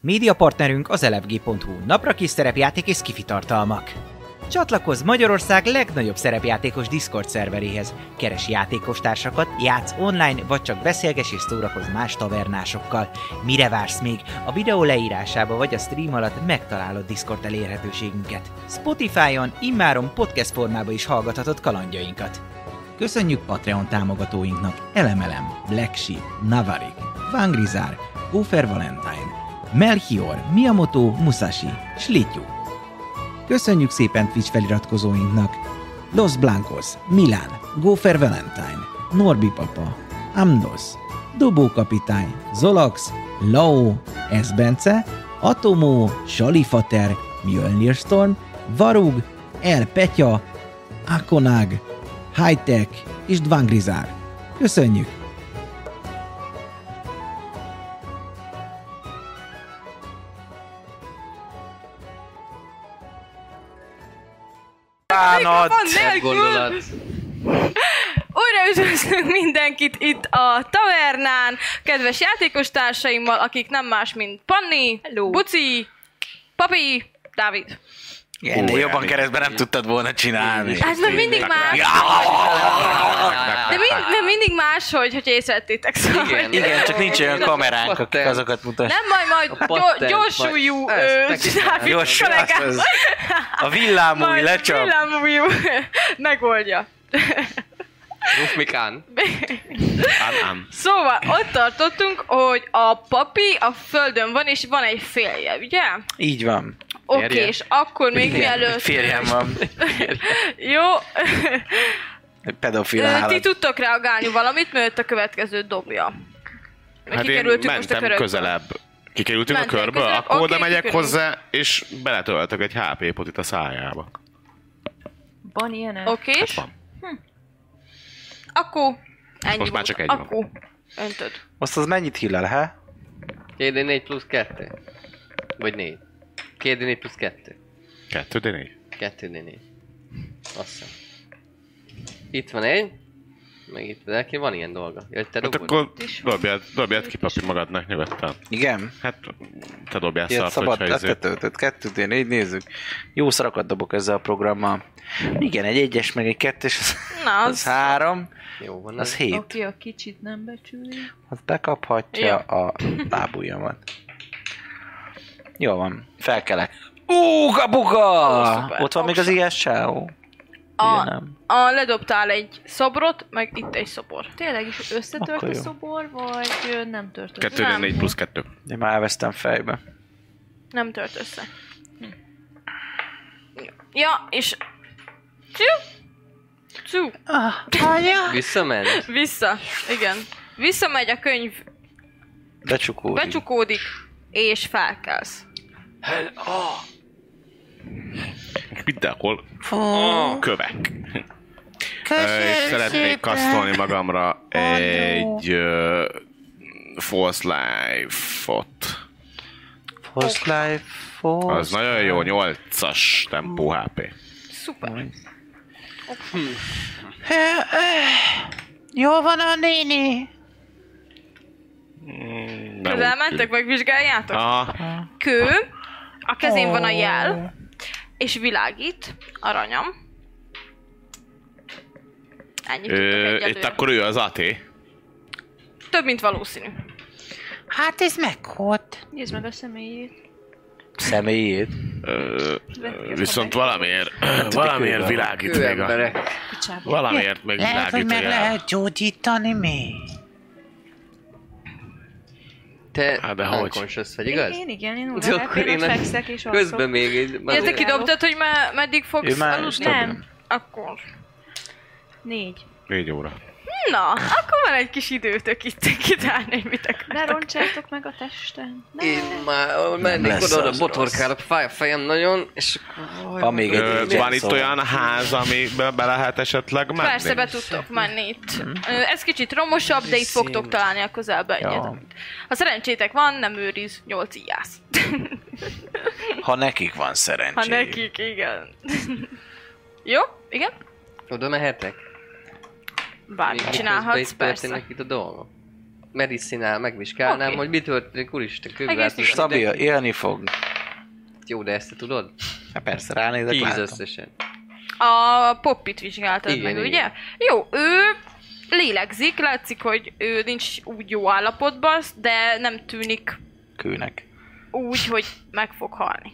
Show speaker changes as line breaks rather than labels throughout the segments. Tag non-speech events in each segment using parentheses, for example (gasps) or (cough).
Média partnerünk az elefg.hu, napra kis szerepjáték és kifitartalmak. Csatlakozz Magyarország legnagyobb szerepjátékos Discord szerveréhez. Keres játékostársakat, játsz online, vagy csak beszélges és szórakozz más tavernásokkal. Mire vársz még? A videó leírásába vagy a stream alatt megtalálod Discord elérhetőségünket. Spotify-on immáron podcast formában is hallgathatod kalandjainkat. Köszönjük Patreon támogatóinknak Elemelem, Black Sheep, Navarik, Vangrizár, Gófer Valentine, Melchior, Miyamoto, Musashi, Slityu. Köszönjük szépen Twitch feliratkozóinknak! Los Blancos, Milán, Gófer Valentine, Norbi Papa, Amnos, Dobó Kapitány, Zolax, Lao, Esbence, Atomó, Salifater, Mjölnir Storm, Varug, El Petya, Akonag, Hightech és Dvangrizár. Köszönjük!
Bánat!
Van
Szebb
nélkül!
(laughs) gondolat.
Újra üdvözlünk mindenkit itt a tavernán, kedves játékos társaimmal, akik nem más, mint Panni,
Hello.
Buci, Papi, Dávid.
Ó, jobban keresztben nem tudtad volna csinálni.
Hát mert mindig más, de, mind, de mindig más, hogy, hogy észrevettétek szóval.
Igen.
Igen, csak nincs
hát,
olyan kameránk, akik
Patent.
azokat mutat.
Nem baj, majd gyo-
patent
gyorsújú
vagy- Ezt
ö,
meg is kell.
Dávid
Gyors,
kollégám.
az- A villámúj
hát, Majd
lecsap.
villámújú (laughs) megoldja.
Rufmikán.
Szóval ott tartottunk, hogy a papi a földön van, és van egy félje, ugye?
Így van.
Oké,
Férje.
és akkor még
Igen,
mielőtt...
Férjem van.
(laughs) Jó,
Pedofil
Ö, ti
állat.
tudtok reagálni valamit, mert a következő dobja.
Hát én mentem közelebb. Kikerültünk a
Mentél
körből?
közelebb?
Akkor
Oké,
oda megyek
kikerülünk.
hozzá, és beletöltök egy HP potit a szájába.
Van ilyen
Oké, és
van.
akkor ennyi
Most már
volt.
csak egy van.
Akkor öntöd.
Most az mennyit hillel, he?
2D4 plusz 2. Vagy 4. 2D4 plusz 2.
Kettő, de négy.
2D4. Azt hiszem. Itt van egy. Meg itt neki van ilyen dolga. Jaj, te
Hát
dobod.
akkor dobjad, dobjad ki papi magadnak nyugodtan.
Igen.
Hát te dobjál
Ilyet
szart,
szabad, hát
hogyha
a
izé...
tetőtöt, kettő, d négy, nézzük. Jó szarakat dobok ezzel a programmal. Igen, egy egyes, meg egy kettes, az,
Na,
az
az...
három,
Jó van.
az
Az
hét.
Aki a kicsit nem becsüli.
Az bekaphatja
Jó.
a lábujjamat. Jó van, felkelek. Ú, kapuka!
Ó, szuper.
Ott van még az ilyes csáó.
A-
nem.
A, ledobtál egy szobrot, meg itt egy szobor.
Tényleg is összetört
Akkor
a
jó.
szobor, vagy ö, nem tört össze?
Kettő, de
Nem.
négy plusz kettő.
Én már elvesztem fejbe.
Nem tört össze. Ja, és... Csú! Csú!
Visszament?
Vissza. Igen. Visszamegy a könyv,
Becsukódik.
becsukódik, és felkelsz.
Mindenhol Ah, kövek. Ö, És szeretnék kasztolni magamra egy ö, false life-ot.
Force life, force
Az nagyon jó, 8-as tempó HP.
Szuper.
Jól van a néni!
Nem
Közel
úgy
mentek,
tűnik.
megvizsgáljátok?
Aha,
kő, a kezén van a jel, és világít, aranyam. Ennyit tudtok
Ö,
egyelőre.
itt akkor ő az AT.
Több, mint valószínű.
Hát ez meghalt. Nézd meg a személyét.
személyét.
Ö, Viszont valamiért, Hát valamiért világít még a...
Emberek.
Kicsába.
Valamiért még
Lehet, hogy
világít a
meg
jel.
lehet gyógyítani még.
Te
Hát
hát
de
de
hogy?
unconscious vagy, igaz?
Én igen, én
(laughs)
úgy
De akkor én
én
a-
fekszek és alszok.
Közben még egy...
Ja, te kidobtad, hogy me- meddig
Ő
fogsz
már
aludni?
stabil.
Nem.
Akkor.
Négy.
Négy óra.
Na, akkor van egy kis időtök itt kitálni, hogy mit
Ne
akartok.
roncsátok meg a testem. Ne.
Én már ó, mennék
lesz
oda, oda
az
botorkálok, fáj a fejem nagyon, és akkor...
Van még egy
Ö,
ilyen
Van itt
szó.
olyan ház, ami be, be lehet esetleg menni?
Persze, be tudtok menni itt.
Mhm.
Ö, Ez kicsit romosabb, de itt fogtok találni a közelben egyet.
Ja.
Ha szerencsétek van, nem őriz, nyolc ijász.
(laughs)
Ha nekik van
Ha
szerencséjük.
nekik, igen. Jó, igen?
Oda mehetek?
Bármit
Miközben
Hát csinálhatsz,
itt
persze.
történnek itt a dolgok. medicinál, megvizsgálnám,
Oké.
hogy mi történik, úristen,
Egész
kövváltozás.
jól.
Stabil, élni fog.
Jó, de ezt te tudod?
Hát persze, ránézek,
Tíz
látom.
összesen.
A poppit vizsgáltad
Igen,
meg,
igen.
ugye? Jó, ő lélegzik, látszik, hogy ő nincs úgy jó állapotban, de nem tűnik
Kőnek.
úgy, hogy meg fog halni.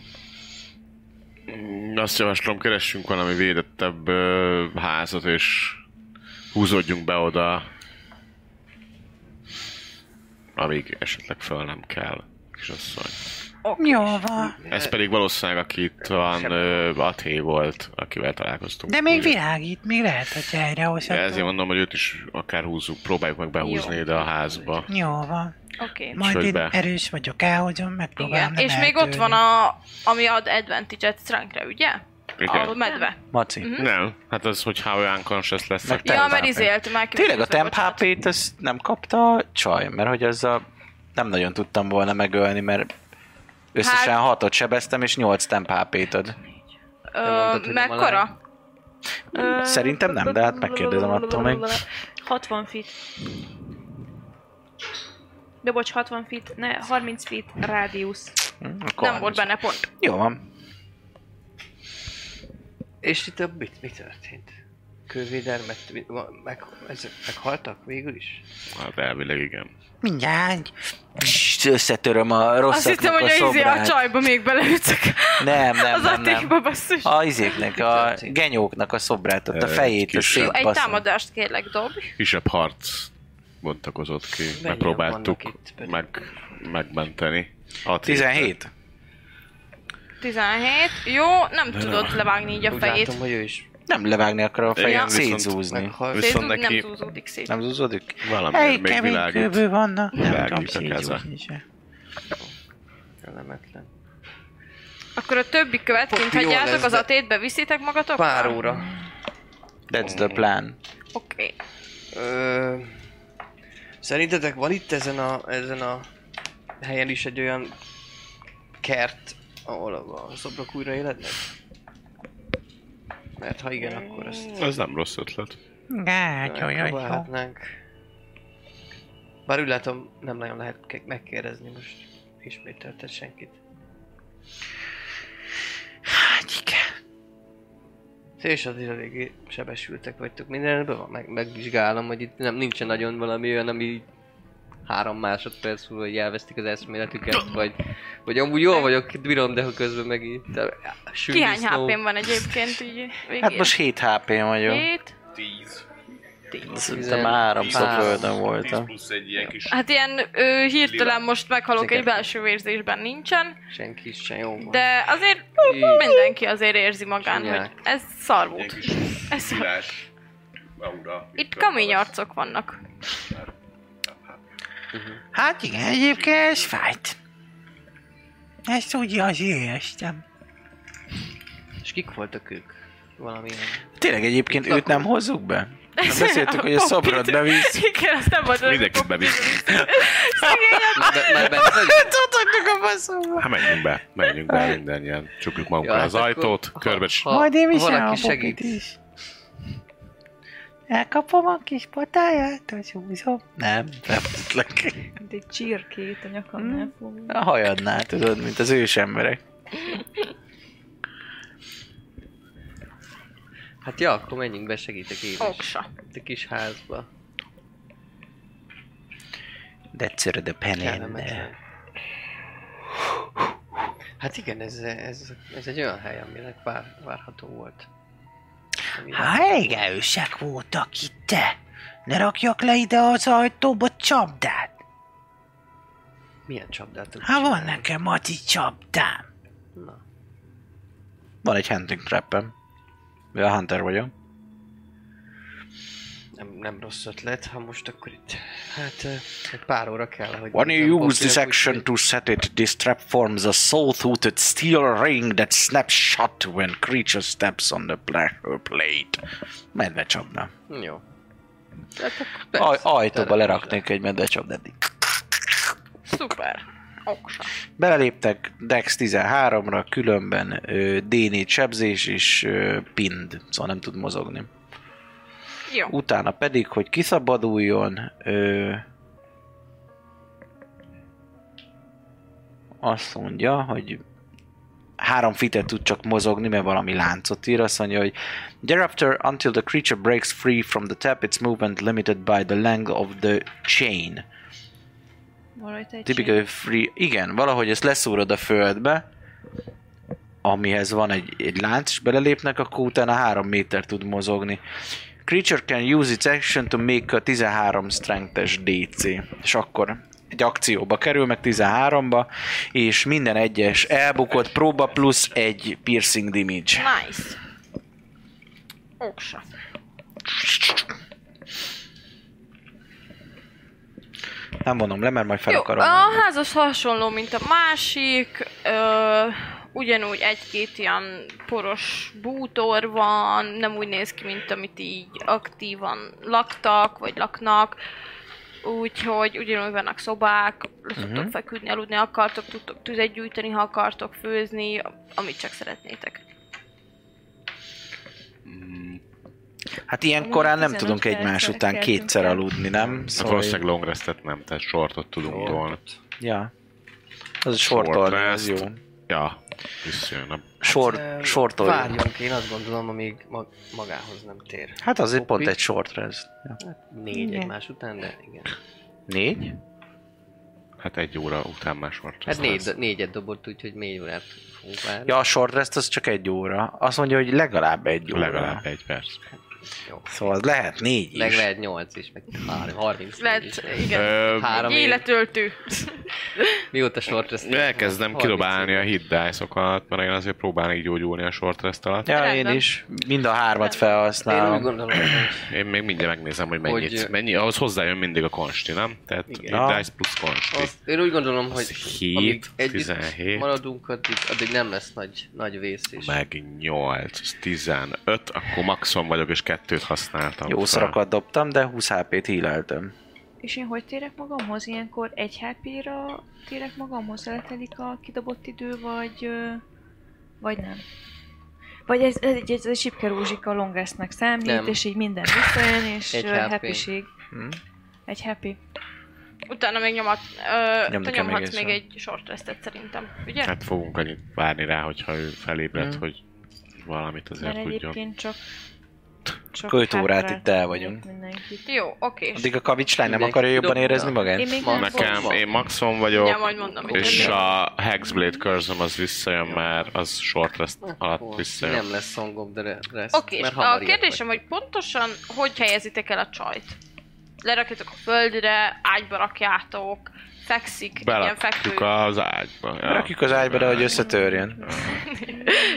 Mm, Azt javaslom, keressünk valami védettebb ö, házat, és húzódjunk be oda, amíg esetleg fel nem kell, kisasszony.
Jó van.
Ez pedig valószínűleg, aki itt van, ö, Athé volt, akivel találkoztunk.
De még
Ugye?
világít, még lehet, hogy erre
Ja, Ezért
hozhatunk.
mondom, hogy őt is akár húzzuk, próbáljuk meg behúzni
Jó.
ide a házba.
Jó van.
Oké. Okay.
Majd
hogy
én
be.
erős vagyok, elhagyom,
Igen.
megpróbálom nem
És még ott
eltűrni.
van a, ami ad advantage-et strength ugye? A
Igen.
medve.
Maci.
Mhm.
Nem, hát az, hogy how unconscious lesz.
Meg
Ja,
Temp
mert
HP.
izélt, már
Tényleg a
kifejezve,
temp
bocsánat.
HP-t ezt nem kapta a csaj, mert hogy azzal nem nagyon tudtam volna megölni, mert összesen
Hát-
hatot sebeztem, és nyolc temp HP-t ad.
Te mondtad,
Ö,
hogy
mekkora?
Szerintem nem, de hát megkérdezem attól még.
60 feet. De bocs, 60 feet, ne, 30 feet rádiusz.
Hm, akkor
Nem volt benne pont.
Jó van.
És itt a mit, mi történt? Kővédelmet, mi- va- meg, ezek meghaltak végül is?
Hát elvileg igen.
Mindjárt.
Psst, összetöröm a
Azt
rosszaknak
hittem, hogy
a
a izé a
szobrát.
csajba még beleütök.
Nem, nem,
Az
nem, nem.
atékba basszus.
A izéknek, a genyóknak a szobrát, ott a
Egy
fejét, a
kis-
szép
Egy
baszom.
támadást kérlek dobj.
Kisebb harc bontakozott ki. Megpróbáltuk
vannak itt pedig?
meg, megmenteni. A
17.
17. Jó, nem tudod levágni így a
Úgy
fejét.
látom, hogy ő is
Nem levágni akar a fején,
viszont-
szétzúzni.
meghalt.
Viszont
Szézúd, nem
neki-
zúzódik szét.
Nem zúzódik?
Valami
Elég
még
kemény
világít.
kőből vannak. Nem tudom
Világít a keze.
szégyúzni se.
Kellemetlen.
Akkor a többi követ,
Popi,
kint
jól
hagyjátok
lesz,
az
de-
atétbe, viszitek magatok?
Pár óra.
That's the plan.
Oké.
Ö, szerintetek van itt ezen a, ezen a helyen is egy olyan kert, ahol a a szobrok újra életnek? Mert ha igen, akkor ezt
Ez nem rossz ötlet.
Gát, jó, jó, jó.
megpróbálhatnánk. Bár úgy látom, nem nagyon lehet ke- megkérdezni most ismételtet senkit.
Hát igen.
Ti is azért eléggé sebesültek vagytok, mindenben van, meg, megvizsgálom, hogy itt nem, nincsen nagyon valami olyan, ami három másodperc múlva, hogy elvesztik az eszméletüket, vagy, vagy amúgy jól vagyok, bírom, de ha közben meg itt a sűrű
Kihány
snow-
hp van egyébként így végén?
Hát most 7 hp vagyok.
7.
Szerintem
Tizen-
3
Tíz-
földön voltam.
plusz egy ilyen kis...
Hát ilyen ö, hirtelen most meghalok, egy
Ezeket-
belső érzésben nincsen,
Senki sem jó van.
de azért
Így.
mindenki azért érzi magán,
Csinyák.
hogy ez szar volt. Ez szar. Itt kemény arcok vannak. (laughs)
Hát igen, egyébként ez fájt. Ezt úgy az éreztem.
És kik voltak ők? Valami
Tényleg egyébként őt nem hozzuk be? Nem beszéltük, hogy a
Popit.
szobrot bevisz.
Igen, azt nem volt.
Mindenkit bevisz.
Már, be, már bent vagy?
Hát menjünk be, menjünk be mindannyian. Csukjuk magunkra
Ja,
ja,
hát
az
akkor-
ajtót, körbe s-
Ha-
Majd én viselem a
valaki
popit
segít.
is. Elkapom a kis patáját, és húzom.
Nem, nem hozlak.
Mint egy csirkét a
Mm.
nyakamnál fogom.
A hajadnál, tudod, mint az ős emberek.
Hát ja, akkor menjünk be, segítek én is.
Oksa.
Itt a kis házba.
That's the penny.
Kellemetlen. Hát igen, ez, ez, ez egy olyan hely, aminek vár, várható volt. Ami
Hát elég erősek voltak itt, te. Ne rakjak le ide az ajtóba csapdát.
Milyen csapdát tudsz
Hát van
csinálni?
nekem Mati csapdám.
Na.
Van egy hunting trappem. Mivel hunter vagyok.
Nem, nem rossz ötlet, ha most akkor itt... Hát ö, egy pár óra kell, hogy...
When
minden
you use this
papírok,
action
úgyhogy-
to set it, this trap forms a saw-toothed steel ring that snaps shut when creature steps on the pla- plate. Medve csapna.
Jó.
Aj, ajtóba
Terem is
leraknék egy medve csapdát.
Szuper. Oksa.
Beleléptek Dex 13-ra, különben ö, D4 sebzés és ö, pind, szóval nem tud mozogni.
Jó.
Utána pedig, hogy kiszabaduljon, ö, azt mondja, hogy három fitet tud csak mozogni, mert valami láncot ír, azt mondja, hogy Thereafter, until the creature breaks free from the tap, its movement limited by the length of the chain.
Valahogy te egy
Typical free... Igen, valahogy ezt leszúrod a földbe, amihez van egy, egy lánc, és belelépnek, akkor utána három méter tud mozogni. Creature can use its action to make a 13 strength DC. És akkor egy akcióba kerül, meg 13-ba, és minden egyes elbukott próba plusz egy piercing damage.
Nice. Oksa.
Nem mondom le, mert majd fel
Jó,
akarom.
a
menni.
házas hasonló, mint a másik. Ö, ugyanúgy egy-két ilyen poros bútor van, nem úgy néz ki, mint amit így aktívan laktak, vagy laknak. Úgyhogy ugyanúgy vannak szobák, le tudtok
Mhm.
uh-huh. feküdni, aludni akartok, tudtok tüzet gyűjteni, ha akartok főzni, amit csak szeretnétek.
Hát ilyen korán nem
15
tudunk egymás
percet
után
keltünk
kétszer
el.
aludni, nem? Szóval,
Hát valószínűleg long restet nem, tehát shortot tudunk tolni.
Ja. Az a
Short
short az
rest.
jó.
Ja, visszajön.
Hát,
Short, shortoljuk.
Várjunk, én azt gondolom, amíg mag- magához nem tér.
Hát azért pont
Hoppik.
egy short rest. Ja.
Négy
Igen.
egymás után, de igen.
Négy?
Hát egy óra után már short
Hát
rest
négy,
lesz.
négyet dobott, úgyhogy négy órát fogunk várni.
Ja, a short rest az csak egy óra. Azt mondja, hogy legalább egy óra.
Legalább egy perc.
Jó.
Szóval az lehet négy is.
Meg lehet nyolc is, meg három, harminc.
Lehet, igen.
Ö,
Három év.
Életöltő.
Mióta short rest?
Elkezdem
Harminc
kidobálni
év.
a hit dice-okat, mert én azért próbálni így gyógyulni a short rest alatt.
Ja, én
Rendben.
is. Mind a hármat
Én úgy
felhasználom.
gondolom, hogy
Én még mindjárt megnézem, hogy mennyit,
Hogy-
mennyi, ahhoz hozzájön mindig a konsti, nem? Tehát hit
Ja.
dice plusz konsti.
Azt, én úgy gondolom, hogy
Az hét,
amíg együtt
17.
maradunk, addig, addig nem lesz nagy, nagy vész is.
meg 8, az 15, akkor maxon vagyok, és kettőt használtam.
Jó
fel.
szarakat dobtam, de 20 HP-t híleltem.
És én hogy térek magamhoz? Ilyenkor egy HP-ra térek magamhoz? Szeletelik a kidobott idő, vagy, ö, vagy nem? Vagy ez, ez, ez, ez a sipke rózsika longestnek számít,
Nem.
nem. és így minden visszajön, és
Egy
egy
HP.
happység.
Hm?
Egy happy.
Utána még nyomat, ö,
Nyomni
te
kell még
nyomhatsz
egy
még egy short restet szerintem, ugye?
Hát fogunk annyit várni rá, hogyha ő felébred,
Mm.
hogy valamit azért
Mert
tudjon.
egyébként csak... csak
Két órát
hátra
itt el vagyunk.
Mindenkit.
Jó, oké.
Addig a kavicslány nem
Mindenki
akarja jobban
dobja.
érezni magát?
Én még
Ma-
nem
Nekem,
Maxon.
én maxon
Ja,
vagyok,
majd mondom, hogy
és
nem.
a Hexblade Curzom az visszajön, mert az short rest alatt
Hát Akkor
visszajön.
Nem lesz szongom, de re- lesz.
Oké, és
mert
a
hamar ilyet
kérdésem, hogy pontosan hogy helyezitek el a csajt? Lerakjátok a földre, ágyba rakjátok, fekszik, ilyen fekvő.
Belakjuk az ágyba. Ja.
Rakjuk az ágyba, de hogy összetörjön.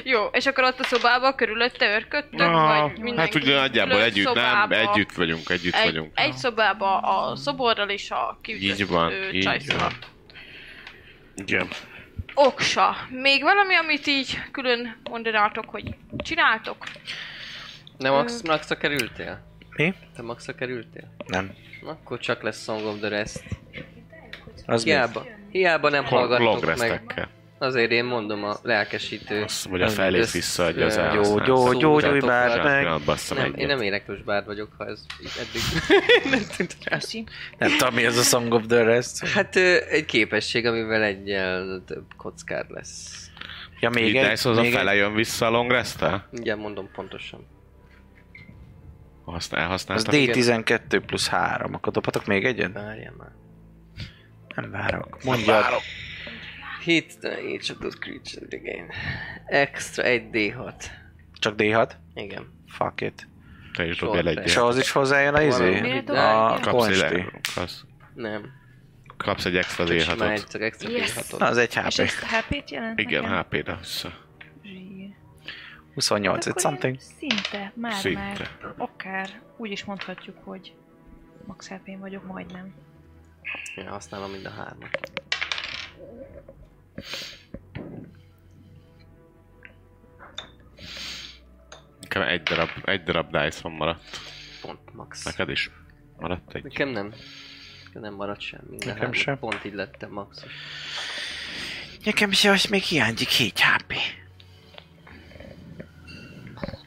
Jó, és akkor ott a szobába körülötte örködtök,
Ah,
vagy mindenki
hát ugye nagyjából
külön
együtt, nem?
szobába?
Együtt vagyunk, együtt
egy,
vagyunk.
Egy szobába a szoborral és a kiütött
Így van,
ö,
így
csajszal.
van. Igen.
Oksa, még valami, amit így külön mondanátok, hogy csináltok?
Nem max, maxra kerültél?
Mi?
Te maxra kerültél?
Nem.
Na, Akkor csak lesz Song of the Rest.
Az mi?
Hiába, hiába nem hallgattok meg.
Logrestekkel.
Azért én mondom a lelkesítő.
Azt, Vagy a felé
Össz-
visszaadja az
ö,
elhasználás.
Gyógyul, gyógyul,
gyógyulj már
Pillanat,
meg.
pillanat, basszom
Nem, én
egyet.
nem éneklős bárd vagyok, ha ez így eddig (laughs) nem tűnt rá.
Köszi.
Nem tudom, mi az a Song of the Rest.
Hát ö, egy képesség, amivel egyel több kockád lesz.
Ja, még
Még
egy,
egy, az a
még
fele
egy.
jön vissza a long rest-tel?
Mindjárt mondom pontosan.
Azt
Az
elhasználtad?
D12 plusz 3. Akkor dobhatok még egyet?
Várjál már.
Nem várok. Mondja.
Hit the age of those creatures again. Extra 1d6.
Csak D6?
Igen.
Fuck it.
Te is dobjál
Short
egyet.
És ahhoz is hozzájön a izé?
Valami.
A
Kapsz egy,
konsti.
kapsz,
Nem.
kapsz egy extra
Csak simán
d
egy, csak extra
Yes.
Na,
d6-ot.
az egy
És
HP.
ezt HP-t jelent
Igen,
nekem?
HP-re vissza.
Zsír.
28,
Akkor
it's something.
én Szinte, már,
Szinte.
szinte. már, akár, úgy is mondhatjuk, hogy max hp -n vagyok, majdnem.
Én használom mind a hármat.
Nekem egy darab, egy darab dice van maradt.
Pont max.
Neked is maradt egy.
Nekem nem. Nekem nem maradt semmi. Mind a
Nekem
hármat.
sem.
Pont így lettem maxos.
Nekem se, hogy még hiányzik 7 HP.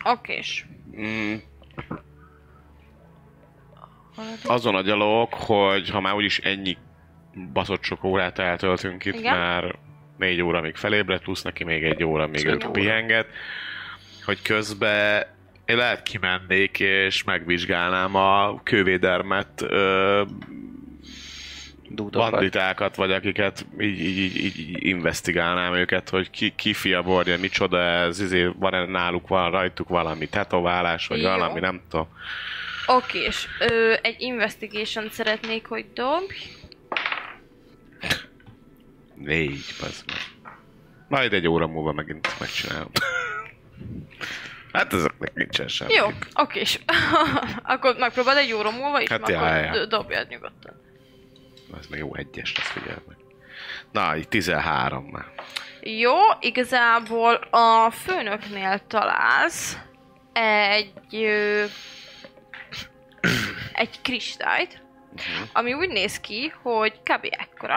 Okés.
Mm. Azon a gyalog, hogy ha már úgyis ennyi baszott sok órát eltöltünk itt,
Igen.
már négy óra, amíg felébred, plusz neki még egy óra, amíg
Szóval
őt
óra.
pihenget, hogy közben én lehet kimennék és megvizsgálnám a kővédermet, ö,
Dúdokat.
banditákat, vagy akiket így, így, így, így, így investigálnám őket, hogy ki, ki fia borja, micsoda ez, izé, van-e náluk, van rajtuk valami tetoválás, vagy
Jó.
valami, nem tudom.
Oké, és ö, egy investigation szeretnék, hogy dobj.
Négy, bazd meg. Majd egy óra múlva megint megcsinálom. (laughs) hát ezeknek nincsen semmi.
Jó, oké, és (laughs) akkor megpróbáld egy óra múlva, és
Hát
hát akkor
jaj, jaj.
do- dobjad nyugodtan.
Ez meg jó egyes, ezt figyeld meg. Na, így 13 már.
Jó, igazából a főnöknél találsz egy ö, egy kristályt, ami úgy néz ki, hogy kb. ekkora.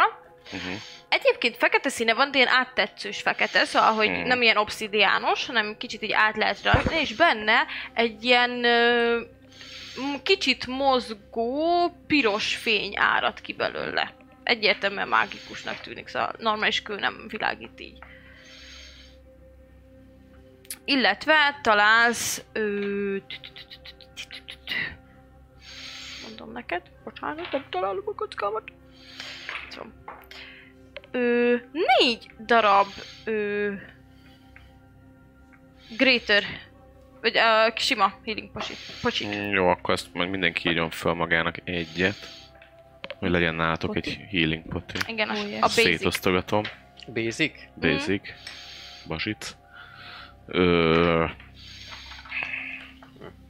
Egyébként fekete színe van, de ilyen áttetszős fekete, szóval, hogy nem ilyen obszidiános, hanem kicsit így át lehet rajta, és benne egy ilyen ö, m- kicsit mozgó piros fény árad ki belőle. Egyértelműen mágikusnak tűnik, szóval normális kő nem világít így. Illetve találsz... Ö, mondom neked, bocsánat, nem találom a kockámat. Itt van. Ö, négy darab ö, greater, vagy ö, sima healing pocsit. pocsit.
Mm, Jó, akkor azt majd mindenki írjon föl magának egyet. Hogy legyen nálatok
Poti.
egy healing poti.
Igen,
Ó,
a,
yes.
a basic.
Szétosztogatom.
Basic?
Basic.
Mhm.
Basic. Ö,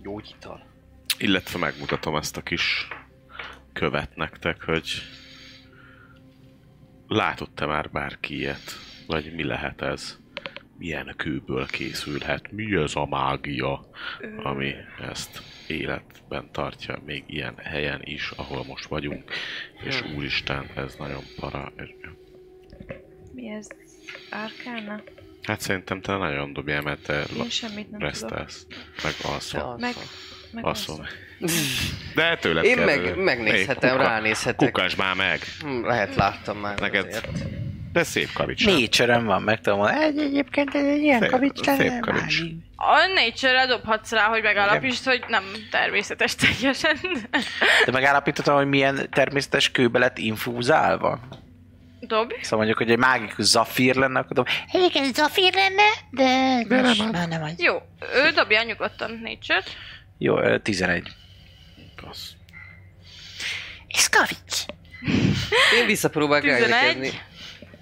Gyógyital.
illetve megmutatom ezt a kis követ nektek, hogy látott-e már bárki ilyet? Vagy mi lehet ez? Milyen kőből készülhet? Mi ez a mágia, ami ezt életben tartja még ilyen helyen is, ahol most vagyunk? És
Hm.
úristen, ez nagyon para.
Mi ez? Árkána?
Hát szerintem te nagyon dobjál, mert te
Én semmit nem tudok.
resztelsz, meg alszol.
Meg, meg
Alszol.
alszom.
De tőled
Én
kell.
meg, megnézhetem,
Hey, kuka-
ránézhetek.
Kukas már meg!
Hm, Lehet láttam már.
Neked
azért.
De szép kavics.
Nature-en van, meg tudom mondani. Egy, egyébként ez egy ilyen
Szép-
kavics, de
szép
nem
kavics.
mági.
A nature dobhatsz rá, hogy megállapítsd, hogy nem természetes teljesen. (laughs)
De megállapítottam, hogy milyen természetes kőbe lett infúzálva.
Dob.
Szóval mondjuk, hogy egy mágikus zafír lenne, akkor tudom,
Egyébként zafír lenne, de, de most nem már nem az.
Jó, ő dobja nyugodtan nature
jó, ö, 11.
Basz.
Ez kavics.
Én visszapróbálok
11.
elvékezni.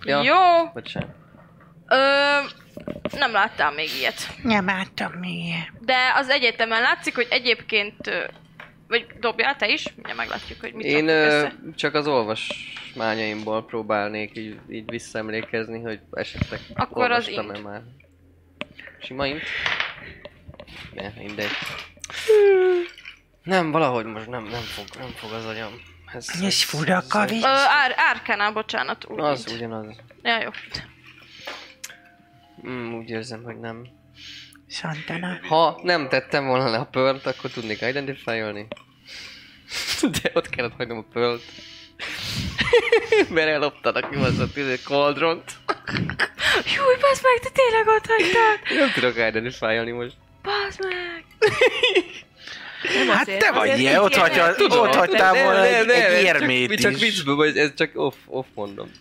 ja.
Ja.
Jó.
Bocsánat.
Ö, nem láttam még ilyet.
Nem láttam még. ilyet.
De az egyetemen látszik, hogy egyébként... ö, Vagy dobjál te is, mindjárt meglátjuk, hogy mit
Én
rakunk
ö,
össze.
csak az olvasmányaimból próbálnék így, így visszaemlékezni, hogy esetleg
Akkor az
olvastam-e
int.
már. Sima int? Ne, mindegy. Nem, valahogy most nem, nem fog, nem fog az agyam. Ez,
Ez fura kavics.
Ö, ár, árkánál, bocsánat, úgy
Az
mint.
ugyanaz.
Ja, jó.
Mm, úgy érzem, hogy nem.
Szantana.
Ha nem tettem volna le a pört, akkor tudnék identify-olni. De ott kellett hagynom a pört. (laughs) Mert elloptad a kibaszott izé, koldront.
Júj, bassz meg, te tényleg ott hagytad!
Nem tudok identify-olni most.
Bassz meg!
Nem
Hát
azért,
te vagy
azért
ilyen,
így
ott,
kéne.
hagyja, ott hagytál
Nem,
volna
nem,
egy,
nem, ez
egy
csak-
érmét
Csak
is.
viccből, vagy ez csak off, off mondom.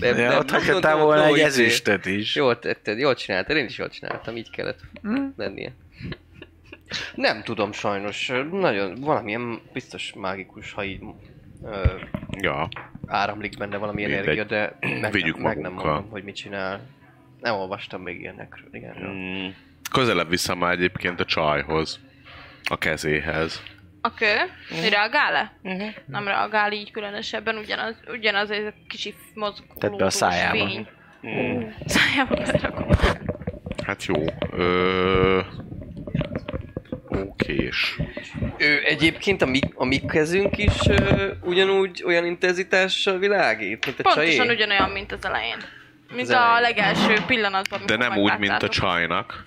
Nem,
Ja,
nem,
ott
nem
hagytál
tudom,
volna egy
hogy-
ezüstöt is.
Jól tetted, jól csináltad, én is jól csináltam, így kellett lennie. Nem tudom sajnos, nagyon, valamilyen biztos mágikus, ha így ö,
Ja,
áramlik benne valami
Mindegy.
energia, de meg,
Vigyük
nem, meg nem
magunkkal.
mondom, hogy mit csinál. Nem olvastam még ilyenekről, igen. Mm.
mm, közelebb vissza már egyébként a csajhoz, a kezéhez.
A kő?
Mhm.
Uh-huh. Reagál-e? Uh-huh. Nem reagál így különösebben, ugyanaz, ugyanaz ez a kicsi
Tedd
mozguló
be a szájába.
fény.
Mm.
Szájába berakom.
Hát jó. Ö... Okés.
Ő egyébként a mi, a mi kezünk is ö, ugyanúgy olyan intenzitással világít, mint a
Pontosan
csajé.
ugyanolyan, mint az elején. Mint
Az
a
elején.
legelső pillanatban,
De
amikor
nem úgy, mint a
megláttátok.
csajnak.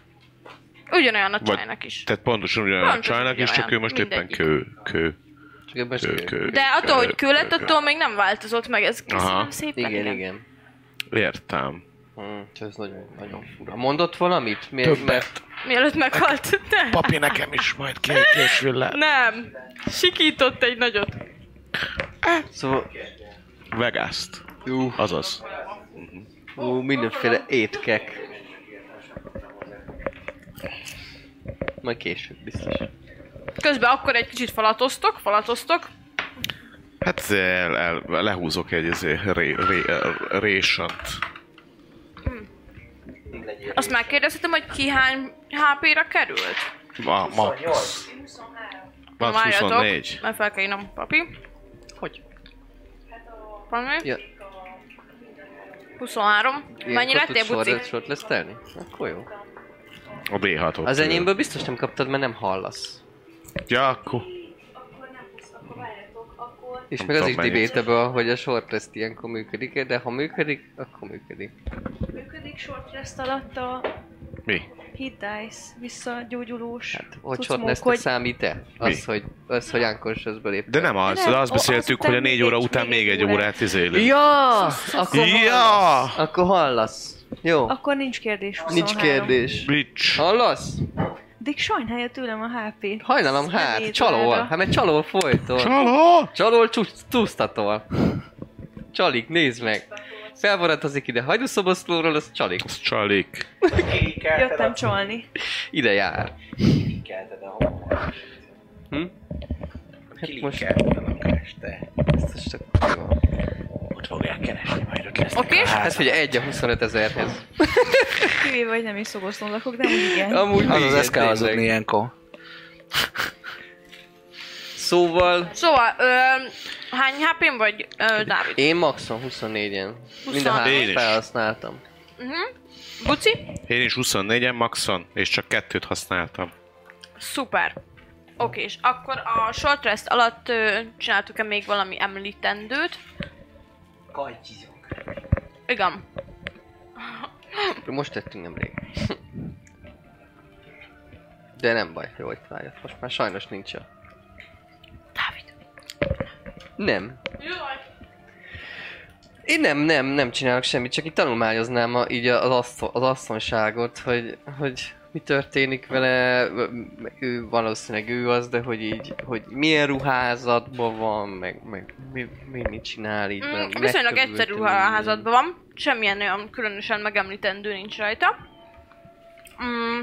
Ugyanolyan a
Vagy-
csajnak is.
Tehát pontosan ugyanolyan a
Pontosan
csajnak, és csak ő
ugyanolyan.
most éppen
Mindegyik.
kő, kő,
Csak ebben
kő,
csak-
kő.
De attól, hogy kő lett,
kő, kő.
attól még nem változott meg, ez köszönöm
Aha.
szépen.
Igen, igen.
Értem.
Mm, ez nagyon, nagyon fura. Mondott valamit? Miért?
Többet.
Mielőtt meghalt.
Hát,
Ne.
Papi, nekem is majd kell késő le.
Nem. Sikított egy nagyot.
Szóval,
Vegászt.
ú,
Azaz.
ú, mindenféle étkek. Majd később biztos.
Közben akkor egy kicsit falatoztok, falatoztok.
Hát el, el, lehúzok egy izé, ré, ré, résant.
Azt már kérdezhetem, hogy ki hány HP-ra került?
Ma, ma. Max
Várjatok,
24.
Mert fel kell írnom papi.
Hogy?
Valami?
Ja,
23. Mennyi
ilyenkor
lettél,
tudsz sorra-
buci?
sort lesz telni? Akkor jó.
A B6-ok.
Az enyémből biztos nem kaptad, mert nem hallasz.
Ja, akkor.
És
Nem
meg az is
tudom, mennyi.
debatable, hogy a short rest ilyenkor működik de ha működik, akkor működik.
Működik short rest alatt a
Mi?
hit dice, visszagyógyulós
Hát, hogy
cuccmók,
shortnest
hogy-
számít -e? Az, hogy, az, hogy ánkor közben lép.
De nem az,
Nem,
de azt
a-
beszéltük,
azután
hogy a négy
még
óra
egy-
után
még
még
egy
egy
órát.
órát izélünk.
Ja! Akkor
Ja!
hallasz. Akkor hallasz. Jó.
Akkor szóval nincs kérdés 23.
Nincs kérdés.
Bics!
Hallasz?
Dick sajnálja tőlem a HP.
Hajnalom hát, csalol. Hát mert csalol folyton.
Csaló!
Csalol csúsz- csúsztatol. Csalik, nézd meg. Felvaratozik ide hajdúszoboszlóról, az csalik.
Az csalik.
Jöttem csalni.
Ide jár.
Kikelted a homokat.
Hm? Hát most
Kikelted a lakást, te.
biztos csak jó.
Ott fogják keresni, majd ott lesznek
Oké.
a
Hát
házak.
figyelj, egy a 25 ezerhez.
Kivéve, hogy nem is szoboszlón lakok, de úgy igen.
Amúgy
Az
igen,
az ezt kell
tényleg.
hazudni ilyenkor.
Szóval,
Szóval, ö, hány HP-n vagy, ö, Dávid?
én maxon 24-en. Mind a
24.
Én
hármat
is.
felhasználtam.
Buci?
Én is 24-en maxon, és csak kettőt használtam.
Szuper. Oké, és akkor a short rest alatt ö, csináltuk-e még valami említendőt?
Kajtyizunk.
Igen.
Most tettünk nemrég. De nem baj, jó, hogy várjat. Most már sajnos nincs a...
Dávid.
Nem.
Jaj.
Én nem, nem, nem csinálok semmit, csak itt tanulmányoznám a, így az, asszon, az asszonságot, hogy, hogy mi történik vele, ő valószínűleg ő az, de hogy így, hogy milyen ruházatban van, meg, meg mi, mi, mit csinál így.
Mm,
meg-
viszonylag
megkövültem,
egyszerű, ha
így.
a házadban van. Semmilyen olyan különösen megemlítendő nincs rajta. Mm.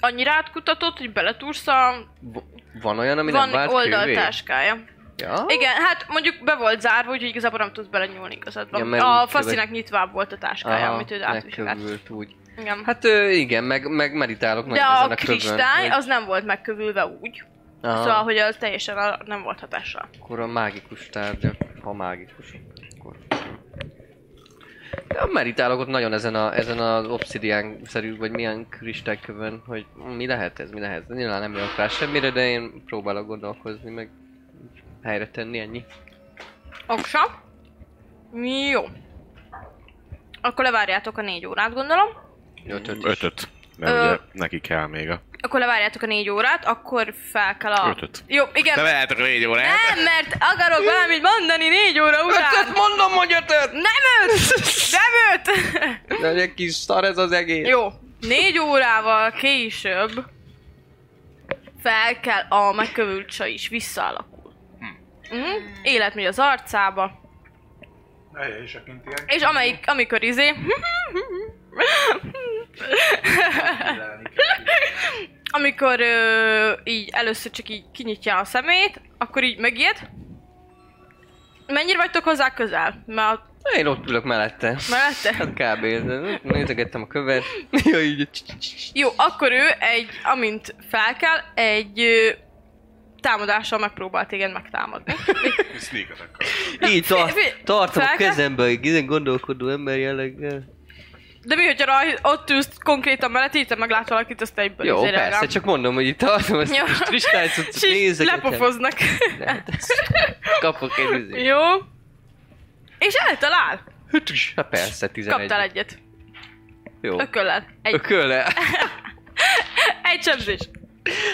Annyira átkutatott, hogy beletúrsz a...
Va- Van olyan, ami nem
van
vált
oldaltáskája.
kővé? Ja?
Igen, hát mondjuk be volt zárva, úgyhogy igazából nem tudsz belenyúlni igazadban.
Ja, mert
a
úgy
faszinak
követ-
nyitvább volt a táskája, amit ő átviselt.
megkövült úgy.
Igen.
Hát ö, igen, meg, meg meditálok
De
nagyon
a,
ezen a Ah. kövön,
kristály
hogy-
az nem volt megkövülve úgy,
Aha,
szóval hogy az teljesen a- nem volt hatással.
Akkor a mágikus tárgyak, ha mágikus, akkor... De a meditálok ott nagyon ezen, a, ezen az obszidián-szerű, vagy milyen kristálykövön, hogy mi lehet ez, mi lehet ez. Nyilván nem jövök rá semmire, de én próbálok gondolkozni, meg helyre tenni ennyi.
Oksa? Jó. Akkor levárjátok a négy órát, gondolom.
Ötöt is.
Ötöt. De
Ö.
ugye neki kell még a...
Akkor levárjátok a négy órát, akkor fel kell a...
Ötöt.
Jó, igen.
De vehetek a négy órát!
Nem, mert akarok valamit mondani négy óra után.
Ötöt mondom, hogy ötöt!
Nem öt! Nem öt! (laughs)
De egy kis szar ez az egész.
Jó, négy órával később fel kell a megkövült csaj is, visszaalakul. Mm, élet megy az arcába,
Eljön is a kinti
és amelyik, amikor izé... amikor ö, így először csak így kinyitja a szemét, akkor így megijed. Mennyire vagytok hozzá közel? Mert a-
Én ott ülök mellette.
mellette?
Hát kb. de Nézegettem a követ. Ja, így.
Jó, akkor ő egy, amint fel kell, egy ö, támadással megpróbál téged
(laughs)
megtámadni.
Így tart,
fi-
tartom a
felke-
kezembe, egy ilyen gondolkodó ember jelleggel.
De mi, hogyha raj, ott ülsz konkrétan mellett, így te meglát valakit, azt egyből
Jó,
izére
persze,
rám.
csak mondom, hogy itt tartom ezt
Jó.
a kis
(laughs)
kristálycuccot,
És így
nézek. hát
Lepofoznak.
Kapok egy izé.
Jó. És eltalál.
Ha Hát persze, 11.
Kaptál egyet.
Jó.
Ököllel. Egy,
Ököle.
egy sebzés.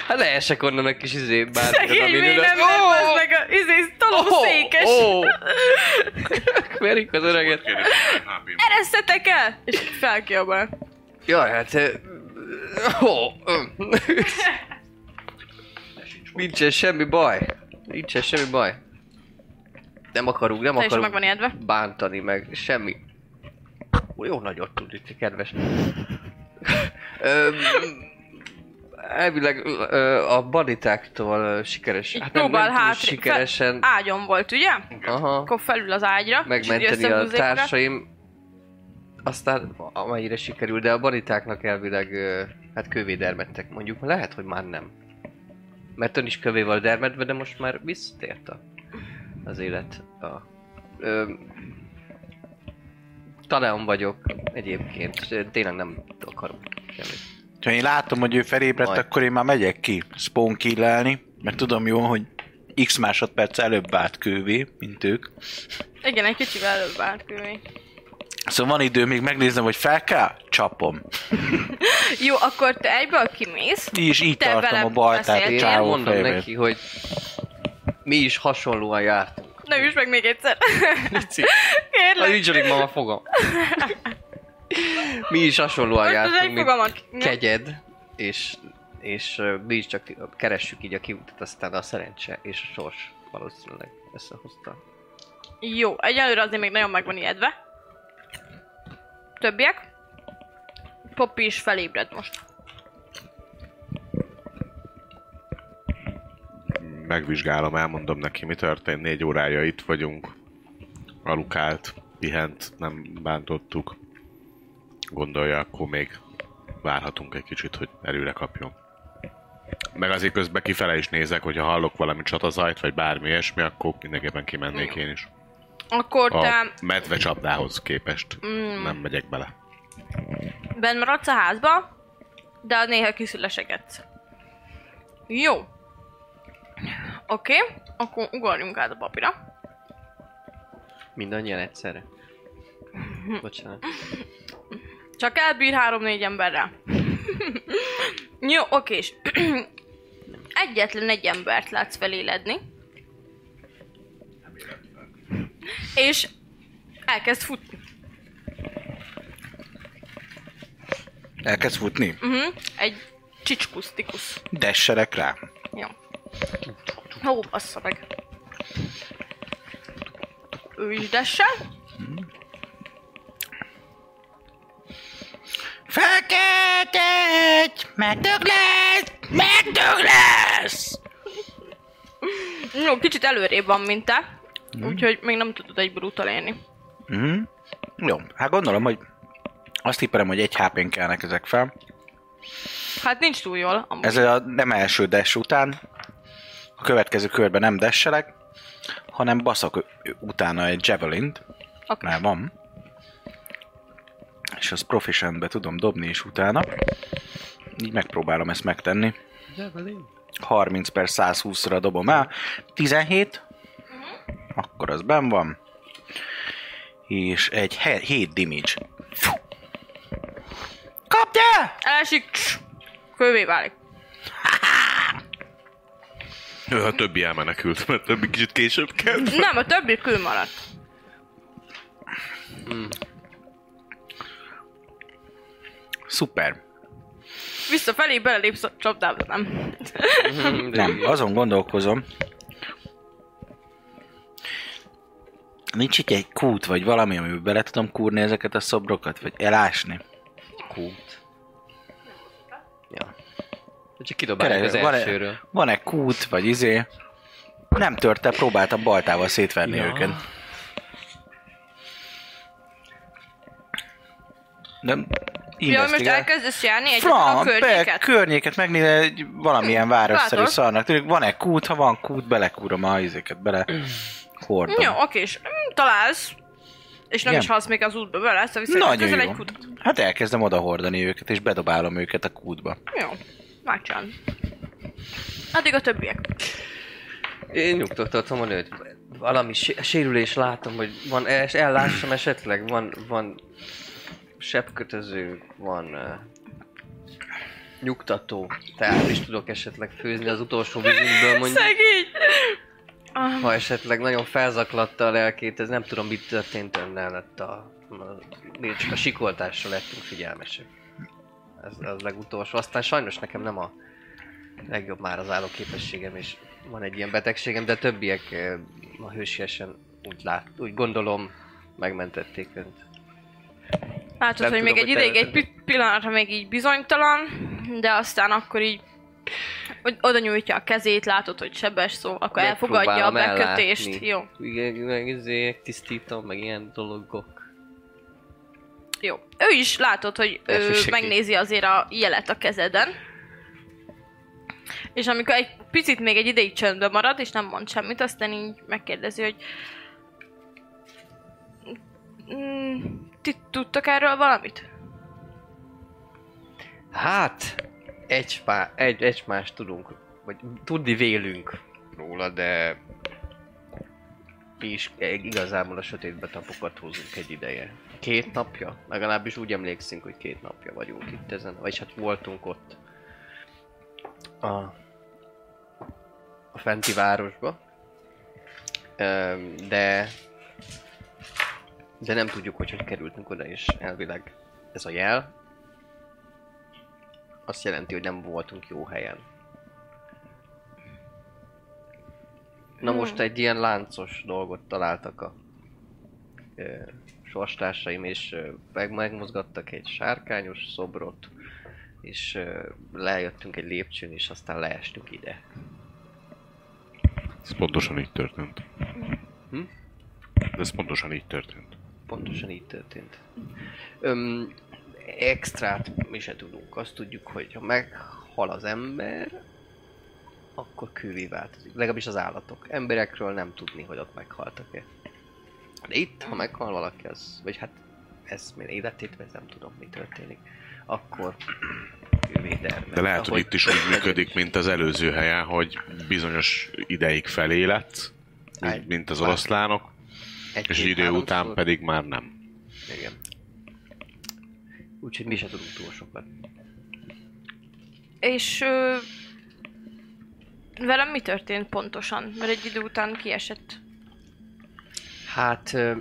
Hát leesek onnan a kis izé bármilyen,
Szegény,
amin
még
ülök.
nem (laughs)
Ó!
oh! meg a izé, toló székes.
Ó! Verik az öreget.
Eresztetek el! És felkiabál.
Jaj, hát... ö, Ó, ö. Nincsen semmi baj. Nincsen semmi baj. Nem akarunk, nem
Te is
akarunk
meg van ijedve.
bántani meg, semmi. Ó, jó nagyot tud itt, kedves. Öm, Elvileg ö, ö, a banitáktól ö, sikeres,
Így
hát nem,
próbál
nem túl
hátra-
sikeresen,
Ágyon volt, ugye?
aha,
Akkor felül az ágyra. és így
megmenteni a
összehúzzék rá.
társaim. Aztán amennyire sikerül, de a banitáknak elvileg ö, hát kövé dermedtek mondjuk, lehet, hogy már nem. Mert ön is kövéval dermedve, de most már visszatért a, az élet. A, ö, talán vagyok egyébként, ö, tényleg nem akarok semmit.
Ha én látom, hogy ő felébredt,
Majd.
akkor én már megyek ki spawn killelni, mert tudom jó, hogy x másodperc előbb vált kővé, mint ők.
Igen, egy kicsivel előbb várt külni.
Szóval van idő, még megnézem, hogy fel kell? Csapom.
Jó, akkor te egyből kimész.
Így is így
Te
tartom
velem
a baltát a
beszéltél?
Én
csávó
mondom
fejében.
neki, hogy mi is hasonlóan jártunk.
Ne üsd meg még egyszer. (laughs)
Lici. A
Kérlek.
ügyölik ma a fogam. Mi is hasonlóan
Most az
jártunk,
egy
mint
fogamat.
kegyed, és, és ö, mi is csak keressük így a kiutat, aztán a szerencse és a sors valószínűleg összehozta.
Jó, egyelőre azért még nagyon meg van ijedve. Többiek? Poppy is felébred most.
Megvizsgálom, elmondom neki, mi történt. Négy órája itt vagyunk. Alukált, pihent, nem bántottuk. Gondolja, akkor még várhatunk egy kicsit, hogy erőre kapjon. Meg azért közben kifele is nézek, hogyha hallok valami csatazajt, vagy bármi ilyesmi, akkor mindenképpen kimennék én is.
Akkor
A
te
medve csapdához képest
Mm.
nem megyek bele.
benn maradsz a házba, de néha kiszülesegetsz. Jó. Oké, okay, akkor ugorjunk át a papira.
Mindannyian egyszerre. Bocsánat.
Csak elbír három-négy emberrel. (laughs) Jó, oké. és (clears throat) Egyetlen egy embert látsz feléledni. És elkezd futni.
Elkezd futni?
Uh-huh. Egy csicskusztikusz.
Desserek rá.
Jó. Ó, bassza meg. Ő is desse.
Fölkeltett! Megdög lesz! Megdög lesz!
Jó, kicsit előrébb van, mint te. Úgyhogy még nem tudod egy brutál élni.
Mhm. Jó, hát gondolom, hogy azt tippelem, hogy egy HP-n kelnek ezek fel.
Hát nincs túl jól. Amúgy.
Ez a nem első dash után. A következő körben nem desselek, hanem baszok utána egy javelint.
Akkor
Már van. És az proficientbe tudom dobni is utána. Így megpróbálom ezt megtenni. 30 per 120-ra dobom el. 17. Akkor az ben van. És egy 7 damage.
Kapd el!
Elesik, cs, kövé válik.
Ő, a többi elmenekült, mert többi kicsit később kell.
Nem, a többi kül maradt.
Szuper.
Visszafelé belelépsz a csapdába, nem.
Nem, azon gondolkozom. Nincs itt egy kút, vagy valami, amiben bele tudom kúrni ezeket a szobrokat, vagy elásni?
Kút. Ja. Csak kidobálják az
Keres-
elsőről.
Van-e, van-e kút, vagy izé? Nem törte, próbáltam baltával szétverni ja. őket. Nem,
Ja, most
investigál.
elkezdesz járni egyetlen a
Fran, be,
környéket.
környéket megnézni, egy valamilyen városszerű
Látod?
szarnak. tűnik. Van-e kút? Ha van kút, belekúrom a izéket, bele hordom.
Jó, oké, és mm, találsz. És nem
Igen.
is halsz még az útba bele, szóval
Nagyon
visszaközel
jó.
egy kutat.
Hát elkezdem odahordani őket, és bedobálom őket a kútba.
Jó, megcsinálod. Addig a többiek.
Én nyugtatottam a nőt. Valami sé- sérülés látom, hogy van, és ellássam esetleg, van, van sebkötöző, van uh, nyugtató, tehát is tudok esetleg főzni az utolsó vízünkből mondjuk.
Szegény! Ah,
Ha esetleg nagyon felzaklatta a lelkét, ez nem tudom, mit történt önnel lett a... a- Mi csak a sikoltásra lettünk figyelmesek. Ez az legutolsó. Aztán sajnos nekem nem a legjobb már az állóképességem, és van egy ilyen betegségem, de többiek eh, ma hősiesen úgy lát, úgy gondolom, megmentették önt.
Látod,
Nem
hogy még
tudom,
egy
hogy
ideig, egy
teheted-e.
pi- pillanatra még így bizonytalan, de aztán akkor így hogy oda nyújtja a kezét, látod, hogy sebes, szó, akkor elfogadja a
Megpróbálom
bekötést.
ellátni.
Jó,
Igen, meg izé, tisztítom, meg ilyen dologok.
jó. Ő is látod, hogy
Ez
ő
is segít.
megnézi azért a jelet a kezeden. És amikor egy picit még egy ideig csöndbe marad, és nem mond semmit, aztán így megkérdezi, hogy "Mm, ti tudtak erről valamit?
Hát, egy, pá, egy, egy más tudunk, vagy tudni vélünk róla, de mi is e- igazából a sötétbe tapokat húzunk egy ideje. Két napja? Legalábbis úgy emlékszünk, hogy két napja vagyunk itt ezen, vagyis hát voltunk ott. A, a fenti városba. Öm, de de nem tudjuk, hogy hogy kerültünk oda, és elvileg ez a jel, azt jelenti, hogy nem voltunk jó helyen. Na most egy ilyen láncos dolgot találtak a ö, sorstársaim, és ö, meg, megmozgattak egy sárkányos szobrot, és ö, lejöttünk egy lépcsőn, és aztán leestünk ide.
Ez pontosan így történt.
Hm?
Ez pontosan így történt.
Pontosan így történt. Öm, extrát mi se tudunk. Azt tudjuk, hogy ha meghal az ember, akkor kővé változik. Legalábbis az állatok. Emberekről nem tudni, hogy ott meghaltak-e. De itt, ha meghal valaki, az, vagy hát ez még életét, vagy nem tudom, mi történik, akkor kővé dermed.
De lehet, hogy
Ahogy-
itt is úgy működik, mint az előző helyen, hogy bizonyos ideig felélett,
Egy-
mint, mint az oroszlánok,
Egy,
és
két,
idő után
háromszor.
pedig már nem.
Igen. Úgyhogy mi se tudunk túl sokat.
És ö, velem mi történt pontosan? Mert egy idő után kiesett.
Hát ö,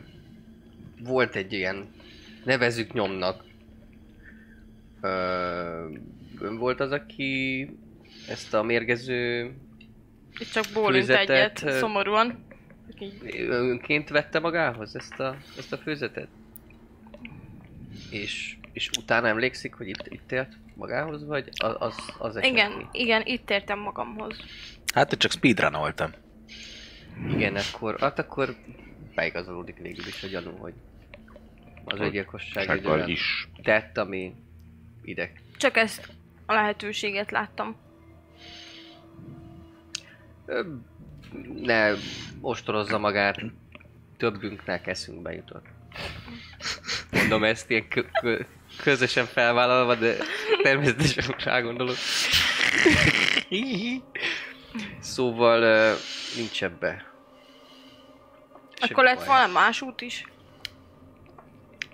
volt egy ilyen, nevezük nyomnak. Ö, Ön volt az, aki ezt a mérgező
Itt csak bólint
Főzetet,
egyet,
ö,
szomorúan. Így.
önként vette magához ezt a, ezt a főzetet? És, és utána emlékszik, hogy itt, itt élt magához, vagy a- az, az esett ki?
Igen, igen, itt értem magamhoz.
Hát, én csak speedrunoltam.
Igen, akkor, hát akkor beigazolódik végül is a gyanú, hogy az öngyilkosság egy
Sággal
olyan
is.
tett, ami ide
Csak ezt a lehetőséget láttam.
Ö, ne ostorozza magát, többünknek eszünkbe jutott. Mondom ezt ilyen kö- kö- közösen felvállalva, de természetesen rá gondolok. Szóval ö, nincs ebbe. Semmi
Akkor lett
baj.
valami más út is.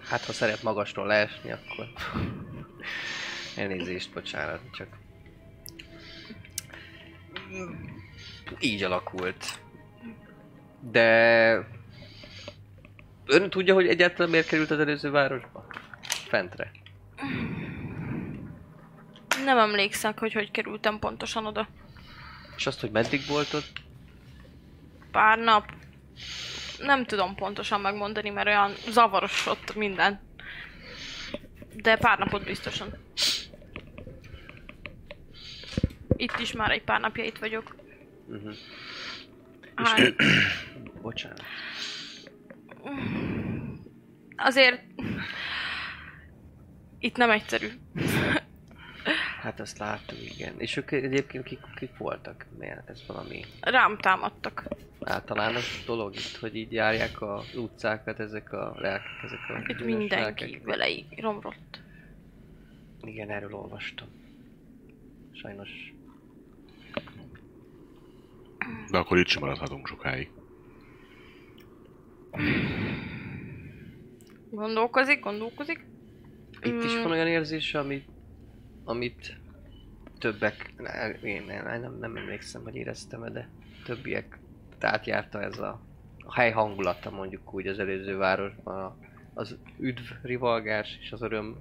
Hát ha szeret magasról leesni, akkor... (laughs) Elnézést, bocsánat, csak... Így alakult. De... Ön tudja, hogy egyáltalán miért került az előző városba? Fentre.
Nem emlékszek, hogy hogy kerültem pontosan oda.
És azt, hogy meddig volt ott?
Pár nap. Nem tudom pontosan megmondani, mert olyan zavaros ott minden. De pár napot biztosan. Itt is már egy pár napja itt vagyok. Hát,
Uh-huh.
Hány,
Bocsánat.
azért itt nem egyszerű.
Hát azt láttuk, igen. És ők egyébként kik, kik voltak? Mert ez valami
Rám támadtak.
általános dolog itt, hogy így járják az utcákat ezek a lelkek, ezek a
Itt
bűnös
Hát mindenki
lelkek.
vele így romrott.
Igen, erről olvastam. Sajnos.
De akkor itt sem maradhatunk sokáig.
Gondolkozik, gondolkozik.
Itt is
Mm.
van olyan érzés, amit, amit többek, ne, én nem, nem, nem emlékszem, hogy éreztem de többiek átjárta ez a, a hely hangulata mondjuk úgy az előző városban. A, az üdv rivalgás és az öröm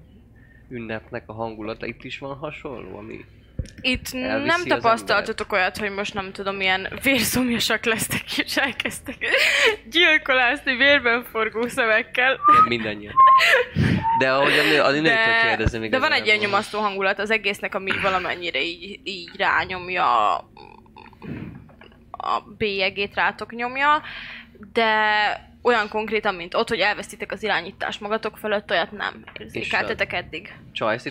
ünnepnek a hangulata itt is van hasonló, ami
Itt
Elviszi
nem
az
tapasztaltatok olyat, hogy most nem tudom, ilyen vérszomjasak lesztek és elkezdtek gyilkolászni vérben forgó szemekkel.
nem mindannyian. De ahogy a nő, a nőtől kérdezem
de van egy ilyen
igazából.
nyomasztó hangulat az egésznek, ami valamennyire így, így rányomja a- a bélyegét rátok nyomja, de olyan konkrétan, mint ott, hogy elvesztitek az irányítást magatok fölött, olyat nem érzékeltetek eddig.
Csajci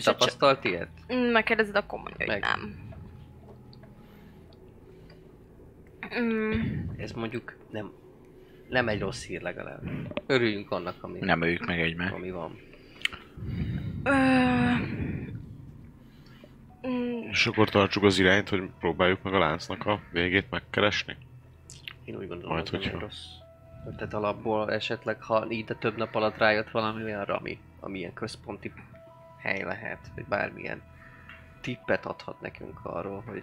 Se- se-
tapasztalt ilyet?
Mm, Megkérdezed, akkor mondja, hogy
Meg.
nem. Mm,
Ez mondjuk nem, nem egy rossz hír legalább. Örüljünk annak, ami,
Nem öljük meg egymást.
ami van.
ö, mm,
És akkor tartsuk az irányt, hogy próbáljuk meg a láncnak a végét megkeresni.
Én úgy gondolom,
Majd
ez nem
hogyha.
egy rossz. Tehát alapból esetleg, ha így a több nap alatt rájött valami olyanra, ami, ami ilyen központi hely lehet, vagy bármilyen tippet adhat nekünk arról, hogy,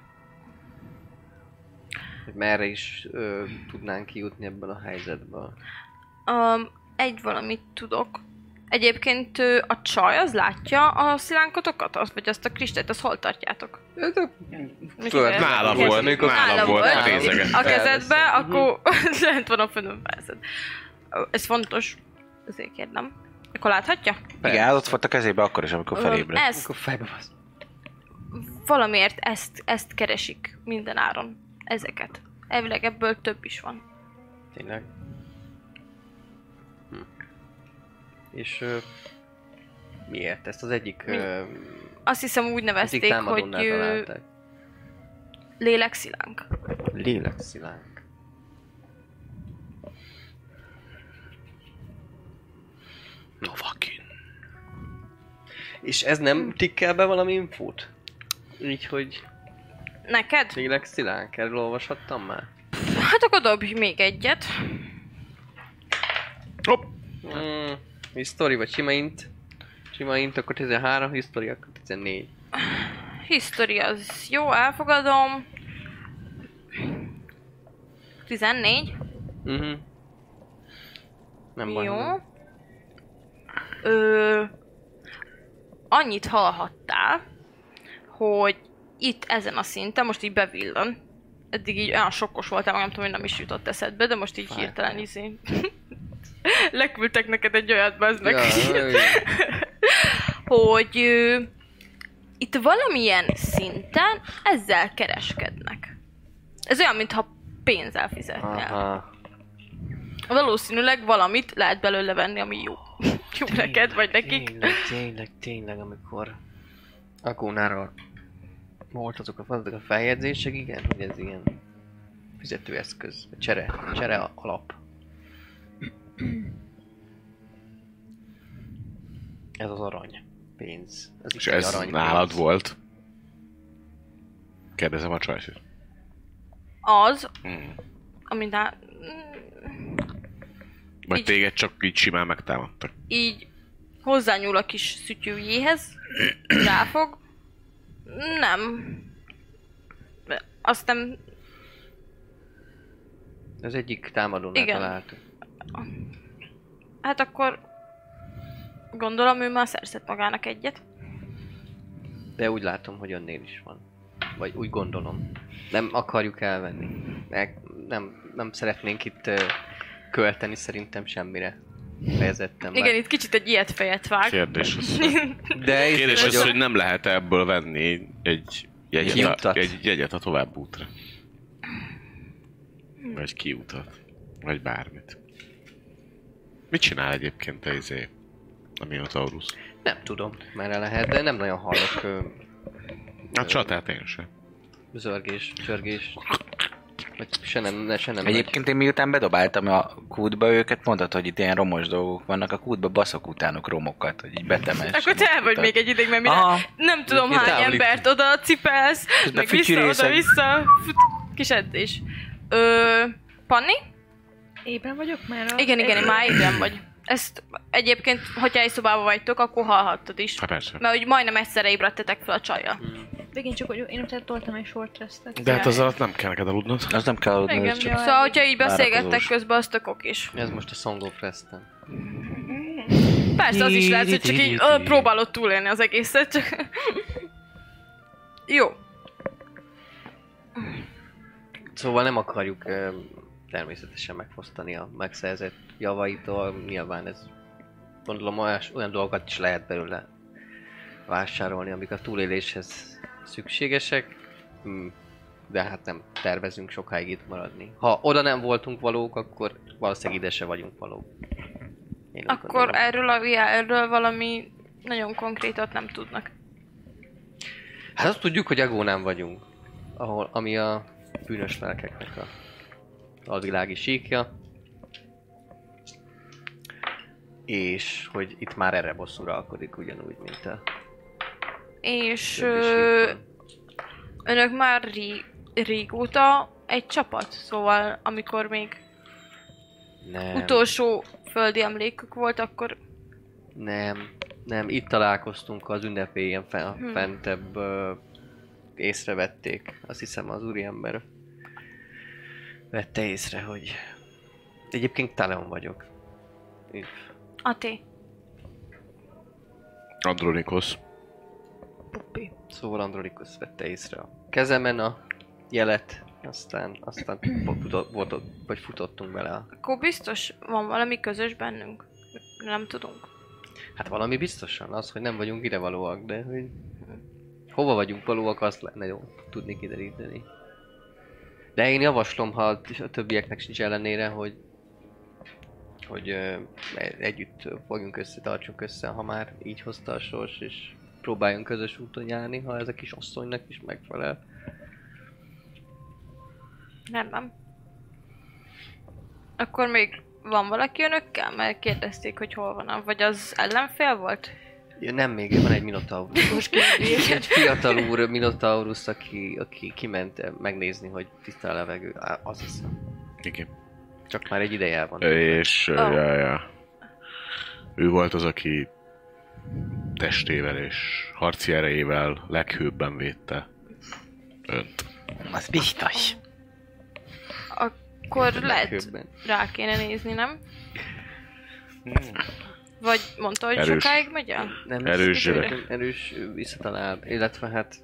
hogy merre is ö, tudnánk kijutni ebből a helyzetből.
Um, egy valamit tudok. Egyébként ö, a csaj az látja a szilánkotokat, azt, vagy azt a kristályt, azt hol tartjátok? Mit
Föld
kell?
nála
Kezd-
volt,
amikor-
nála volt,
nála
nézegettem.
A
Elveszem.
kezedbe,
Mhm.
akkor (laughs) lent van a fönöm veszed. Ez fontos, ezért kérdem. Akkor láthatja?
Igen, az ott volt a kezébe akkor is, amikor
Ö,
felébredt.
Ezt,
Mhm. Akkor fejbe basz.
valamiért ezt, ezt keresik minden áron. Ezeket. Elvileg ebből több is van.
Tényleg. Hm. És ö, miért? Ezt az egyik
Mi?
ö,
Azt hiszem úgy
egyik
nevezték, hogy
támadónál
ö,
találták.
lélekszilánk.
Lélekszilánk.
Novakin.
És ez
Hm.
nem tikkel be valami infót? Így, hogy
Neked?
lélekszilánk, erről olvashattam már?
Hát akkor dobj még egyet. Hm.
Mm, history vagy sima int? Sima int, akkor 13, history, akkor 14.
History az jó, elfogadom. 14.
Mhm. Nem baj.
Jó.
nem.
Ö, annyit hallhattál, hogy itt ezen a szinten most így bevillan. Eddig így olyan sokkos voltál, meg nem tudom, hogy nem is jutott eszedbe, de most így
Fáj.
hirtelen izé. (laughs) Leküldtek neked egy olyat, bazd meg.
Ja,
Ja,
jó.
(laughs) hogy ö, itt valamilyen szinten ezzel kereskednek. Ez olyan, mintha pénzzel fizetnél.
Aha.
Valószínűleg valamit lehet belőle venni, ami jó. (laughs) Jó neked, vagy nekik.
Tényleg, tényleg, tényleg, amikor a Gunnarról volt azok a, azok a feljegyzések, igen, hogy ez ilyen fizetőeszköz, vagy csere, csere alap. Ez az arany. Pénz. Ez
És ez nálad volt? Kérdezem a csajsit.
Az,
Mm.
Hmm.
ami ná...
Vagy
Így-
téged csak így simán megtámadtak.
így hozzányúl a kis szütyőjéhez, (clears throat) ráfog. Nem. Azt nem,
Az egyik támadónál
Igen.
találtuk.
hát akkor gondolom ő már szerzett magának egyet.
De úgy látom, hogy önnél is van. Vagy úgy gondolom. Nem akarjuk elvenni. Ne, nem, nem szeretnénk itt ö, költeni szerintem semmire. Fejezettem
Igen, itt kicsit egy ilyet fejet vág.
Kérdés az,
De itt
kérdés az
vagyok.
hogy nem lehet ebből venni egy jegyet, a,
Kiutat.
egy jegyet a tovább útra. Vagy kiutat. Vagy bármit. Mit csinál egyébként te izé? A Minotaurus.
Nem tudom, merre lehet, de nem nagyon hallok ö,
A csatát én sem.
zörgés, csörgés. Vagy se nem, ne, se nem.
Egyébként én miután bedobáltam a kútba őket, mondtad, hogy itt ilyen romos dolgok vannak, a kútba baszok utánuk romokat, hogy így betemessenek.
Akkor te el vagy
utána.
még egy ideig, mert mire
Aha,
nem tudom
Mit
hány
távlít?
embert oda cipelsz,
Közben
meg vissza,
fütyűrészek.
oda-vissza. Fut- Kis edzés. Ö, Panni?
Ében vagyok már a...
Igen, igen, én már igen vagy. Ezt egyébként, hogyha egy szobában vagytok, akkor hallhattad is.
Hát persze.
Mert hogy majdnem egyszerre ébredtetek fel a csajjal.
Mm.
Végén csak, hogy én utána toltam egy short restet.
De hát az alatt nem kell neked aludnod.
Az nem kell adni,
Igen,
ez csak...
csak... Szóval, hogyha így beszélgettek
várakozós.
közben, azt akkor is.
Ez most a Song of Rest-en.
Persze, az is lehet, hogy csak így ö, próbálod túlélni az egészet, csak... Jó.
Szóval nem akarjuk ö, természetesen megfosztani a megszerzett javaitól, nyilván ez gondolom olyas, olyan dolgokat is lehet belőle vásárolni, amik a túléléshez szükségesek, Mm, de hát nem tervezünk sokáig itt maradni. Ha oda nem voltunk valók, akkor valószínűleg ide se vagyunk valók. Én úgy
Akkor
gondolom.
erről, a, ja, erről valami nagyon konkrétat nem tudnak.
Hát azt tudjuk, hogy Agónán vagyunk, ahol, ami a bűnös lelkeknek a alvilági síkja. És hogy itt már erre bosszúra alkodik ugyanúgy, mint a
És
többi
ö,
síkon.
önök már ré, régóta egy csapat, szóval amikor még
Nem,
utolsó földi emlékük volt, akkor
nem, nem, itt találkoztunk az ünnepélyen fel,
Hmm.
fentebb ö, észrevették. Azt hiszem az úriember vette észre, hogy egyébként Taleon vagyok. Itt
Até,
Andronikos.
Puppi.
Szóval Andronikus vette észre a kezemen a jelet, aztán, aztán (coughs) futott, futott, vagy futottunk bele. a-
Akkor biztos van valami közös bennünk. Nem tudunk.
Hát valami biztosan az, hogy nem vagyunk ide valóak, de hogy hova vagyunk valóak, azt lenne jó tudni kideríteni. De én javaslom, ha a többieknek sincs ellenére, hogy hogy ö, együtt fogjunk össze, tartsunk össze, ha már így hozta a sors, és próbáljunk közös úton járni, ha ez a kis asszonynak is megfelel.
Rendben. Akkor még van valaki önökkel? Mert kérdezték, hogy hol van. a- Vagy az ellenfél volt?
Ja, nem, még van egy minotaurus. Most egy fiatal úr minotaurus, aki, aki kiment megnézni, hogy tiszta a levegő. Á, az hiszem.
Igen.
Csak már egy ideje van.
És... Oh.
Ó.
Ja, ja. Ő volt az, aki testével és harci erejével leghőbben védte önt.
Az biztos.
Akkor lehet
Leghőbben.
rá kéne nézni, nem? Vagy mondta, hogy
Erős.
sokáig megy el?
Nem,
Erős
erős, erős ö, visszatalál, illetve hát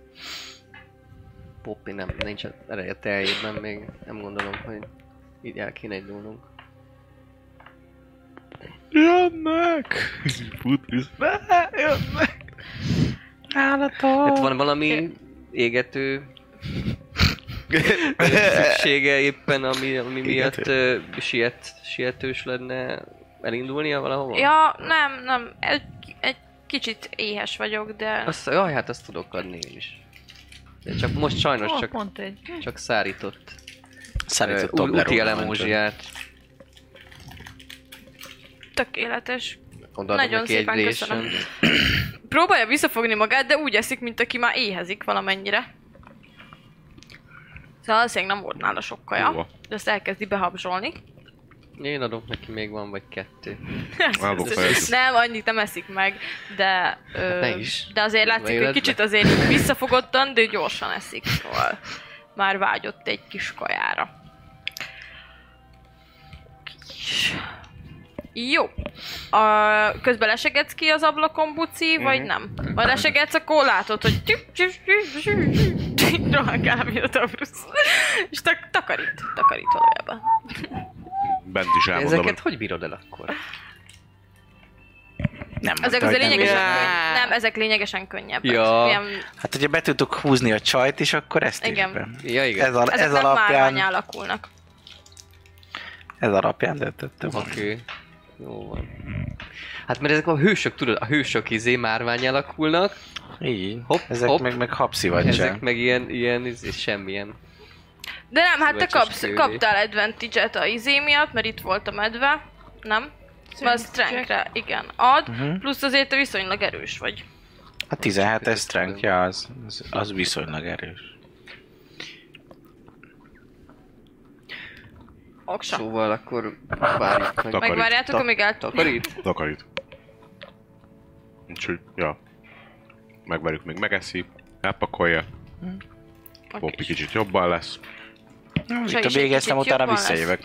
Poppy nem, nincs az ereje teljében még, nem gondolom, hogy így el kéne indulnunk.
Jönnek! Fut vissza. Ne, jönnek!
Hát van valami égető
(laughs)
szüksége éppen, ami, ami miatt ö, siet, sietős lenne elindulnia valahova?
Ja, nem, nem. Egy, egy kicsit éhes vagyok, de...
Azt, jaj, hát azt tudok adni én is. De csak most sajnos
Ó,
csak,
pont egy.
csak szárított,
Szerintem
ö, ú- úti
Toblerone-on mentünk.
elemózsiát.
Tökéletes.
Odaadom
Nagyon
neki egy
szépen
résen.
köszönöm. Próbálja visszafogni magát, de úgy eszik, mint aki már éhezik valamennyire. Szóval valószínűleg nem volt nála sok
Jó.
kaja, de azt elkezdi behabzsolni.
Én adok neki még van vagy kettő.
Állok fel.
nem, annyit nem eszik meg, de, ö,
Hát ne is.
de azért
Meg
látszik, hogy
életbe.
kicsit azért visszafogottan, de gyorsan eszik, szóval már vágyott egy kis kajára. Kis. Jó. A, közben lesegetsz ki az ablakon, buci, mm.
Mhm.
vagy nem? Ha lesegetsz, akkor látod, hogy tyüp, tyüp, tyüp, tyüp, tyüp, rohangál a minotaurus. És tak- takarít, takarít valójában.
Bent is
De
elmondom,
ezeket
hogy
hogy bírod el akkor?
Nem
Ezek
mondta, hogy
azért
nem
lényegesen,
érzem.
könny- nem, ezek lényegesen könnyebbek.
Ja.
Ilyen
Hát ugye be tudtuk húzni a csajt, és akkor ezt is
Igen.
be.
Ja igen.
Ez, a,
Ezek
ez,
nem márvány
alapján,
alakulnak.
ez alapján döntöttem.
Oké. Jó van. Hát mert ezek a hősök, tudod, a hősök izé márvány alakulnak,
Így.
Hopp,
ezek
hopp.
meg, meg
ezek
habszivatcsán.
meg ilyen, ilyen, izé, semmilyen.
De nem, hát te
Szívacsas
kapsz,
tőli.
kaptál advantage-et a izé miatt, mert itt volt a medve, nem? Mert
Strength
strength igen, ad.
Mhm.
Plusz azért te viszonylag erős vagy.
A 17 es strengthja az, az, az viszonylag erős.
Oksa.
Szóval akkor várjuk meg.
Takarít.
Megvárjátok,
Ta-
amíg el
Takarít?
takarít. Úgyhogy, ja. Megverjük, még megeszi, elpakolja,
Ott
Poppy
is.
kicsit jobban lesz.
Csaj
Itt a
is egy
végeztem,
kicsit
utána
jobban lesz.
visszajövök.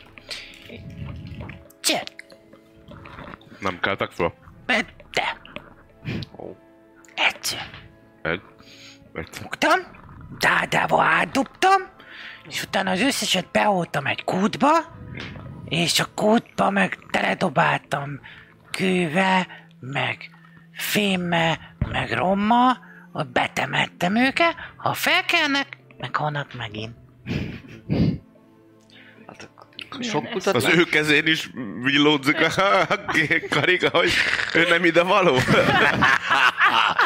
Nem keltek föl?
Te. Egyszer
Egy. Egy.
fogtam, dádába átdobtam, és utána az összeset beoltam egy kútba, és a kútba meg teledobáltam kővel, meg fémmel, meg rommal, ott betemettem őket, ha felkelnek, meg holnap megint.
Hát akkor sok kutat
Az ő kezén is villódzik a kék karika, hogy ő nem ide való.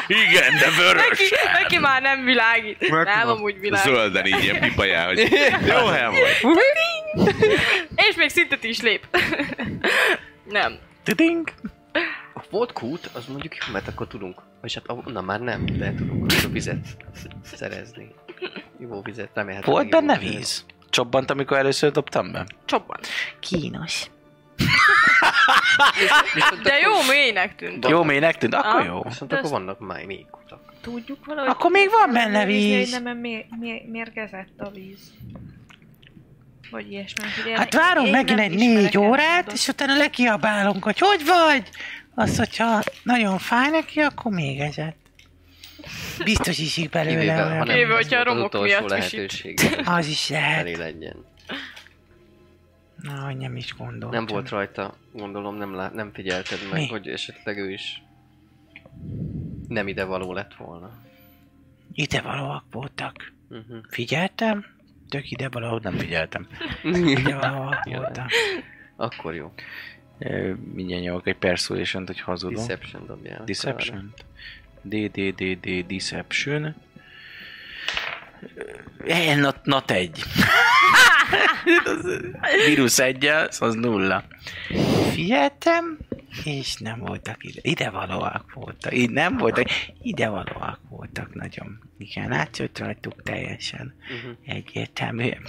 Igen, de vörös.
Neki, neki már nem világít. nem, amúgy világít.
Zölden így ilyen pipajá, hogy jó helyen vagy.
És még szintet is lép. (laughs) nem.
Tudink?
Ha volt kút, az mondjuk jó, mert akkor tudunk. Vagyis hát onnan már nem, de tudunk a vizet szerezni. Jó vizet, remélhetőleg.
Volt
jó
benne
vizet.
víz? Csobbant, amikor először dobtam be?
Csobban.
Kínos.
De jó mélynek tűnt.
Jó mélynek tűnt? Akkor
Ah.
jó.
Viszont
De
akkor
azt-
vannak már még kutak.
Tudjuk valahogy...
Akkor még van benne
ellenőrizni,
víz.
Hogy nem mér, mér, mérgezett a víz. Vagy ilyesmi. hogy én-
Hát várunk
én
megint
nem
egy
ismerek
négy
el
órát,
módot.
és utána lekiabálunk, hogy hogy vagy? Azt, hogyha nagyon fáj neki, akkor még egyet. Biztos iszik belőle
Kivéve, ha
olyan.
nem,
Kivéve,
ez
hogyha
volt
a
az
romok
utolsó
miatt visít.
lehetőség.
(laughs)
Az is lehet.
Elé legyen.
Na, hogy nem is gondoltam.
Nem volt rajta, gondolom nem, lá- nem figyelted meg,
Mi?
hogy esetleg ő is nem ide való lett volna.
Ide valóak voltak.
Uh-huh.
Figyeltem? Tök ide valahogy nem figyeltem. Ide valóak
Jó.
voltak.
Akkor jó.
Ö, Mindjárt nyomok egy persuasion hogy hazudom.
Deception dobjál.
Deception. D, D, D, D, Deception. Eh, not, not egy. Vírus egyel, az nulla.
Figyeltem, és nem voltak ide. Ide valóak voltak. Így nem voltak. Ide valóak voltak nagyon. Igen, átjött rajtuk teljesen.
Uh-huh.
Egyértelműen.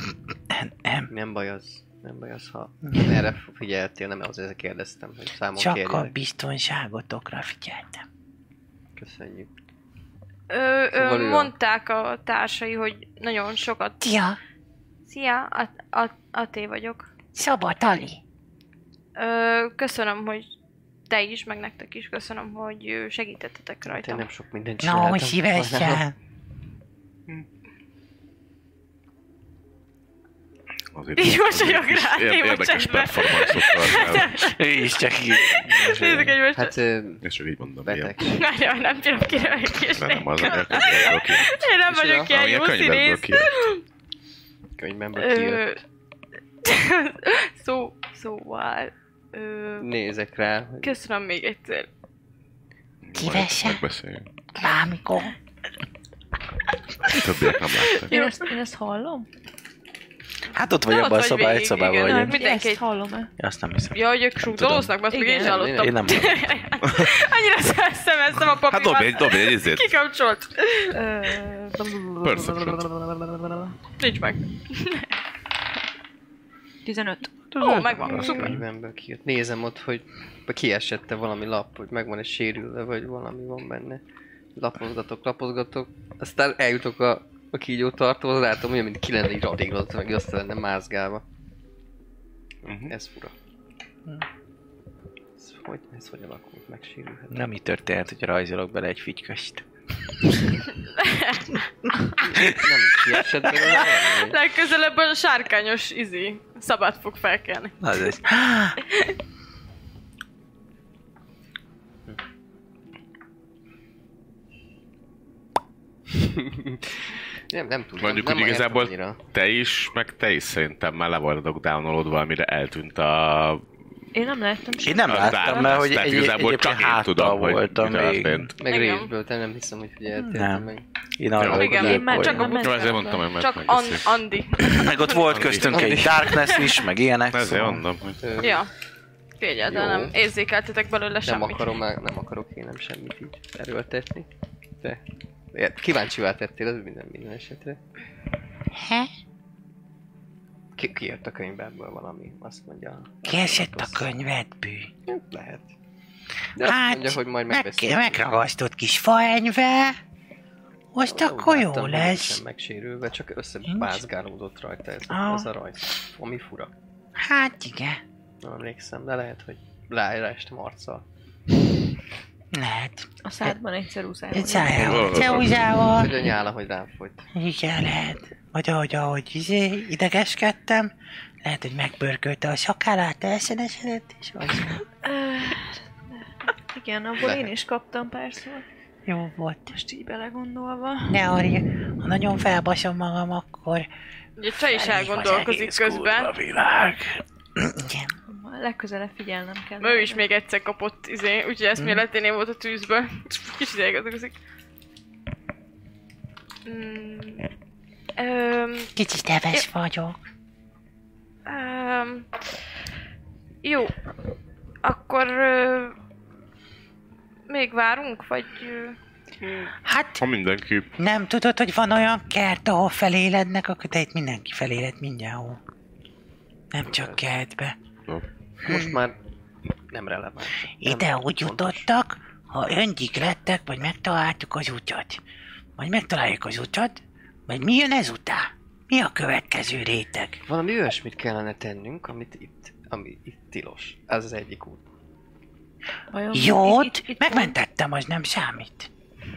Nem, nem.
Nem baj az. Nem baj az, ha nem erre figyeltél, nem azért kérdeztem, hogy számon
Mhm. Csak a
kérjenek.
biztonságotokra figyeltem.
Köszönjük.
Ö,
Szóval
ö,
ő a-
mondták a társai, hogy nagyon sokat...
Tia,
Szia, a, a, a té vagyok.
Szaba, Tali.
Ö, köszönöm, hogy te is, meg nektek is köszönöm, hogy ö, segítettetek
Hát Én
rajtam.
nem sok mindent
Na,
csináltam.
hogy szívesen.
Azért
Így mosolyog
kis
rá,
ér-
én most
Érdekes
csendben.
performance
Ő is csak így.
Nézzük egymást. Hát,
Hát ö,
És csak így mondom, ilyen.
betegség.
nem, nem tudom kire
Nem, nem,
megkésni.
az nem könyvedből ki.
Én nem
Micsoda?
vagyok ilyen
Ami a
jó
könyvedből
színész.
ki.
Könyvemből kijött.
Ö, (laughs) szó, szóval... Ö,
Nézek rá. hogy
köszönöm még egyszer.
Szívesen.
Megbeszéljünk.
Vámikó.
Többiek nem láttak.
Én ezt, én ezt hallom?
Hát ott vagy
Na,
abban
ott
a
vagy
szobában, egy
végig,
szobában
igen.
vagy.
Nem,
én.
Hogy
mindenki-
ezt hallom-e?
Azt nem hiszem.
Ja, hogy ők súgdolóznak, azt még én is
Igen.
hallottam.
Én nem tudom.
Annyira szemeztem a papírt.
Hát dobj egy, dobj egy izét.
Kikapcsolt.
Ö,
Perception.
Nincs meg.
15.
Ó, megvan.
a
Szuper.
Könyvemből kijött. Nézem ott, hogy kiesette valami lap, hogy megvan egy sérülve, vagy valami van benne. Lapozgatok, lapozgatok. Aztán eljutok a, a kígyó tartóhoz, látom, hogy mint ki lenne így radírozott, meg azt lenne mázgálva.
Mhm.
Ez fura. Ez hogy, ez hogy alakult, megsérülhet.
(laughs)
Na mi történt, hogy rajzolok bele egy fityköst?
Nem kiesett belőle valami?
Legközelebb a sárkányos izi szabát fog felkelni.
Az egy...
Nem, nem tudom.
Mondjuk,
nem értem
hogy igazából
annyira.
te is, meg te is szerintem már le voltatok downolódva, amire eltűnt a...
Én nem láttam semmit.
Én nem
a
láttam,
tárgy.
mert hogy
Tehát
egy,
igazából
egyébként
csak én
háttal
tudom, hogy mi
voltam még.
történt.
Meg
Igen.
résből, te nem hiszem, hogy figyeltél
Nem.
meg.
Én arra
Jó.
hogy
Igen,
ők
én már csak
voltak.
a
Jó, ezért
buszra.
mondtam, hogy meg
Csak an-
megbeszéljük.
Andi.
Meg ott volt köztünk egy Darkness is, meg ilyenek.
Ezért
szóval.
mondom, hogy...
Ö,
Ja. Tényleg, de
Jó.
nem érzékeltetek belőle
Nem
semmit.
akarom, már, nem akarok én nem semmit így erőltetni. De ja, kíváncsivá tettél, ez minden, minden esetre.
He?
Ki, ki jött a könyvből valami, azt mondja. "Hm,
Kiesett a könyvedből.
Lehet. De azt
Hát,
mondja, hogy majd
Meg,
megbeszéljük.
megragasztott kis faenyve, Most
Úgy
akkor jó
láttam, hogy
lesz.
nincsen megsérülve, csak
Nincs?
összebázgálódott rajta ez,
Ah.
ez a rajt. Ami fura.
Hát igen,
Nem emlékszem, de lehet, hogy ráérástam arccal.
lehet.
A szádban egyszer úszál.
Egy
hogy-
szájával,
Valószínű.
ceuzával.
Hogy a nyálam, hogy rám folyt.
Igen, lehet. Vagy ahogy, ahogy izé, idegeskedtem, lehet, hogy megbörgölte a sakállát, elszenesedett, és az
Öh, Igen, abból én is kaptam pár szót,
jó volt.
most így belegondolva.
Ne arja, ha nagyon felbasom magam, akkor...
Ugye Csaj is
elég vagy
elgondolkozik
egész
közben.
kurva világ. Igen.
Legközelebb figyelnem kell.
Ő is még egyszer kapott izé, úgyhogy ezt
Mhm.
hmm. életénél volt a tűzből. Kis izé ideig gondolkozik. Mm, öm,
Kicsit teves vagyok.
Öm, jó. Akkor ö, még várunk, vagy... Ö,
Hát,
Ha mindenki
nem tudod, hogy van olyan kert, ahol felélednek, akkor te itt mindenki feléled mindenhol. Nem csak kertbe.
Most már nem releváns.
Hm. Ide
Nem
úgy
fontos.
jutottak, ha öngyik lettek, vagy megtaláltuk az utat. Vagy megtaláljuk az utat, vagy mi jön ezután? Mi a következő réteg?
Valami olyasmit kellene tennünk, amit itt, ami itt tilos. Ez az egyik út.
Vajon
Jót?
pont,
Megmentettem, az nem számít.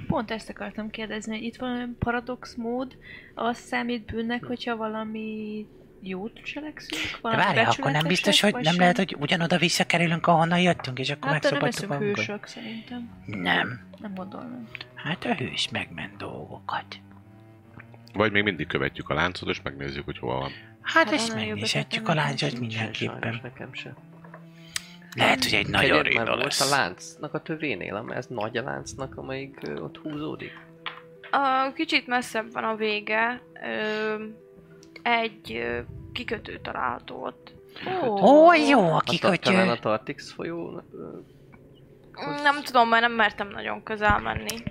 pont ezt akartam kérdezni, hogy itt van olyan paradox mód, az számít bűnnek, hogyha valami jót cselekszünk?
De
valami
várj, akkor nem biztos,
becsületesek,
hogy nem
vagy
lehet,
sem?
hogy ugyanoda visszakerülünk, ahonnan jöttünk, és akkor
Hát de nem
megszabadtuk
leszünk hősök
magunkat.
szerintem.
Nem.
Nem gondolom.
Hát a hős megment dolgokat.
Vagy még mindig követjük a láncot, és megnézzük, hogy hol van.
Hát,
Hát
ezt
annál jobbat
megnézhetjük a
nem
láncsot
tudunk
Sem sajnos
mindenképpen.
nekem sem.
Lehet, hogy egy nagyon
Egyed már
réga
volt a
lesz.
láncnak a tövénél, ami ez nagy a láncnak, amelyik ö, ott húzódik.
a, kicsit messzebb van a vége. Ö, egy ö, kikötő található ott.
Ó, jó, a
A ta- Talán a
kikötő.
Tartix folyó. ö,
Mm, Nem tudom, mert nem mertem nagyon közel menni.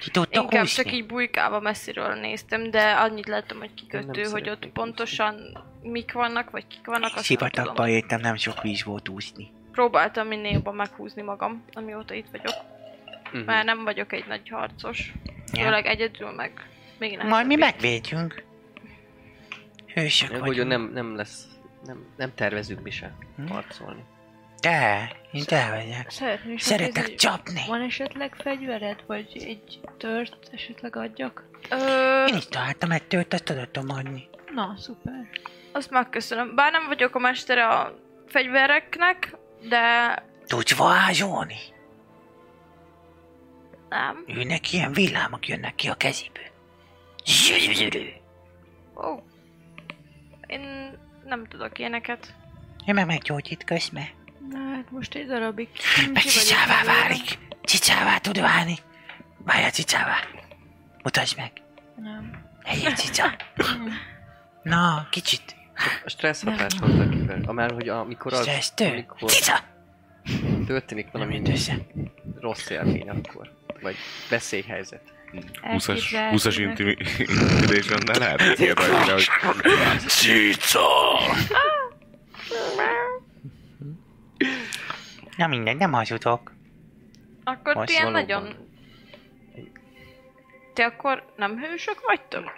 Ki tudtok
Inkább csak
Hát úszni?
így bujkába messziről néztem, de annyit láttam, hogy kikötő,
Nem
hogy ott
szeretnék
pontosan mik vannak, vagy kik vannak, azt nem
Sivatagba
tudom.
értem, nem sok víz volt úszni.
Próbáltam minél jobban meghúzni magam, amióta itt vagyok.
mhm.
Már nem vagyok egy nagy harcos.
Mm. Ja.
Főleg egyedül meg. Még nem.
Majd mi megvédjünk. Hősök
Meg mhm. Hogy
vagyunk.
nem, nem lesz, nem, nem tervezünk mi sem
Hm?
harcolni.
De, én te vagyok.
Szeretném is megnézni,
Szeretek
hogy
csapni.
Van esetleg fegyvered, vagy egy tört esetleg adjak?
Ö,
Én is találtam egy tört, azt tudottam adni.
Na, szuper.
azt megköszönöm. Bár nem vagyok a mestere a fegyvereknek, de
Tudsz varázsolni?
nem.
Őnek ilyen villámok jönnek ki a kezéből. Zsürürürű.
Ó. Én nem tudok ilyeneket.
Ő meg meggyógyít közbe.
Na, hát most egy darabig.
Meg cicává válik. Cicává tud válni. Várjál cicává. Mutasd meg.
Nem.
Legyél cica. Na, kicsit.
A stressz hatást hozza ki belőle. Már hogy amikor az,
Stressztől.
amikor
Cica!
történik
Nem
valami
mindössze.
rossz élmény akkor, vagy veszélyhelyzet.
20-as,
Elképzelhetőnek.
20-as intimi- intimidation-nel lehet hogy ilyen rajta, hogy... Cica!
Na mindegy, nem hazudok.
Akkor
Azt
ti ilyen
valóban.
nagyon... Ti akkor nem hősök vagytok?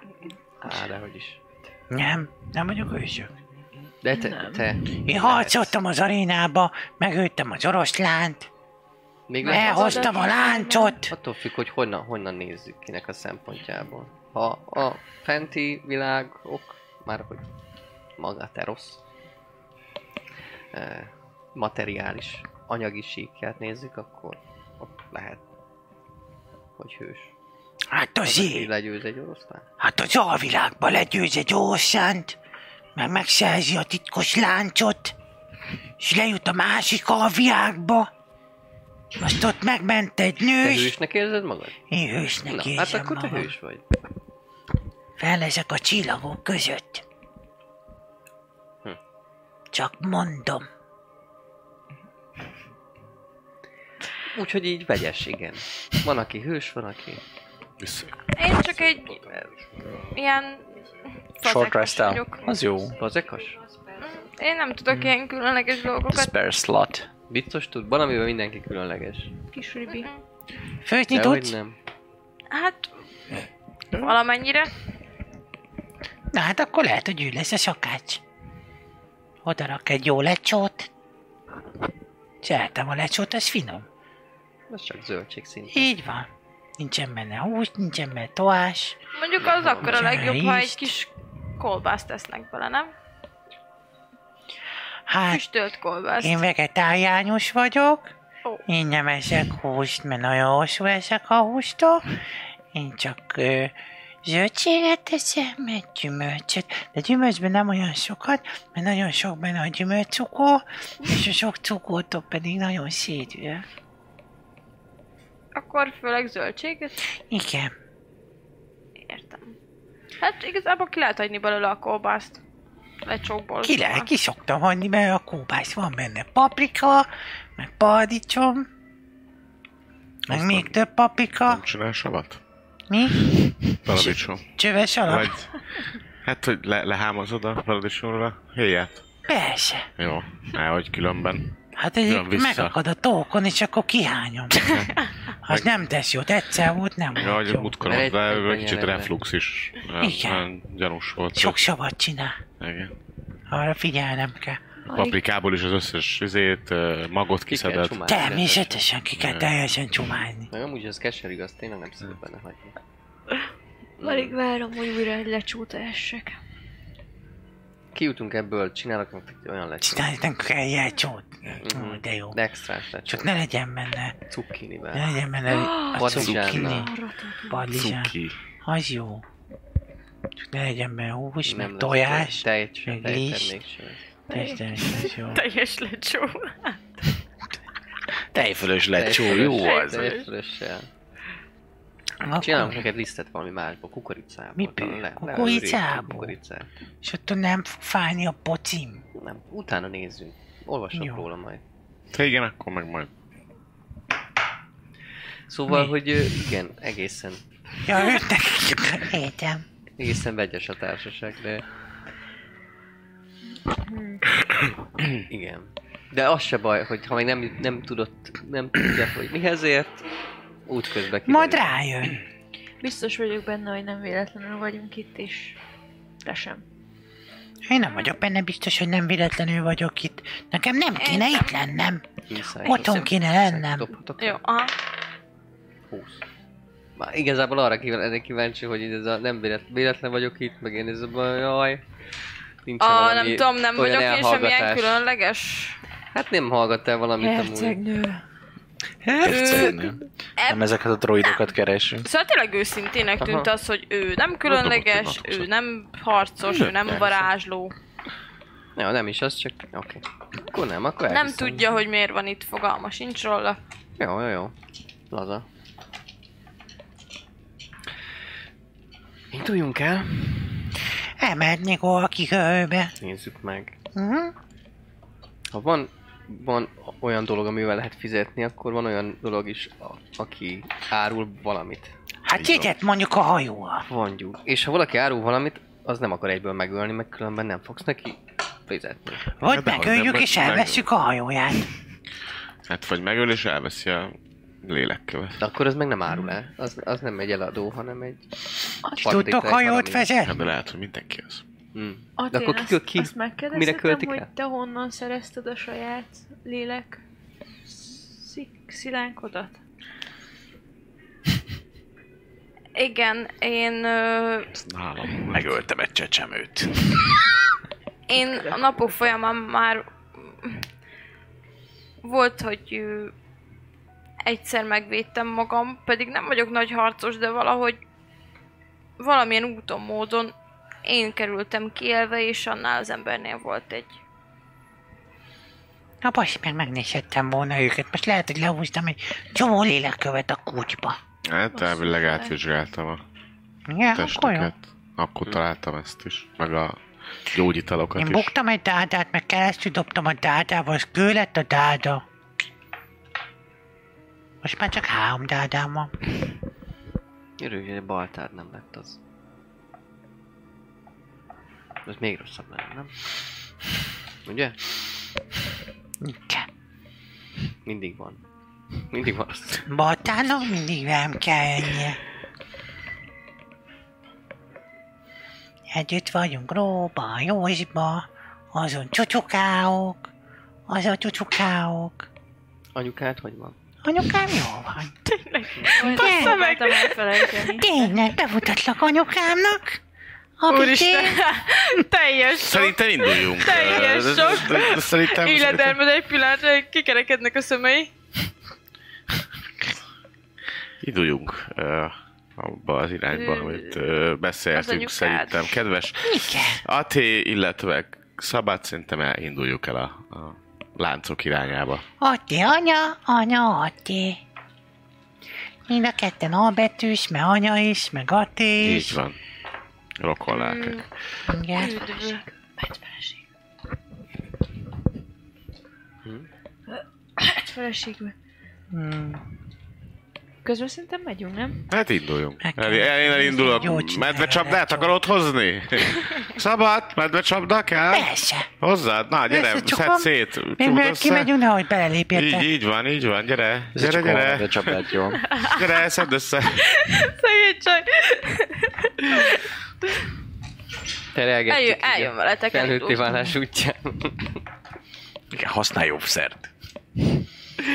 Á, de hogy is.
Nem, nem vagyok hősök.
De te,
Nem.
te
Én
lehetsz.
harcoltam az arénába, megöltem az oroszlánt,
Még
Meg
meg,
az Elhoz-
elhoztam a
adat-
láncot.
attól függ, hogy honnan, honnan nézzük kinek a szempontjából. Ha a fenti világok, már hogy maga te rossz, eh, materiális, anyagi síkját nézzük, akkor ott lehet, hogy hős.
Hát az
Aki
ég.
legyőz egy oroszlán.
Hát az alvilágba legyőz egy orszánt, meg megszerzi a titkos láncot, és lejut a másik alvilágba. Azt ott megment egy
Te
nős.
hősnek érzed magad?
Én hősnek
Na,
érzem
hát akkor te
magam.
hős vagy.
Fel ezek a csillagok között.
Hm.
Csak mondom.
Úgyhogy így vegyes, igen. Van, aki hős, van, aki...
Vissza.
Én csak egy ilyen...
Short
fazekas
rest el.
vagyok.
Az jó.
Bazekas?
Én nem tudok ilyen különleges dolgokat.
Spare slot.
Biztos tud, valamiben mindenki különleges.
Kis ribi.
Főzni
Dehogy
tudsz?
nem.
Hát... Valamennyire.
Na hát akkor lehet, hogy ő lesz a szakács. Oda rak egy jó lecsót. Csináltam a lecsót, ez finom.
Ez csak zöldség szinte.
Így van. Nincsen benne hús, nincsen benne toás.
Mondjuk az akkor a
Csinálj
legjobb, ha egy
ízt.
kis kolbászt tesznek bele, nem?
Hát,
Füstölt kolbászt.
én vegetáriánus vagyok.
Ó.
Én nem esek húst, mert nagyon hosszú esek a hústól. Én csak ö, zöldséget teszek, meg gyümölcsöt. De gyümölcsben nem olyan sokat, mert nagyon sok benne a gyümölcscukor, és a sok cukortól pedig nagyon szédül.
Akkor főleg zöldséget?
Igen.
Értem. Hát igazából ki lehet hagyni belőle a kolbászt. Lecsókból.
Ki lehet, ki szoktam hagyni, mert a kóbász van benne paprika, meg paradicsom, meg
Azt
még
nem-
több paprika.
Nem csinál savat?
Mi?
Paradicsom.
Csöves alap?
Vagy... Hát, hogy le, lehámozod a paradicsomról a héját?
Persze.
Jó. Nehogy különben.
Hát
Jön
egy
vissza.
megakad a tókon, és akkor kihányom. Az nem tesz jót, egyszer volt, nem
Ja,
volt
hogy
jó.
múltkor
Mert
ott
egy-
le,
egy
kicsit
lenne.
reflux is. eh,
Igen.
eh, Gyanús volt.
Sok savat csinál.
Igen.
Arra figyelnem kell.
A paprikából is az összes izét, eh, magot
Ki kell
kiszedett.
csumálni, rendesen.
Természetesen ki kell teljesen csomálni.
Meg amúgy ez keserű, azt tényleg nem szabad benne
(laughs)
hagyni.
Alig várom, hogy újra egy lecsót essek.
Kijutunk ebből, csinálok nektek egy olyan lecsót.
Csinálni nem kell jelcsót.
Mhm.
De jó.
De extrás lecsót.
Csak ne legyen benne, ne
Cukkinivel.
legyen benne
(gasps)
a
Parizsánna.
cukkini, parizsán.
Cuki.
Az jó. Csak ne legyen benne hús, meg
lesz
tojás.
Tejet sem,
meg
tejet
liszt.
sem, mégsem.
Teljesen ez jó.
Teljes lecsó.
Tejfölös lecsó,
Tejfölös-
jó az.
tejfölössel. Csinálunk
Akkor,
neked lisztet valami másból, kukoricából.
Miből?
talán le-
Kukoricából?
leömrítjük Kukoricát.
és attól nem fog fájni a pocim.
Nem, utána nézzünk. Olvasok
Jó.
róla majd.
Ha igen, akkor meg majd.
Szóval,
Mi?
hogy ö, igen, egészen,
Ja,
(laughs)
őt nekik étem.
egészen vegyes a társaság, de...
Hmm.
Igen. De az se baj, hogy ha még nem, nem tudott, nem tudja, hogy mihez ért, útközben kiderül.
Majd rájön.
Biztos vagyok benne, hogy nem véletlenül vagyunk itt, és te sem.
Én nem vagyok benne biztos, hogy nem véletlenül vagyok itt. Nekem nem kéne itt lennem.
Insight.
Otthon kéne lennem.
Dobhatok
Jó, aha.
20. Már igazából arra kív- lennék kíváncsi, hogy így ez a nem véletlen, véletlen vagyok itt, meg én ez a baj, jaj. Nincs
A, nem tudom, nem vagyok én semmilyen különleges.
Hát nem hallgattál valamit amúgy.
Hercegnő.
Egyszerűen. Nem ezeket a droidokat keresünk.
Szóval tényleg őszintének tűnt
Aha.
az, hogy ő nem különleges, ő nem harcos, ő nem varázsló.
Ja, nem is, az csak... Oké. Okay. Akkor nem, akkor
Nem
elhiszem.
tudja, hogy miért van itt, fogalma sincs róla.
Jó, jó, jó. Laza. Induljunk el.
Elmehetnék hol a kikövőbe.
Nézzük meg.
Mhm.
Ha van, van olyan dolog, amivel lehet fizetni, akkor van olyan dolog is, a, aki árul valamit.
Hát jegyet mondjuk a hajóra.
Mondjuk. És ha valaki árul valamit, az nem akar egyből megölni, meg különben nem fogsz neki fizetni.
Vagy
Hát dehogy,
megöljük
de
és
meg-
elveszük a hajóját.
Hát vagy megöl és elveszi a lélekkövet.
De akkor az meg nem árul el. Az, az nem egy eladó, hanem egy...
És
fordít
tudtok
egy
hajót
valami.
Hát
vezetni?
de lehet, hogy mindenki az.
Mm.
Attén,
De akkor ki,
azt,
ki,
azt megkérdezhetem,
költik
hogy
el?
te honnan szerezted a saját lélek szik- szilánkodat?
Igen, én, ö,
Nálam.
Megöltem egy csecsemőt.
én a napok folyamán már volt, hogy ö, egyszer megvédtem magam, pedig nem vagyok nagy harcos, de valahogy valamilyen úton, módon én kerültem ki élve, és annál az embernél volt egy
Na basz, meg megnézhettem volna őket. Most lehet, hogy lehúztam egy csomó lélekkövet a kutyba.
Hát elvileg átvizsgáltam a
Igen, akkor jó.
testeket. Akkor
Hm.
találtam ezt is. Meg a gyógyitalokat
Én
is.
buktam egy dádát, meg keresztül dobtam a dádába, az kő lett a dáda. Most már csak három dádám van.
Örülj, hogy a baltád nem lett az. Ez még rosszabb lenne, nem? Ugye?
Nincsen.
Mindig van. Mindig van rossz.
Baltának mindig nem kell ennie. Együtt vagyunk Róba, Józsiba, azon csucsukáok, azon csucsukáok.
Anyukád hogy van?
Anyukám jó van.
Bassza meg! elfelejteni.
Tényleg, bemutatlak anyukámnak.
Úristen, (laughs) teljes sok
Szerintem induljunk.
(laughs) Teljes
Ö,
sok.
de- de- de Szerintem...
illedelmed egy pillanatra, kikerekednek a szemei.
Induljunk ö, abba az irányba,
Ö,
amit ö, beszéltünk
anyukád.
szerintem. Kedves
Igen.
Até, illetve Szabát szerintem elinduljuk el a, a láncok irányába.
Atti anya, anya Atti. Mind a ketten A betűs, meg anya is, meg Atti
Így
is.
van. Rokon
Hm.
lelkek.
Igen.
Üdv.
Egy feleségül.
Mm.
Közben szerintem megyünk, nem?
Hát induljunk.
El
El,
kell.
el, én
Jó
elindulok.
csinálod,
Medvecsapdát
Robi.
akarod
(laughs)
hozni? Szabad, medvecsapda kell?
Persze.
Hozzád? Na, gyere,
Persze, csak
szedd
van-
szét.
Mi
csukd
mert
össze.
kimegyünk, nehogy
Így,
belelépjetek.
így van, így van, gyere,
Ez
gyere,
csak
gyere,
olyan,
gyere,
de csapdát, jó.
gyere, szedd össze.
Szegény csaj.
Terelgettük.
Eljön,
így a
eljön veletek.
Felnőtté
elindul.
válás útján.
Igen, használj jobb szert.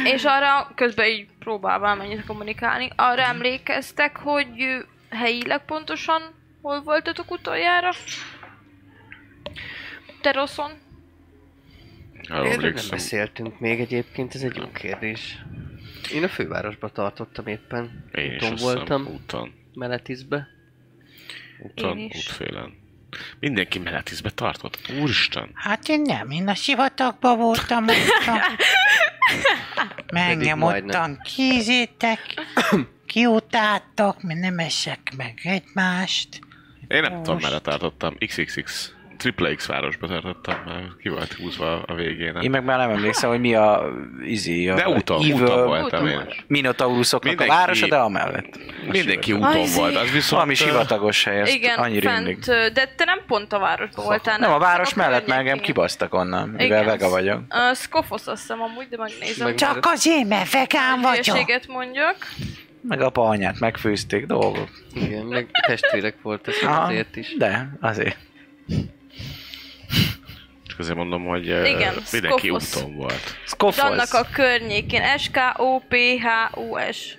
És arra közben így próbálvál mennyit kommunikálni. Arra emlékeztek, hogy ö, helyileg pontosan hol voltatok utoljára? Teraszon?
Arról
Erről nem
emlékszem.
beszéltünk még egyébként, ez egy jó kérdés. Én a fővárosba tartottam éppen.
Én is
Úton
azt hiszem,
voltam,
Úton,
Meletizbe.
úton,
Én is.
útfélen. Mindenki menetízbe tartott. Úristen.
Hát én nem, én a sivatagba voltam,
(laughs)
voltam.
Pedig
Mengem
majdnem.
ottan
(coughs)
kízétek, kiutáltak, mert nem esek meg egymást.
Én nem tudom,
Most.
merre tartottam. XXX. Triple X városba tartottam, mert ki volt húzva a végén.
Én meg már nem emlékszem, hogy mi a... Izé, a
De úton,
Evil
úton voltam
úton
én. is.
Minotaurusoknak
Mindenki-
a városa, de amellett.
Mindenki
A izé,
úton
Ajzi.
volt, az viszont...
Valami
ö,
sivatagos hely, ezt
Igen,
annyira
fent,
emlékszem.
ö, de te nem pont a városban voltál.
Nem, a város
csak
mellett már engem
környékén.
kibasztak onnan, mivel
Igen.
vega vagyok.
Ö, Scophos azt hiszem amúgy, de megnézem.
Meg-
Csak azért, mert vegán vagyok.
Hülyeséget mondjak.
Meg apa anyát megfőzték dolgok.
Igen, meg testvérek voltak
Ah.
Aha,
azért is.
De, azért.
Csak azért mondom, hogy ö,
Igen,
mindenki
Scophos.
úton volt.
De annak
Scophos.
a környékén. S-K-O-P-H-U-S.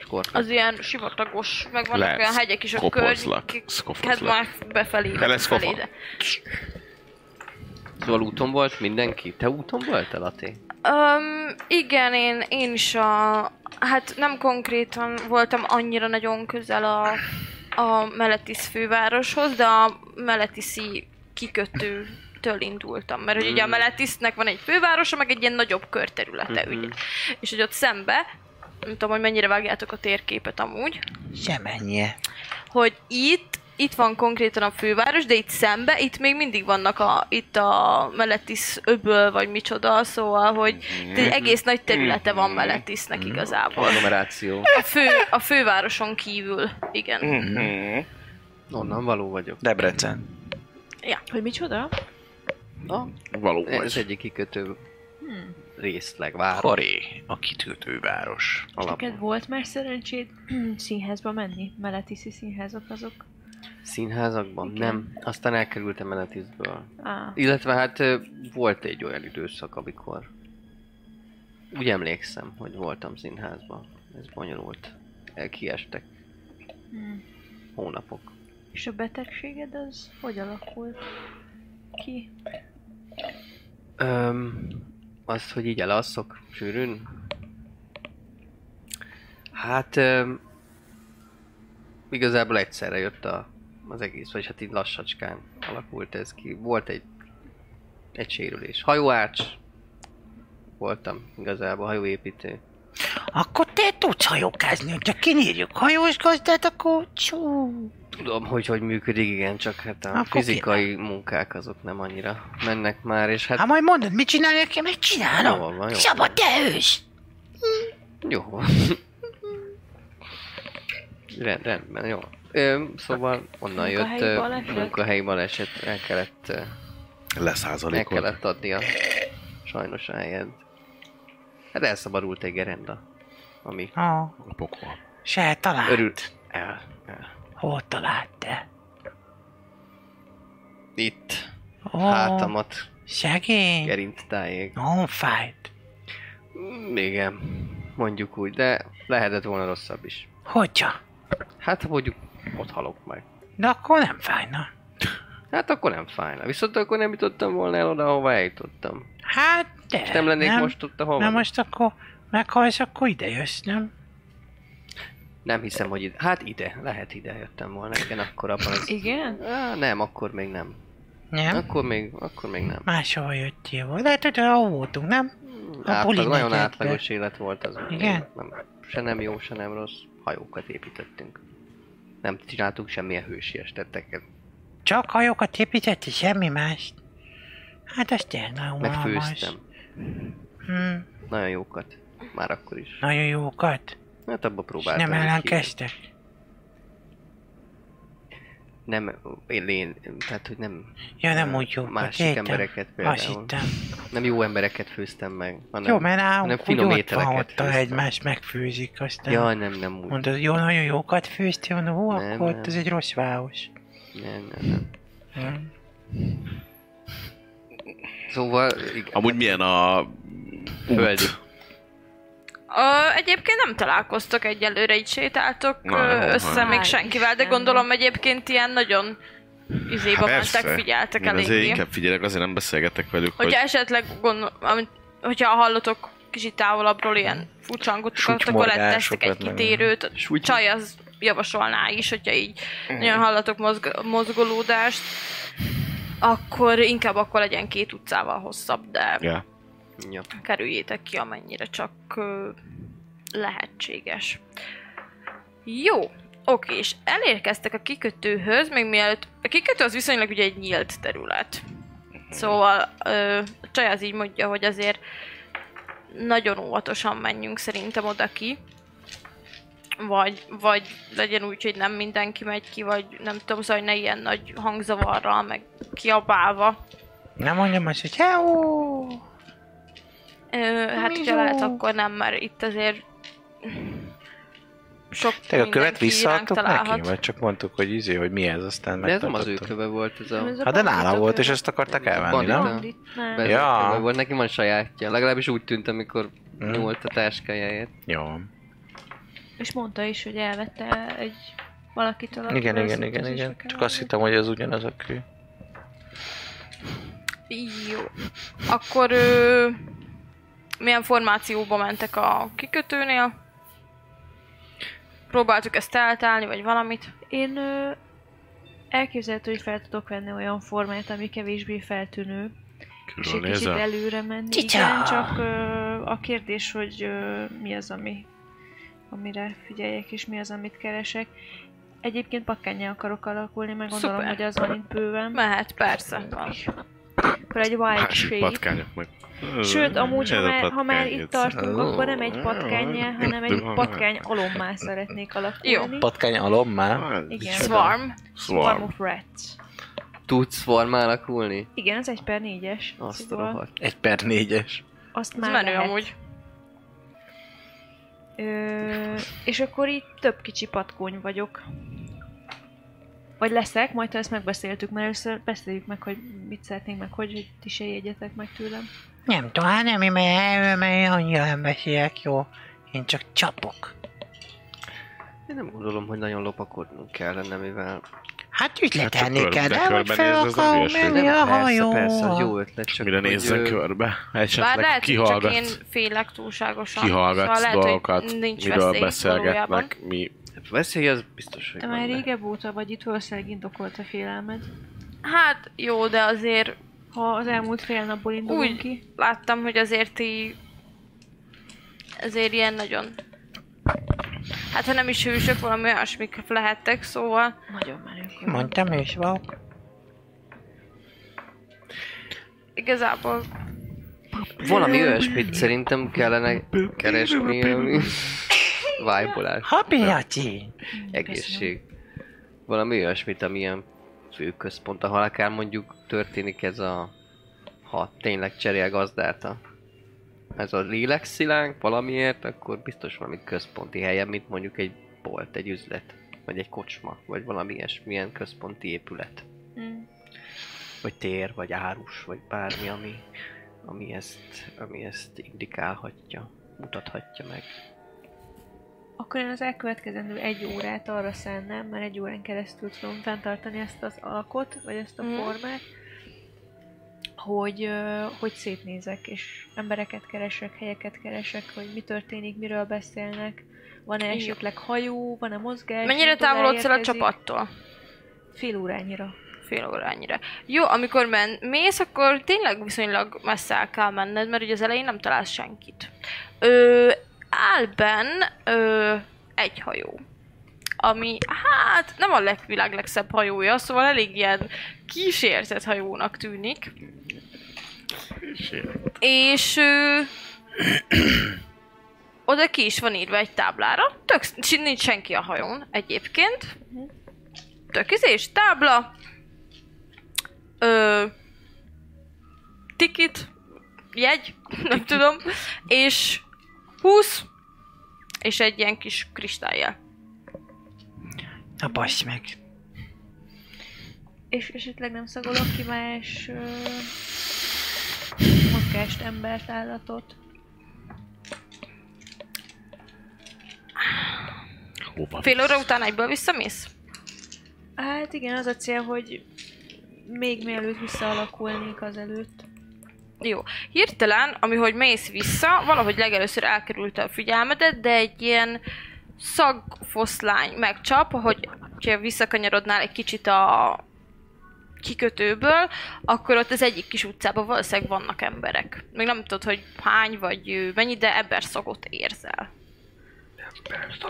Skorpion.
Az ilyen sivatagos, meg vannak
Lehet
olyan hegyek is a
kopozlak,
környékhez
szkofozlak.
már befelé.
Te lesz
befelé,
kofa.
de-
Szóval úton volt mindenki? Te úton voltál, Até?
Öm, igen, én, én is a... Hát nem konkrétan voltam annyira nagyon közel a, a Meletis fővároshoz, de a Meletiszi kikötőtől indultam, mert hogy ugye a Meletisznek van egy fővárosa, meg egy ilyen nagyobb körterülete,
Mhm.
ugye. És hogy ott szembe, nem tudom, hogy mennyire vágjátok a térképet amúgy,
Semennyie.
hogy itt, itt van konkrétan a főváros, de itt szembe, itt még mindig vannak a, itt a Meletis öböl, vagy micsoda, szóval, hogy itt egy egész nagy területe van Meletisznek igazából.
Agglomeráció.
A, fő, a fővároson kívül, igen.
Onnan való vagyok.
Debrecen.
Hogy micsoda?
Na,
Való
ez
vagy.
egyik kikötő részleg, vár.
Koré, a kitűtőváros.
Neked volt már szerencséd (clears throat) színházba menni? Meletiszi színházak azok?
Színházakban?
Igen.
Nem. Aztán elkerültem Menetizből.
Á,
Illetve hát ö, volt egy olyan időszak, amikor úgy emlékszem, hogy voltam színházban. Ez bonyolult. El- Kiestek
hm.
hónapok.
És a betegséged az hogy alakult ki?
Öm, azt, hogy így elasszok sűrűn? Hát öm, igazából egyszerre jött a, az egész, vagy hát így lassacskán alakult ez ki. Volt egy, egy sérülés. Hajóács voltam igazából, hajóépítő.
Akkor te tudsz hajókázni, hogyha kinyírjuk hajós gazdát, akkor csú.
Tudom, hogy hogy működik, igen, csak hát a
Akkor
fizikai munkák azok nem annyira mennek már, és hát
Hát majd mondod, mit csinálni, akkor megcsinálom.
Jól van, jól
Szabad, te ős!
Jó. Rend, rendben, jó. Ö, szóval onnan jött
Munkahelyi
ö,
baleset?
munkahelyi baleset, el kellett, ö, el
Leszázalékolt.
kellett adni a sajnos a helyed. Hát elszabadult egy gerenda, ami
Ó,
A pokol.
Hát.
se talált.
örült el. el.
Hol talált te?
Itt.
Ó,
Hátamat
Segény?
gerinctájék.
Nagyon fájt.
Mm, Igen, mondjuk úgy, de lehetett volna rosszabb is.
Hogyha?
Hát ha mondjuk ott halok meg.
De akkor nem fájna.
Hát akkor nem fájna. Viszont akkor nem jutottam volna el oda, ahova eljutottam.
Hát de.
És nem lennék most ott, ahol
Na
vagyok.
most akkor meghalsz, akkor ide jössz, nem?
Nem hiszem, hogy ide. Hát ide. Lehet ide jöttem volna. Igen, akkor abban az...
Igen?
Á, nem, akkor még nem.
Nem?
Akkor még, akkor még nem.
Máshova jöttél volna. Lehet, hogy ahol voltunk, nem? buli
Átlag, nagyon
negyedben.
átlagos élet volt az.
Igen?
Nem, se nem jó, se nem rossz. Hajókat építettünk. Nem csináltunk semmilyen hősies tetteket.
Csak hajókat épített, és semmi mást. Hát ez tényleg nagyon
Meg
unalmas.
főztem.
Hm,
Nagyon jókat. Már akkor is.
nagyon jókat.
Hát abba
És
próbáltam.
nem
egy hírt.
ellenkeztek.
Nem, én, én, tehát hogy nem
Ja, nem
Ö,
úgy jókat.
másik
értem.
embereket például.
Azt hittem.
Nem jó embereket főztem meg, hanem...
Jó, mert
hanem
nálunk úgy
finom
ott van,
ételeket
ott
főztem.
egymást megfőzik, aztán
Jaj, nem, nem úgy.
mondod, jó, nagyon jókat főztél, mondom, hú,
Nem,
akkor
nem.
ott ez egy rossz város.
Nem, nem, nem.
Hm?
Szóval, igen,
Amúgy milyen a...
Földi.
út?
Ö, egyébként nem találkoztok egyelőre, így sétáltok
Na,
ö,
jó, hát.
össze még
Hál'
senkivel, de
Istennek.
gondolom egyébként ilyen nagyon izéba
Hát persze.
mentek, figyeltek
Én azért
eléggé.
inkább figyelek, azért nem beszélgetek velük, hogy...
Hogyha esetleg gondol, amit, hogyha hallotok kicsit távolabbról ilyen furcsa hangotokat, akkor
Sutymorgásokat,
letesztek egy
meg-
kitérőt. A Csaj az javasolná is, hogyha így nagyon hallatok mozg- mozgolódást, akkor inkább akkor legyen két utcával hosszabb, de
Ja.
ja.
kerüljétek ki, amennyire csak ö, lehetséges. Jó, oké, és elérkeztek a kikötőhöz, még mielőtt... A kikötő az viszonylag ugye egy nyílt terület. Szóval ö, a csaj az így mondja, hogy azért nagyon óvatosan menjünk szerintem oda ki. Vagy, vagy legyen úgy, hogy nem mindenki megy ki, vagy nem tudom, szóval hogy ne ilyen nagy hangzavarral, meg kiabálva.
Nem mondjam azt, hogy heó!
Ö, hát
Mizsó.
ugye lehet akkor nem, mert itt azért sok
Te a követ
mindenki ránk
visszaadtuk neki?
találhat.
Vagy csak mondtuk, hogy izé, hogy mi ez, aztán
De ez nem az ő
megtartottuk.
köve volt, ez a...
Ez a
Hát de nála
bandita
volt, és
követ.
ezt akarták elvenni,
Bandita.
nem?
Bandit, nem.
Ez
Ja.
ja. köve volt, neki van sajátja. Legalábbis úgy tűnt, amikor nyúlt a táskájáért.
Jó.
És mondta is, hogy elvette egy valakitől. a
Igen, igen,
rossz
igen,
utazásra
igen.
kell
Csak azt
menni.
hittem, hogy ez ugyanaz a kő.
Jó. Akkor ö, milyen formációba mentek a kikötőnél? Próbáltuk ezt eltálni, vagy valamit?
Én ö, elképzelhető, hogy fel tudok venni olyan formát, ami kevésbé feltűnő, és egy
Külön
kicsit
nézel?
előre menni.
Csicsa!
Igen, csak ö, a kérdés, hogy ö, mi az, ami, amire figyeljek, és mi az, amit keresek. Egyébként pakkányá akarok alakulni, meg gondolom,
Szuper.
hogy az van itt bőven.
Mehet, persze. Van.
Akkor egy wild
Másik
shape.
patkányok meg.
Sőt, amúgy, ha
Ez a
már, ha már
patkány,
itt
ez-
tartunk, akkor nem egy patkányjá, hanem egy patkány alommá szeretnék alakulni.
Patkány alom már.
Ah,
Igen.
Swarm.
Swarm
Swarm.
of Rats.
Tudsz formálakülni?
Igen, az 1 per 4-es.
Azt a
szóval
rohadt.
Egy per négyes.
Azt
Ez
már
menő
lehet.
amúgy.
Ö, és akkor így több kicsi patkóny vagyok. Vagy leszek, majd ha ezt megbeszéltük, mert először beszéljük meg, hogy mit szeretnénk meg, hogy, hogy ti se jegyetek meg tőlem.
Nem tudom, hát nem, én mert erről, mert én annyira nem beszélek, jó? Én csak csapok.
Én nem gondolom, hogy nagyon lopakodnunk kellene, mivel...
Hát
Hát
üzletelni
csak
kell,
körbe-
de hogy
körbenézni,
fel
ez nem
akarom
hülyeség.
menni a
persze,
hajó.
persze, az jó ötlet, csak
Mire
hogy,
nézzen
ö,
körbe?
Bár lehet,
Esetleg
hogy csak én
kihallgatsz.
félek túlságosan. Szóval
Kihallgatsz
lehet, hogy
dolgokat, miről
veszély valójában.
beszélgetnek, mi...
Veszély az biztos, hogy
Te
van,
már
de-
régebb óta vagy itt, valószínűleg indokolt a félelmed.
Hát jó, de azért
Ha az elmúlt fél napból indulunk
Úgy.
ki.
láttam, hogy azért ti azért ilyen nagyon hát ha nem is hősök, valami olyasmik lehettek, szóval
Nagyon menők.
Mondtam, és vagyok.
igazából
Valami olyasmit szerintem kellene keresni, ami... Vájbolás.
Ha piaci!
Egészség. Valami olyasmit, ami ilyen főközpont, ahol akár mondjuk történik ez a... Ha tényleg cserél gazdát a... Ez a lélekszilánk valamiért, akkor biztos valami központi helyen, mint mondjuk egy bolt, egy üzlet. vagy egy kocsma, vagy valami ilyesmilyen központi épület,
Mm.
vagy tér, vagy árus, vagy bármi, ami, ami, ezt, ami ezt indikálhatja, mutathatja meg.
Akkor én az elkövetkezendő egy órát arra szánnám, mert egy órán keresztül tudom fenntartani ezt az alkot, vagy ezt a
Mhm.
formát, hogy, ö, hogy szétnézek, és embereket keresek, helyeket keresek, hogy mi történik, miről beszélnek, van-e
Jó.
esetleg hajó, van-e mozgás.
Mennyire
mitől
távolodsz el a
elérkezik?
csapattól?
Fél órányira.
fél órányira. Jó, amikor men, mész, akkor tényleg viszonylag messze el kell menned, mert ugye az elején nem találsz senkit. Ö, áll benn ö, egy hajó, ami hát nem a legvilág legszebb hajója, szóval elég ilyen kísértett hajónak tűnik. És ö, oda ki is van írva egy táblára, tök, nincs senki a hajón egyébként. Tök izés, tábla, ö, tikit, jegy, (laughs) nem tudom, és 20, és egy ilyen kis kristályjal.
Na basz meg.
És esetleg nem szagolok ki más ö, mozgást, embert, állatot.
Hova
Fél óra
visz?
után egyből visszamész?
Hát igen, az a cél, hogy még mielőtt visszaalakulnék azelőtt.
Jó. Hirtelen, amihogy mész vissza, valahogy legelőször elkerülte a figyelmedet, de egy ilyen szagfoszlány megcsap, hogy ha visszakanyarodnál egy kicsit a kikötőből, akkor ott az egyik kis utcában valószínűleg vannak emberek. Még nem tudod, hogy hány vagy ö, mennyi, de ember szagot érzel.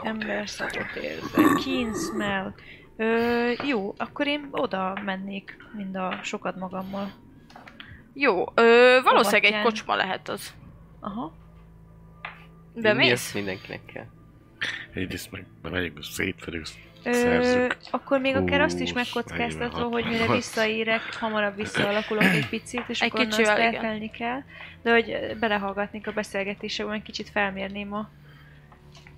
Ember szagot érzek. Keen smell. Ö, jó, akkor én oda mennék mind a sokat magammal.
Jó, ö, valószínűleg egy
Szabadján.
kocsma lehet az.
Aha.
Inni
Bemész?
ezt mindenkinek kell.
Egyrészt meg megyünk szétfelősz.
Ö,
Szerzük.
akkor még akár azt is
20,
megkockáztatva,
46,
hogy mire
46.
visszaérek, hamarabb visszaalakulok egy picit, és
Egy
egy akkor
kicsivel,
azt
igen.
eltelni kell. De hogy ö, belehallgatnék a beszélgetésekbe, egy kicsit felmérném a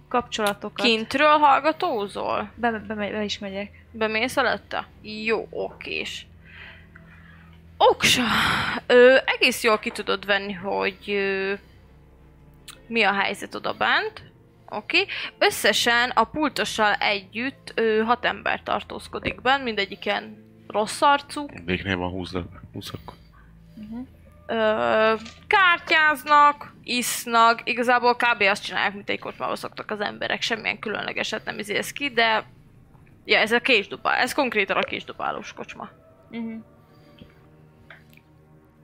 kapcsolatokat.
Kintről hallgatózol?
Be, be, be, be is megyek.
Bemész alatta? Jó, okés. Oksa, ö, egész jól ki tudod venni, hogy ö, mi a helyzet oda bent. Oké. Összesen a pultossal együtt ö, hat ember tartózkodik bent, mindegyiken rossz arcú,
Mindegyiknél van 20 darab. 20 akkor.
Mhm.
ö, kártyáznak, isznak, igazából kb. azt csinálják, mint egy kocsmába szoktak az emberek, semmilyen különlegeset nem izéz ki, de ja, ez a késdobál, ez konkrétan a késdobálós kocsma.
Uh-huh.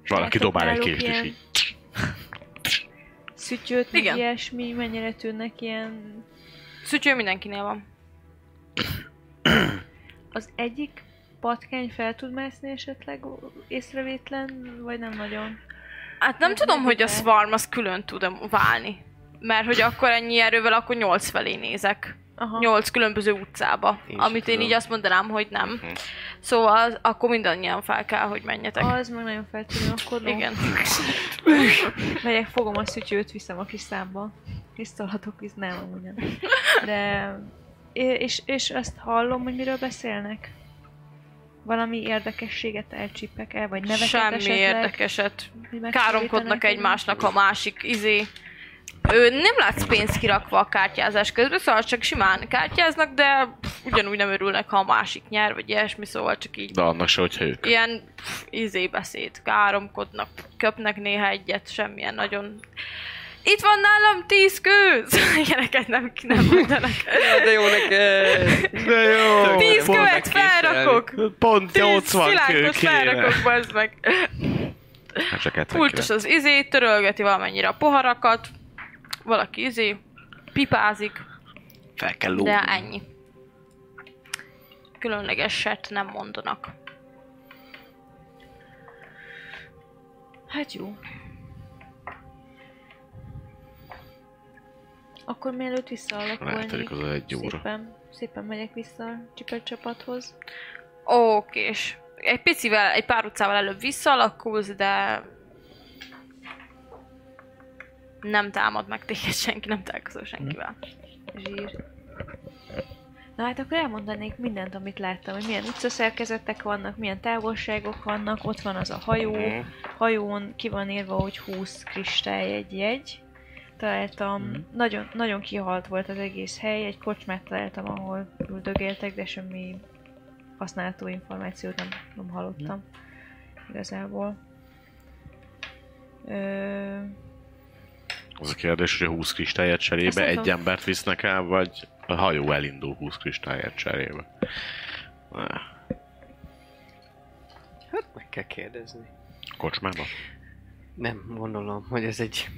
Valaki dobál egy
náluk
kést, és
ilyen-
így
Szütyőt, meg
Igen.
ilyesmi, mennyire tűnnek ilyen
Szütyő Szóval mindenkinél van.
Az egyik patkány fel tud mászni esetleg észrevétlen, vagy nem nagyon?
Hát nem
Ez
tudom,
nem
hogy a
igaz.
szvarm az külön tud um, válni. Mert hogy akkor ennyi erővel, akkor nyolc felé nézek.
Aha.
Nyolc különböző utcába.
Én se
amit én
tudom.
így azt mondanám, hogy nem. Szóval az- akkor mindannyian fel kell, hogy menjetek.
Az meg nagyon feltűnő, akkor no.
Igen.
Megyek, fogom a szütyőt, viszem a kis számba. Tisztolhatok, visz nem, amúgy nem. De... é- És, és azt hallom, hogy miről beszélnek? Valami érdekességet elcsípek el, vagy neveket
Semmi
esetleg?
érdekeset.
hogy megfordítanak
Káromkodnak
egy-
egymásnak a másik izé. Ő nem látsz pénzt kirakva a kártyázás közben, szóval csak simán kártyáznak, de pff, ugyanúgy nem örülnek, ha a másik nyer, vagy ilyesmi, szóval csak így
de annak se, hogyha ők.
ilyen pff, izé beszéd, káromkodnak, köpnek néha egyet, semmilyen nagyon... Itt van nálam tíz kőz! (laughs) Ilyeneket nem, nem mondanak.
De jó neked!
De jó!
Tíz
pont-
követ felrakok!
Pont
Tíz
80 kő
szilánkot
kéne.
felrakok, bazd meg!
Hát csak 79.
Pultos az izé, törölgeti valamennyire a poharakat, valaki izé, pipázik,
Fel kell
de
lógni.
ennyi. Különlegeset nem mondanak.
Hát jó. Akkor mielőtt visszaalakulnék,
Rátelik az egy óra.
szépen, szépen megyek vissza a csipet csapathoz.
Oké, és egy picivel, egy pár utcával előbb visszaalakulsz, de nem támad meg téged senki, nem találkozol senkivel.
Zsír. Na hát akkor elmondanék mindent, amit láttam, hogy milyen utcaszerkezetek vannak, milyen távolságok vannak, ott van az a hajó,
Mhm.
hajón ki van írva, hogy 20 kristály egy jegy. Találtam,
Mhm.
nagyon, nagyon kihalt volt az egész hely, egy kocsmát találtam, ahol üldögéltek, de semmi használható információt nem, nem hallottam
Mhm.
igazából. Ö,
Az a kérdés, hogy a 20 kristályért
Azt
cserébe
nem
egy
tudom.
embert visznek el, vagy a hajó elindul 20 kristályért cserébe. Ah,
Hát meg kell kérdezni.
Kocsmába?
Nem, gondolom, hogy ez egy,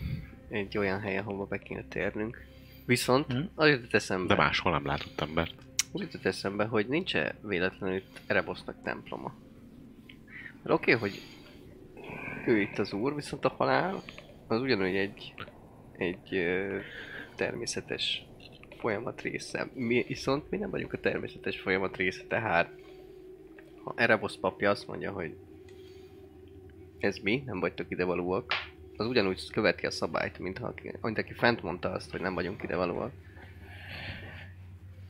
egy olyan hely, ahova be kéne térnünk. Viszont
Mhm.
az jutott eszembe,
De máshol nem látott embert.
az jutott eszembe, hogy nincs-e véletlenül itt Erebosznak temploma. Mert oké, hogy ő itt az úr, viszont a halál az ugyanúgy egy, egy ö, természetes folyamat része. Mi, viszont mi nem vagyunk a természetes folyamat része, tehát ha Erebosz papja azt mondja, hogy ez mi, nem vagytok idevalóak, az ugyanúgy követi a szabályt, mint, ha, aki- mint aki fent mondta azt, hogy nem vagyunk idevalóak.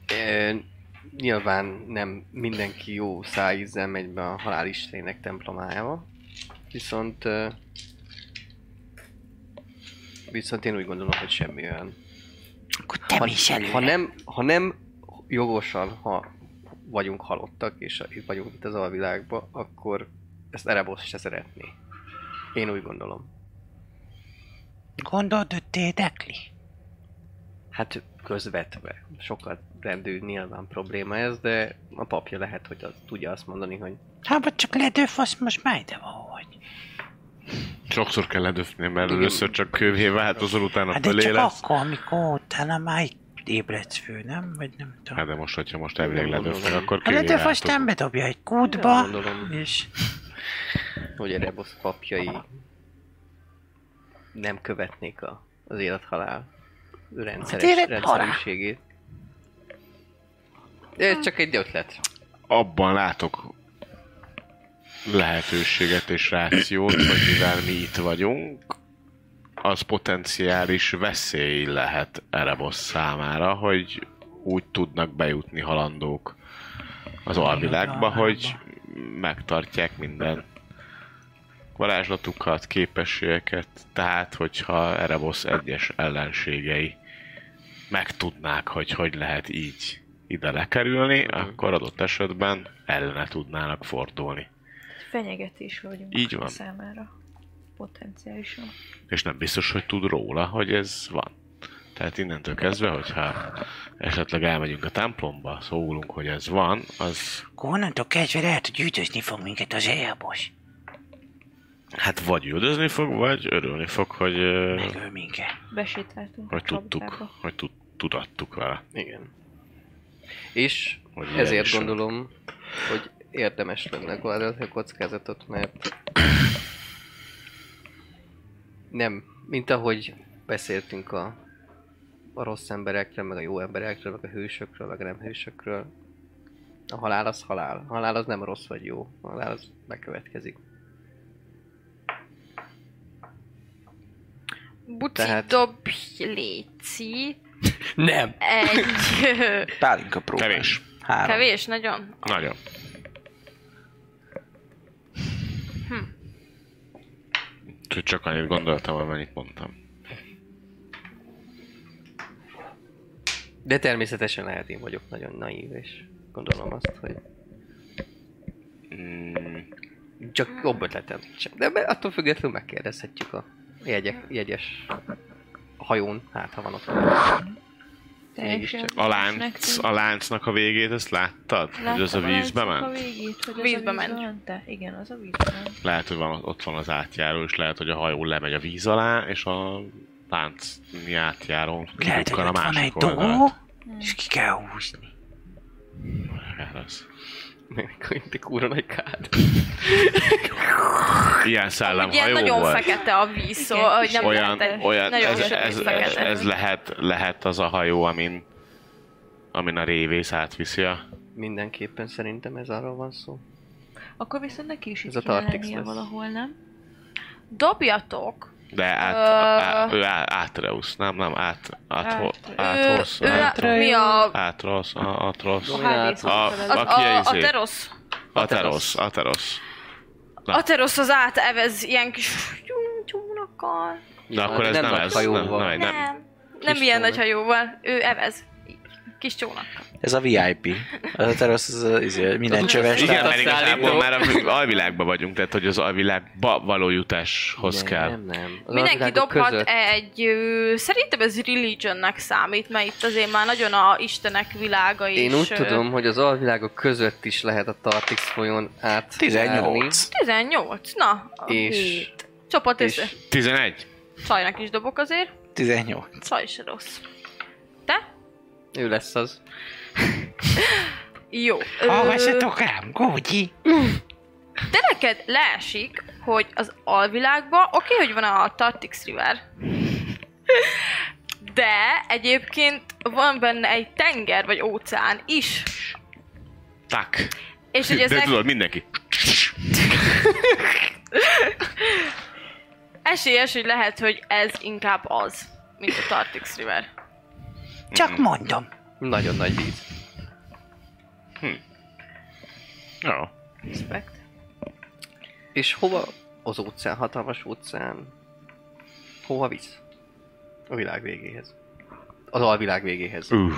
E, nyilván nem mindenki jó szájízzel megy be a halál istenének templomájába, viszont ö, viszont én úgy gondolom, hogy semmi olyan
Akkor te
ha,
is előre.
ha, nem, ha nem jogosan, ha vagyunk halottak, és itt vagyunk itt az alvilágban, akkor ezt Erebos se szeretné. Én úgy gondolom.
Gondolod, hogy tédekli?
Hát közvetve. Sokat rendű nyilván probléma ez, de a papja lehet, hogy az, tudja azt mondani, hogy
Hát, vagy csak ledőfasz, most már ide van, hogy.
Sokszor kell ledöfni, mert
Igen.
először csak kövé változol, utána
Hát de
fölé
csak
lesz.
akkor, amikor utána már itt ébredsz fő, nem? Vagy nem tudom.
Hát de most, hogyha most elvileg
Nem
ledöfni,
gondolom.
akkor
A
kövé
ledőfasz
változol.
nem bedobja egy
nem
kútba,
gondolom,
és
hogy Erebos papjai nem követnék a, az élethalál rendszeres,
Az élethalál.
rendszerűségét. De ez csak egy ötlet.
Abban látok lehetőséget és rációt, hogy mivel mi itt vagyunk, az potenciális veszély lehet Erebos számára, hogy úgy tudnak bejutni halandók az alvilágba, hogy megtartják minden varázslatukat, képességeket, tehát hogyha Erebos egyes ellenségei megtudnák, hogy hogy lehet így ide lekerülni, akkor adott esetben ellene tudnának fordulni.
fenyegetés vagyunk
Így van.
számára potenciálisan.
És nem biztos, hogy tud róla, hogy ez van. Tehát innentől kezdve, hogyha esetleg elmegyünk a templomba, szólunk, hogy ez van, az
akkor onnantól kezdve lehet, hogy üldözni fog minket az éjjelbos.
hát vagy üldözni fog, vagy örülni fog, hogy, ö,
Megöl minket.
Besétáltunk
hogy
a
tudtuk,
csapdába.
hogy tud, tudattuk vele.
Igen. És
Hogy ilyen
ezért
is van.
gondolom, hogy érdemes lenne gondolni a kockázatot, mert nem, mint ahogy beszéltünk a, a rossz emberekről, meg a jó emberekről, meg a hősökről, meg a nem hősökről, a halál az halál. A halál az nem rossz vagy jó. A halál az bekövetkezik.
Buci,
Tehát-
Tehát... dob, léci.
Nem!
Egy... ö,
Pálinka próbál.
Kevés.
Három.
Kevés, nagyon.
Nagyon. Hm. Csak annyit gondoltam, amennyit mondtam.
De természetesen lehet, én vagyok nagyon naív, és gondolom azt, hogy
Mm,
Csak jobb ötletem nincsen. De be- attól függetlenül megkérdezhetjük a jegyek, jegyes hajón, hát ha van ott.
Teljesen
Mégiscsak.
a,
biztosnak
lánc,
tűnt.
a láncnak a végét, ezt láttad? hogy az a
Láttam
vízbe
láncnak
ment?
A végét, hogy
Vízbe
vízbe az a
ment.
vízbe ment. -e? Igen, az a vízbe ment.
Lehet, hogy van, ott van az átjáró, és lehet, hogy a hajó lemegy a víz alá, és a láncni átjáró
Lehet, hogy
kibukkan a
ott van egy
másik
dugó,
oldalt.
és ki kell húzni.
Lehet az.
Még mint egy kurva nagy kád.
Ilyen
Ugye
szellemhajó
nagyon
volt.
fekete a víz, szóval
Igen,
hogy nem
olyan,
lehet egy-
olyan
nagyon
ez,
sötét
ez, ez,
fekete.
ez, lehet, lehet az a hajó, amin, amin a révész átviszi a...
Mindenképpen szerintem ez arról van szó.
Akkor viszont neki is
Ez
itt
a
kéne
Tartix
lennie
lesz.
valahol, nem?
Dobjatok
De át,
Ö.
á, ő á, átreusz, nem, nem, át, át,
Át-
áthoz,
ő, ő, mi a...
átrosz, a- atrosz,
A hd
hát A-
Az,
Aki
a, a
izé.
terosz.
aterosz, aterosz. Na.
A terosz az átevez ilyen kis csúnyokkal.
De akkor
hát
ez nem ez, nem,
hajóval.
nem,
Nem.
nem.
Nem, nem ilyen
csónak.
nagy hajóval. Ő evez. Kis csónakkal.
Ez a VIP. Az a terasz, az, az, az minden csöves.
Igen,
tehát-
mert igazából
szállító.
már a alvilágban vagyunk, tehát hogy az alvilágba való jutáshoz kell.
Nem, nem. Az
Mindenki
alvilágok
dobhat
között.
egy... Ö, szerintem ez religionnek számít, mert itt azért már nagyon a istenek világa is.
Én úgy
ö,
tudom, hogy az alvilágok között is lehet a Tartix folyón át
18.
18, na. a
És-
hét. Csapat
és-
össze.
11.
Csajnak is dobok azért.
18.
Csaj is rossz. Te?
Ő lesz az.
Jó.
Olvassatok rám, Gógyi!
De neked leesik, hogy az alvilágba, oké, hogy van a Tartix River, (laughs) de egyébként van benne egy tenger vagy óceán is.
Tak.
És hogy
De
ezek
tudod, mindenki.
esélyes, hogy lehet, hogy ez inkább az, mint a Tartix River.
Mhm.
Csak mondom.
Nagyon nagy víz.
Jó.
Respekt.
És hova az óceán, hatalmas óceán, hova visz? A világ végéhez. Az alvilág végéhez.
Hm.
Uff.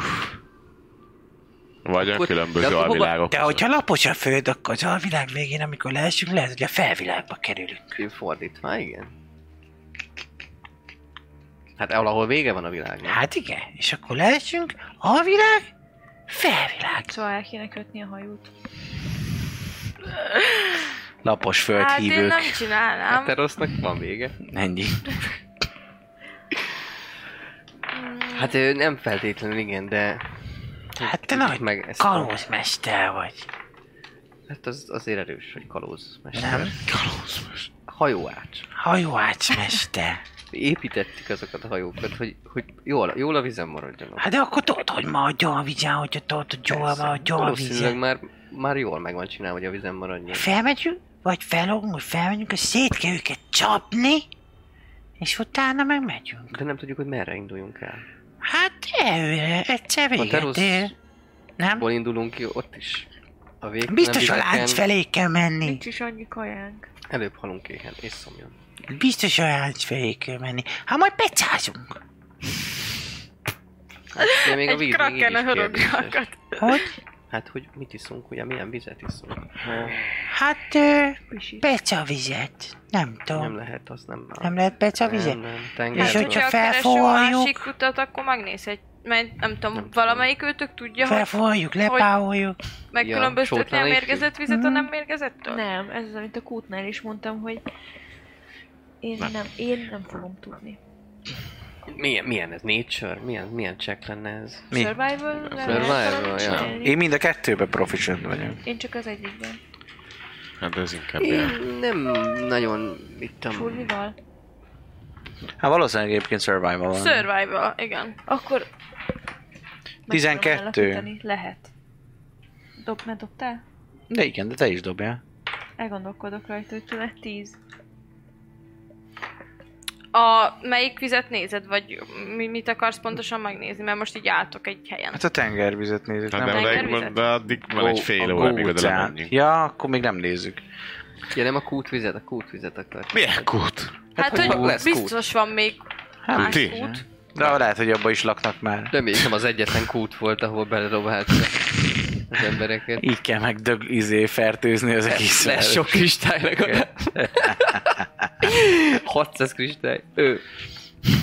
Vagy a
Akkor-
különböző
de akkor hova-
alvilágok.
De hogyha lapos a föld, akkor az alvilág végén, amikor leesünk, lehet, hogy a felvilágba kerülünk.
Ő fordítva, igen. Hát valahol vége van a világnak.
Hát igen, és akkor leesünk, alvilág, felvilág.
Szóval el kéne kötni a
Hm.
hajót.
Lapos
Hát én
földhívők.
nem csinálnám.
Hát rossznak van vége.
Ennyi.
Hát ő nem feltétlenül igen, de...
Hát te
Tudjuk
nagy
meg ezt a-
kalózmester vagy.
Hát az azért erős, hogy kalóz.
Nem?
Kalózmos.
Hajóács.
Hajóácsmester.
Építettük azokat a hajókat, hogy, hogy jól, jól a vizen maradjanak.
Hát de akkor tudod, hogy ma a gyalvizsán, hogyha tudod, hogy jól van a
Valószínűleg
gyalvizsán.
már, már jól meg van csinálva, hogy a vizen maradjon.
Felmegyünk, vagy felogunk, vagy felmegyünk, és szét kell őket csapni, és utána meg megyünk.
De nem tudjuk, hogy merre induljunk el.
Hát előre, egyszer
A
véget ér. hát Nem?
Ból indulunk ki, ott is. A vég
Biztos a
nem
lánc
videken,
felé kell menni.
Nincs is annyi kajánk.
Előbb halunk éhen, és szomjon.
Biztos a lánc felé kell menni. Hát majd becázunk.
De Hát, még a
Egy
víz még így
kraken a
is kérdéses.
hörögjákat.
Hogy?
Hát, hogy mit iszunk, ugye milyen vizet iszunk?
Hát, ö,
Pisi.
beca vizet. Nem tudom.
Nem lehet, az nem
Nem lehet beca
nem,
vizet?
nem,
És
Hát,
tengerből.
hogyha
hogyha kereső a
felfogjuk-
másik utat, akkor megnézhet. Mert nem tudom,
tudom.
valamelyik őtök tudja, hogy
Felforjuk, lepáoljuk.
megkülönböztetni
sótlan
a
is.
mérgezett vizet a
Mm.
Mhm.
nem mérgezettől?
Nem, ez az, amit a kútnál is mondtam, hogy én
Nem.
nem, én nem fogom tudni.
Hát, Milyen, milyen ez? Nature? Milyen, milyen check lenne ez?
Mi?
Survival?
Survival, ja.
Én mind a kettőben proficient vagyok.
Én csak az egyikben.
Hát ez inkább ilyen.
Én nem nagyon, mit tudom,
Survival?
Hát valószínűleg egyébként survival van.
Survival, igen.
Akkor... meg tudom
12.
alakítani. Lehet. Dob, ne dobtál?
De igen, de te is dobjál.
Elgondolkodok rajta, hogy tőle 10.
A melyik vizet nézed, vagy mi, mit akarsz pontosan megnézni? Mert most így álltok egy helyen.
Hát a tengervizet nézzük,
Hát
nem?
de,
nem
de,
kerülhet.
de addig van egy fél
A
óra, míg oda
gócán.
lemenjünk.
Ja, akkor még nem nézzük.
ja nem a kútvizet, a kútvizet akar.
Milyen kút?
Hát,
hogy
hogy
lesz kút.
biztos van még
Hát,
más
ti?
út.
De lehet, hogy abban is laknak már.
De még nem az egyetlen kút volt, ahol beledobálták az embereket.
Így kell meg dög, izé, fertőzni az egész
Lesz sok kristály
(laughs)
legalább. 600 kristály. Ő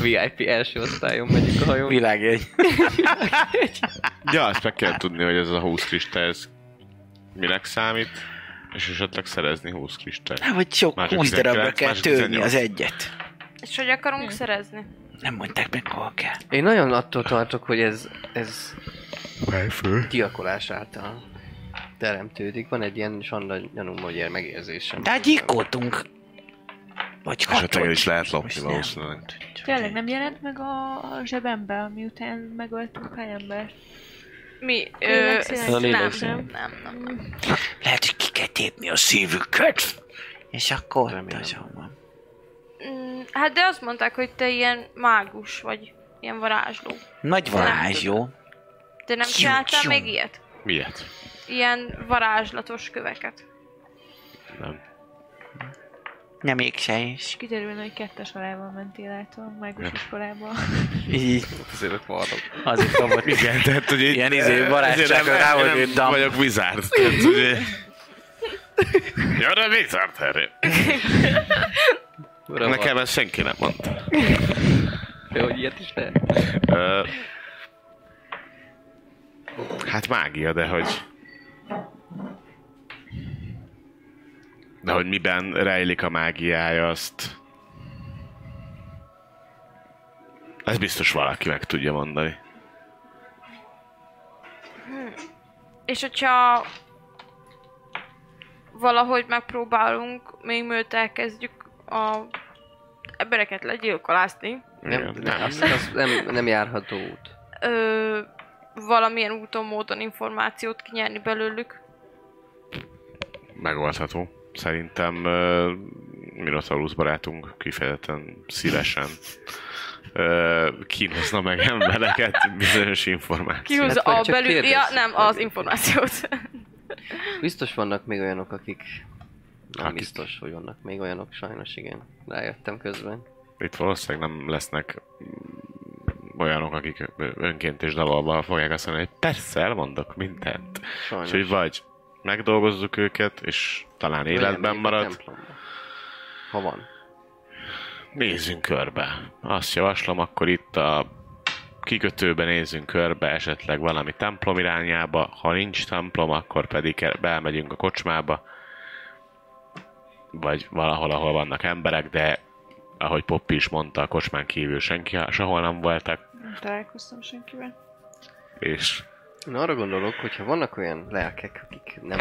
VIP első osztályon megyünk a hajón.
világjegy.
Ja, azt meg kell tudni, hogy ez a 20 kristály, ez minek számít, és esetleg szerezni 20 kristály.
Hát,
Vagy sok
Már csak
20 darabra
19,
kell
már csak
törni
18.
az egyet.
És hogy akarunk szerezni?
Nem mondták meg, hol kell.
Én nagyon attól tartok, hogy ez, ez
Fejfő.
gyilkolás által teremtődik. Van egy ilyen sanda gyanúm, hogy ilyen megérzésem.
Tehát hát gyilkoltunk. Vagy
Esetleg el
hatott.
is lehet lopni
Most
valószínűleg.
Tényleg nem jelent meg a zsebembe, miután megöltünk pár embert.
Mi? Ö,
Lélek színes.
nem,
lélek
nem,
színes.
nem, nem, nem.
Lehet, hogy ki kell tépni a szívüket. És akkor
Remélem.
azon van.
Mm, hát de azt mondták, hogy te ilyen mágus vagy, ilyen varázsló.
Nagy varázs, jó?
De nem csináltál még ilyet?
Miért?
Ilyen varázslatos köveket.
Nem.
Nem égse is.
Kiderülne, hogy kettes alával mentél át a mágus iskolába.
Így.
Azért varrok.
Az kapott.
Igen, tehát, hát, hogy így...
Ilyen izé,
Ezért
barátságra
nem-
rá
nem
volt ő dam.
vagyok wizard. Tehát, ugye... Ja, de wizard, Harry.
Uram,
Nekem ezt senki nem mondta.
Te, hogy ilyet is te?
Ö, Hát mágia, de hogy... De hogy miben rejlik a mágiája, azt... Ez biztos valaki meg tudja mondani.
És hogyha valahogy megpróbálunk, még mielőtt elkezdjük a embereket legyilkolászni,
Nem,
Igen.
nem, az, az nem, nem járható út.
ö, valamilyen úton, módon információt kinyerni belőlük.
megoldható. Szerintem uh, Minotaurus barátunk kifejezetten szívesen uh, kínozna meg embereket bizonyos információt.
Kihúzza
vagy
a
csak
belül... Ja,
kérdezzük
nem,
meg.
az információt.
Biztos vannak még olyanok, akik... Nem
Akik.
biztos, hogy vannak még olyanok, sajnos igen. Rájöttem közben.
Itt valószínűleg nem lesznek mm, olyanok, akik önként és dalolva fogják azt mondani, hogy persze, elmondok mindent.
Sajnos.
Úgyhogy vagy megdolgozzuk őket, és talán életben
Remélem,
marad,
templomba. Ha van.
Nézzünk körbe. Azt javaslom, akkor itt a kikötőben nézzünk körbe, esetleg valami templom irányába. Ha nincs templom, akkor pedig el- belmegyünk a kocsmába. Vagy valahol, ahol vannak emberek, de ahogy Poppy is mondta, a kocsmán kívül senki sehol nem voltak,
Nem találkoztam senkivel.
és
Én arra gondolok, hogyha vannak olyan lelkek, akik nem,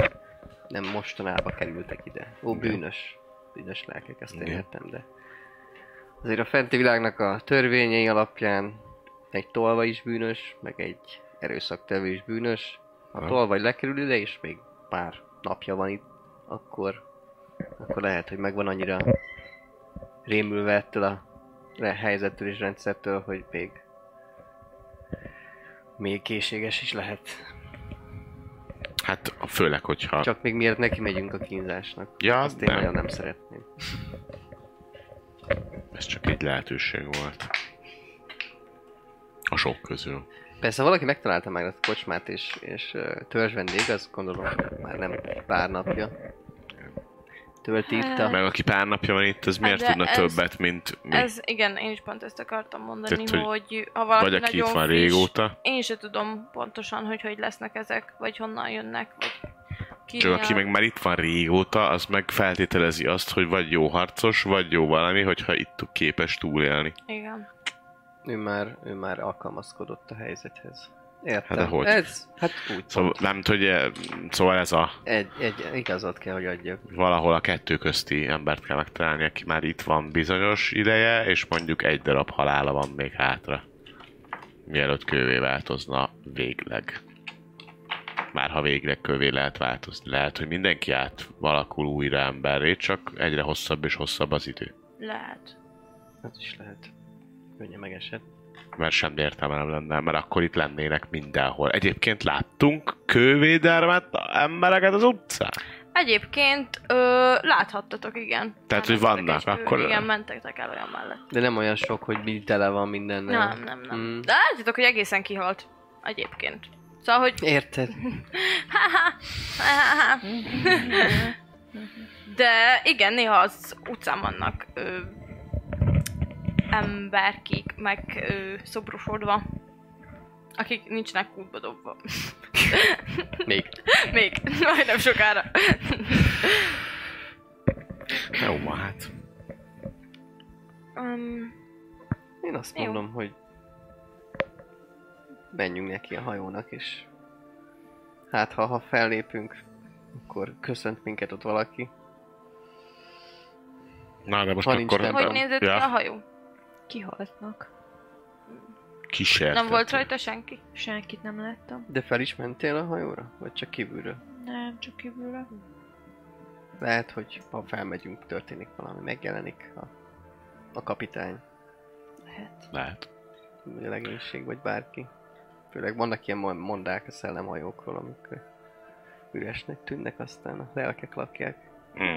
nem mostanában kerültek ide. Ó, bűnös. Bűnös lelkek, ezt én
Igen.
értem, de... Azért a fenti világnak a törvényei alapján egy tolva is bűnös, meg egy erőszaktevő is bűnös. Ha
Aha.
tolvaj lekerül ide, és még pár napja van itt, akkor, akkor lehet, hogy megvan annyira rémülve ettől a re- helyzettől és rendszertől, hogy még még készséges is lehet.
hát főleg, hogyha...
Csak még miért neki megyünk a kínzásnak.
ja,
Azt én nagyon nem szeretném.
ez csak egy lehetőség volt. A sok közül.
Persze, ha valaki megtalálta már a kocsmát és, és ö, törzs vendég, az gondolom már nem pár napja. Tölti itt a...
Meg aki pár napja van itt, az miért
Hát de
tudna
ez-
többet, mint mi?
Ez, igen, én is pont ezt akartam mondani,
Tehát,
Tehát,
hogy
hogy, ha valaki
Vagy aki
nagyon
itt van
friss,
régóta.
Én se tudom pontosan, hogy hogy lesznek ezek, vagy honnan jönnek, vagy ki
Csak aki
a-
meg már itt van régóta, az meg feltételezi azt, hogy vagy jó harcos, vagy jó valami, hogyha itt képes túlélni.
Igen.
Ő már, ő már alkalmazkodott a helyzethez. Értem.
Hát de hogy?
Ez, hát úgy.
Szóval,
Szóval...
nem tudja, szóval ez a
Egy, egy igazat kell, hogy adjak.
valahol a kettő közti embert kell megtalálni, aki már itt van bizonyos ideje, és mondjuk egy darab halála van még hátra. Mielőtt kővé változna végleg. Már ha végleg kövé lehet változni. Lehet, hogy mindenki átalakul újra emberré, csak egyre hosszabb és hosszabb az idő.
Lehet.
Az Hát is lehet. Könnyen megesett.
mert semmi értelme nem lenne, mert akkor itt lennének mindenhol. Egyébként láttunk kővédelmet embereket az utcán.
Egyébként ö, láthattatok, igen.
Tehát,
Nem
hogy vannak,
vesztetek és-
akkor-
Igen, mentetek el olyan mellett.
De nem olyan sok, hogy mi tele van mindennel.
Nem, nem, nem.
Mm.
De látjátok, hogy egészen kihalt. Egyébként. Szóval, hogy
Érted?
De igen, néha az utcán vannak ö, emberkék meg ö, szobrosodva, akik nincsenek kútba (laughs) dobva.
Még.
Még, majdnem sokára.
Jó, ma hát.
Um,
Én azt
Jó.
mondom, hogy menjünk neki a hajónak, és hát ha, ha fellépünk, akkor köszönt minket ott valaki.
Na, de most
Ha nincs
akkor...
templom.
hogy nézett ki
ja,
a hajó?
Kihaltnak.
kísértet.
Nem volt rajta senki?
Senkit nem láttam.
De fel is mentél a hajóra? Vagy csak kívülről?
Nem, csak kívülről.
Lehet, hogy ha felmegyünk, történik valami, megjelenik a A kapitány.
Lehet.
Lehet.
Vagy a legénység, vagy bárki. Főleg vannak ilyen mon- mondák a szellemhajókról, amik ö, üresnek tűnnek, aztán a lelkek lakják.
Mm.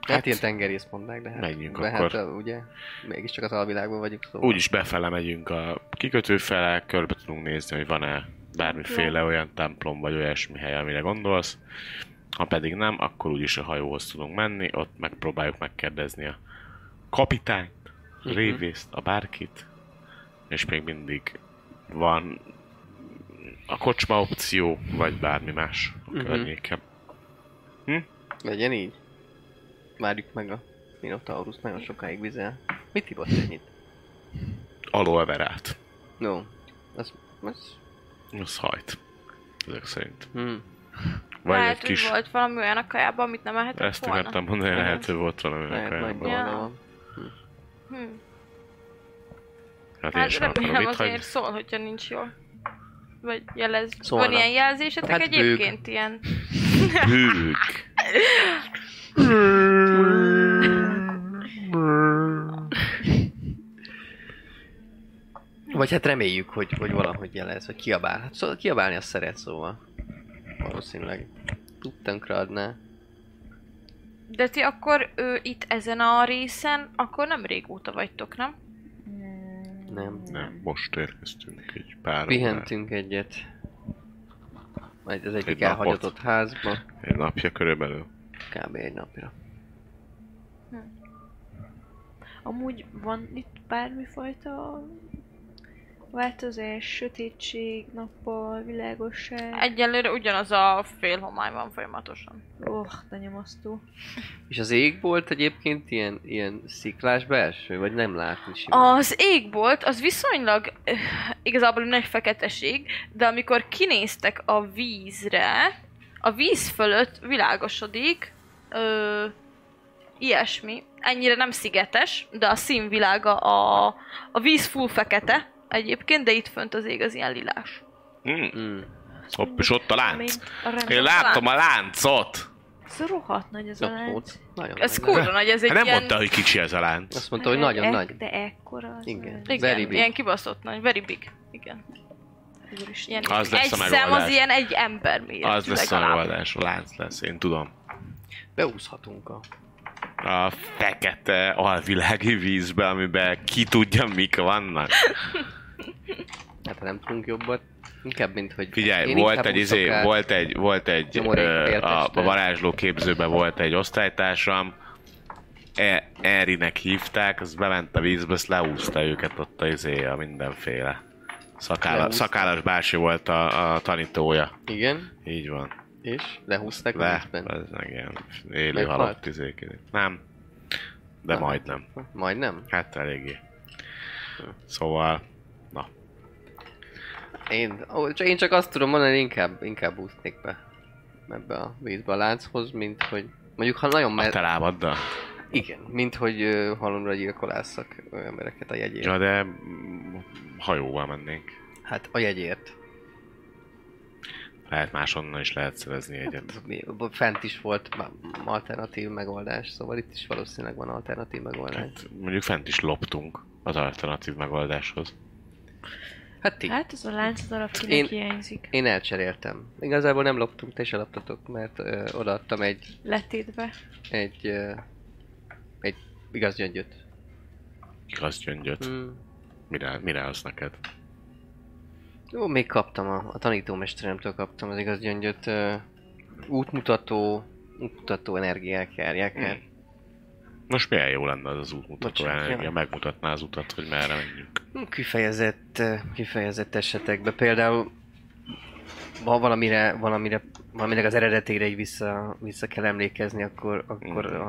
Hát, hát ilyen tengerész mondák, de hát...
menjünk
de
akkor.
Hát, ö, ugye, mégiscsak az alvilágban vagyunk, szóval...
Úgyis befele megyünk a kikötő fele, körbe tudunk nézni, hogy van-e bármiféle olyan templom vagy olyasmi hely, amire gondolsz. Ha pedig nem, akkor úgyis a hajóhoz tudunk menni, ott megpróbáljuk megkérdezni a kapitányt, a
Mhm.
révészt, a bárkit, és még mindig van a kocsma opció, vagy bármi más a
Mhm.
környéken.
Legyen így. Várjuk meg a Minotaurus, nagyon sokáig vizel. Mit hívott ennyit?
Aloe verát.
No. Az... az...
Az hajt. Ezek szerint.
Hm.
Vagy
lehet,
egy
hogy
kis...
volt valami olyan a kajában, amit nem ehetett
Ezt
volna.
akartam mondani,
Igen.
lehet, hogy volt valami
Lehet, nagy
olyan.
dolga
Ja.
van.
Hm.
Hát én
Hát
sem akarom
remélem
itt
azért
hagyni.
szól, hogyha nincs jól. Vagy jelez...
Szólna.
Van ilyen jelzésetek
Hát bőg.
egyébként ilyen?
Hűk.
Vagy hát reméljük, hogy, hogy valahogy jelez, vagy kiabál. Hát szóval kiabálni azt szeret, szóval. Valószínűleg tudtankra adná.
De ti akkor ő itt ezen a részen, akkor nem régóta vagytok, nem?
Mm,
Nem.
Nem, most érkeztünk egy pár órá-
Pihentünk egyet. Majd az egyik
Egy
egy
napot.
elhagyatott házba,
Egy napja körülbelül.
kb. egy napra.
Amúgy van itt bármifajta változás, sötétség, nappal, világosság.
Egyelőre ugyanaz a fél homály van folyamatosan.
Oh, de nyomasztó.
És az égbolt egyébként ilyen, ilyen sziklás belső, vagy nem látni simán?
Az égbolt, az viszonylag öh, igazából nagy feketeség, de amikor kinéztek a vízre, a víz fölött világosodik, ö, ilyesmi. Ennyire nem szigetes, de a színvilága a, a víz full fekete egyébként, de itt fönt az ég az ilyen lilás.
Mm.
Mm.
Hopp, és ott a lánc.
A rendes
Én láttam a láncot.
Ez rohadt nagy az a
Ott
lánc.
volt. Nagyon
Ez
nagy lánc.
kurva nagy, ez egy
Hát nem
ilyen...
mondta, hogy kicsi ez a lánc.
Azt mondta, hogy nagyon
Ek-
nagy.
De ekkora az
Hát Igen.
lánc.
Igen,
Very big.
ilyen kibaszott nagy, very big. Igen.
Úristen.
Ilyen
Az lesz
egy
a
szem
megoldás.
az ilyen egy ember méretű
Az lesz a
legalább.
megoldás, a lánc lesz, én tudom.
Beúszhatunk a...
A fekete alvilági vízbe, amiben ki tudja, mik vannak.
Hát ha nem tudunk jobbat, inkább mint hogy...
Figyelj,
Én
volt
inkább
egy, izé,
úszok át.
volt egy, volt egy,
Nyomorék
ö, a, a
vértesttel.
varázsló képzőben volt egy osztálytársam, e, Erinek hívták, az bement a vízbe, azt leúzta őket ott a izé, a mindenféle. Szakála,
Leúzta.
szakálas bási volt a, a tanítója.
Igen,
Így van.
és lehúzták a
Le,
vízben.
ez meg ilyen élő
Meghalt?
halott izék. Nem, de
Nem.
majdnem.
Majdnem.
Hát eléggé. Szóval, na,
Én, ó, csak, én csak azt tudom mondani, hogy inkább, inkább úsznék be ebbe a vízbe a lánchoz, mint hogy mondjuk ha nagyon
a
mert...
te lábaddal.
Igen, mint hogy ö, halomra gyilkolásszak ö, embereket a jegyért.
Ja, de mm, hajóval mennénk.
Hát a jegyért.
Lehet máshonnan is lehet szerezni egyet.
Hát, Mi- Fent is volt ma- alternatív megoldás, szóval itt is valószínűleg van alternatív megoldás.
Hát mondjuk fent is loptunk az alternatív megoldáshoz.
Hát ti.
Hát ez a lánc darab kinek
Én-
hiányzik.
Én elcseréltem. Igazából nem loptunk, te se loptatok, mert ö, odaadtam egy,
Letétve.
egy, ö, egy igaz gyöngyöt.
Igaz gyöngyöt.
Hmm.
Mire, mire az neked?
Jó, még kaptam a, a tanítómesteremtől kaptam az igaz gyöngyöt. Ö, útmutató, útmutató energiák járják el.
Most milyen jó lenne az az útmutató
Bocsánat,
energia?
jaj.
Megmutatná az utat, hogy merre menjünk.
Hm, Kifejezett, ö, kifejezett esetekben. Például ha valamire, valamire, valaminek az eredetére így vissza, vissza kell emlékezni, akkor, akkor
Mhm.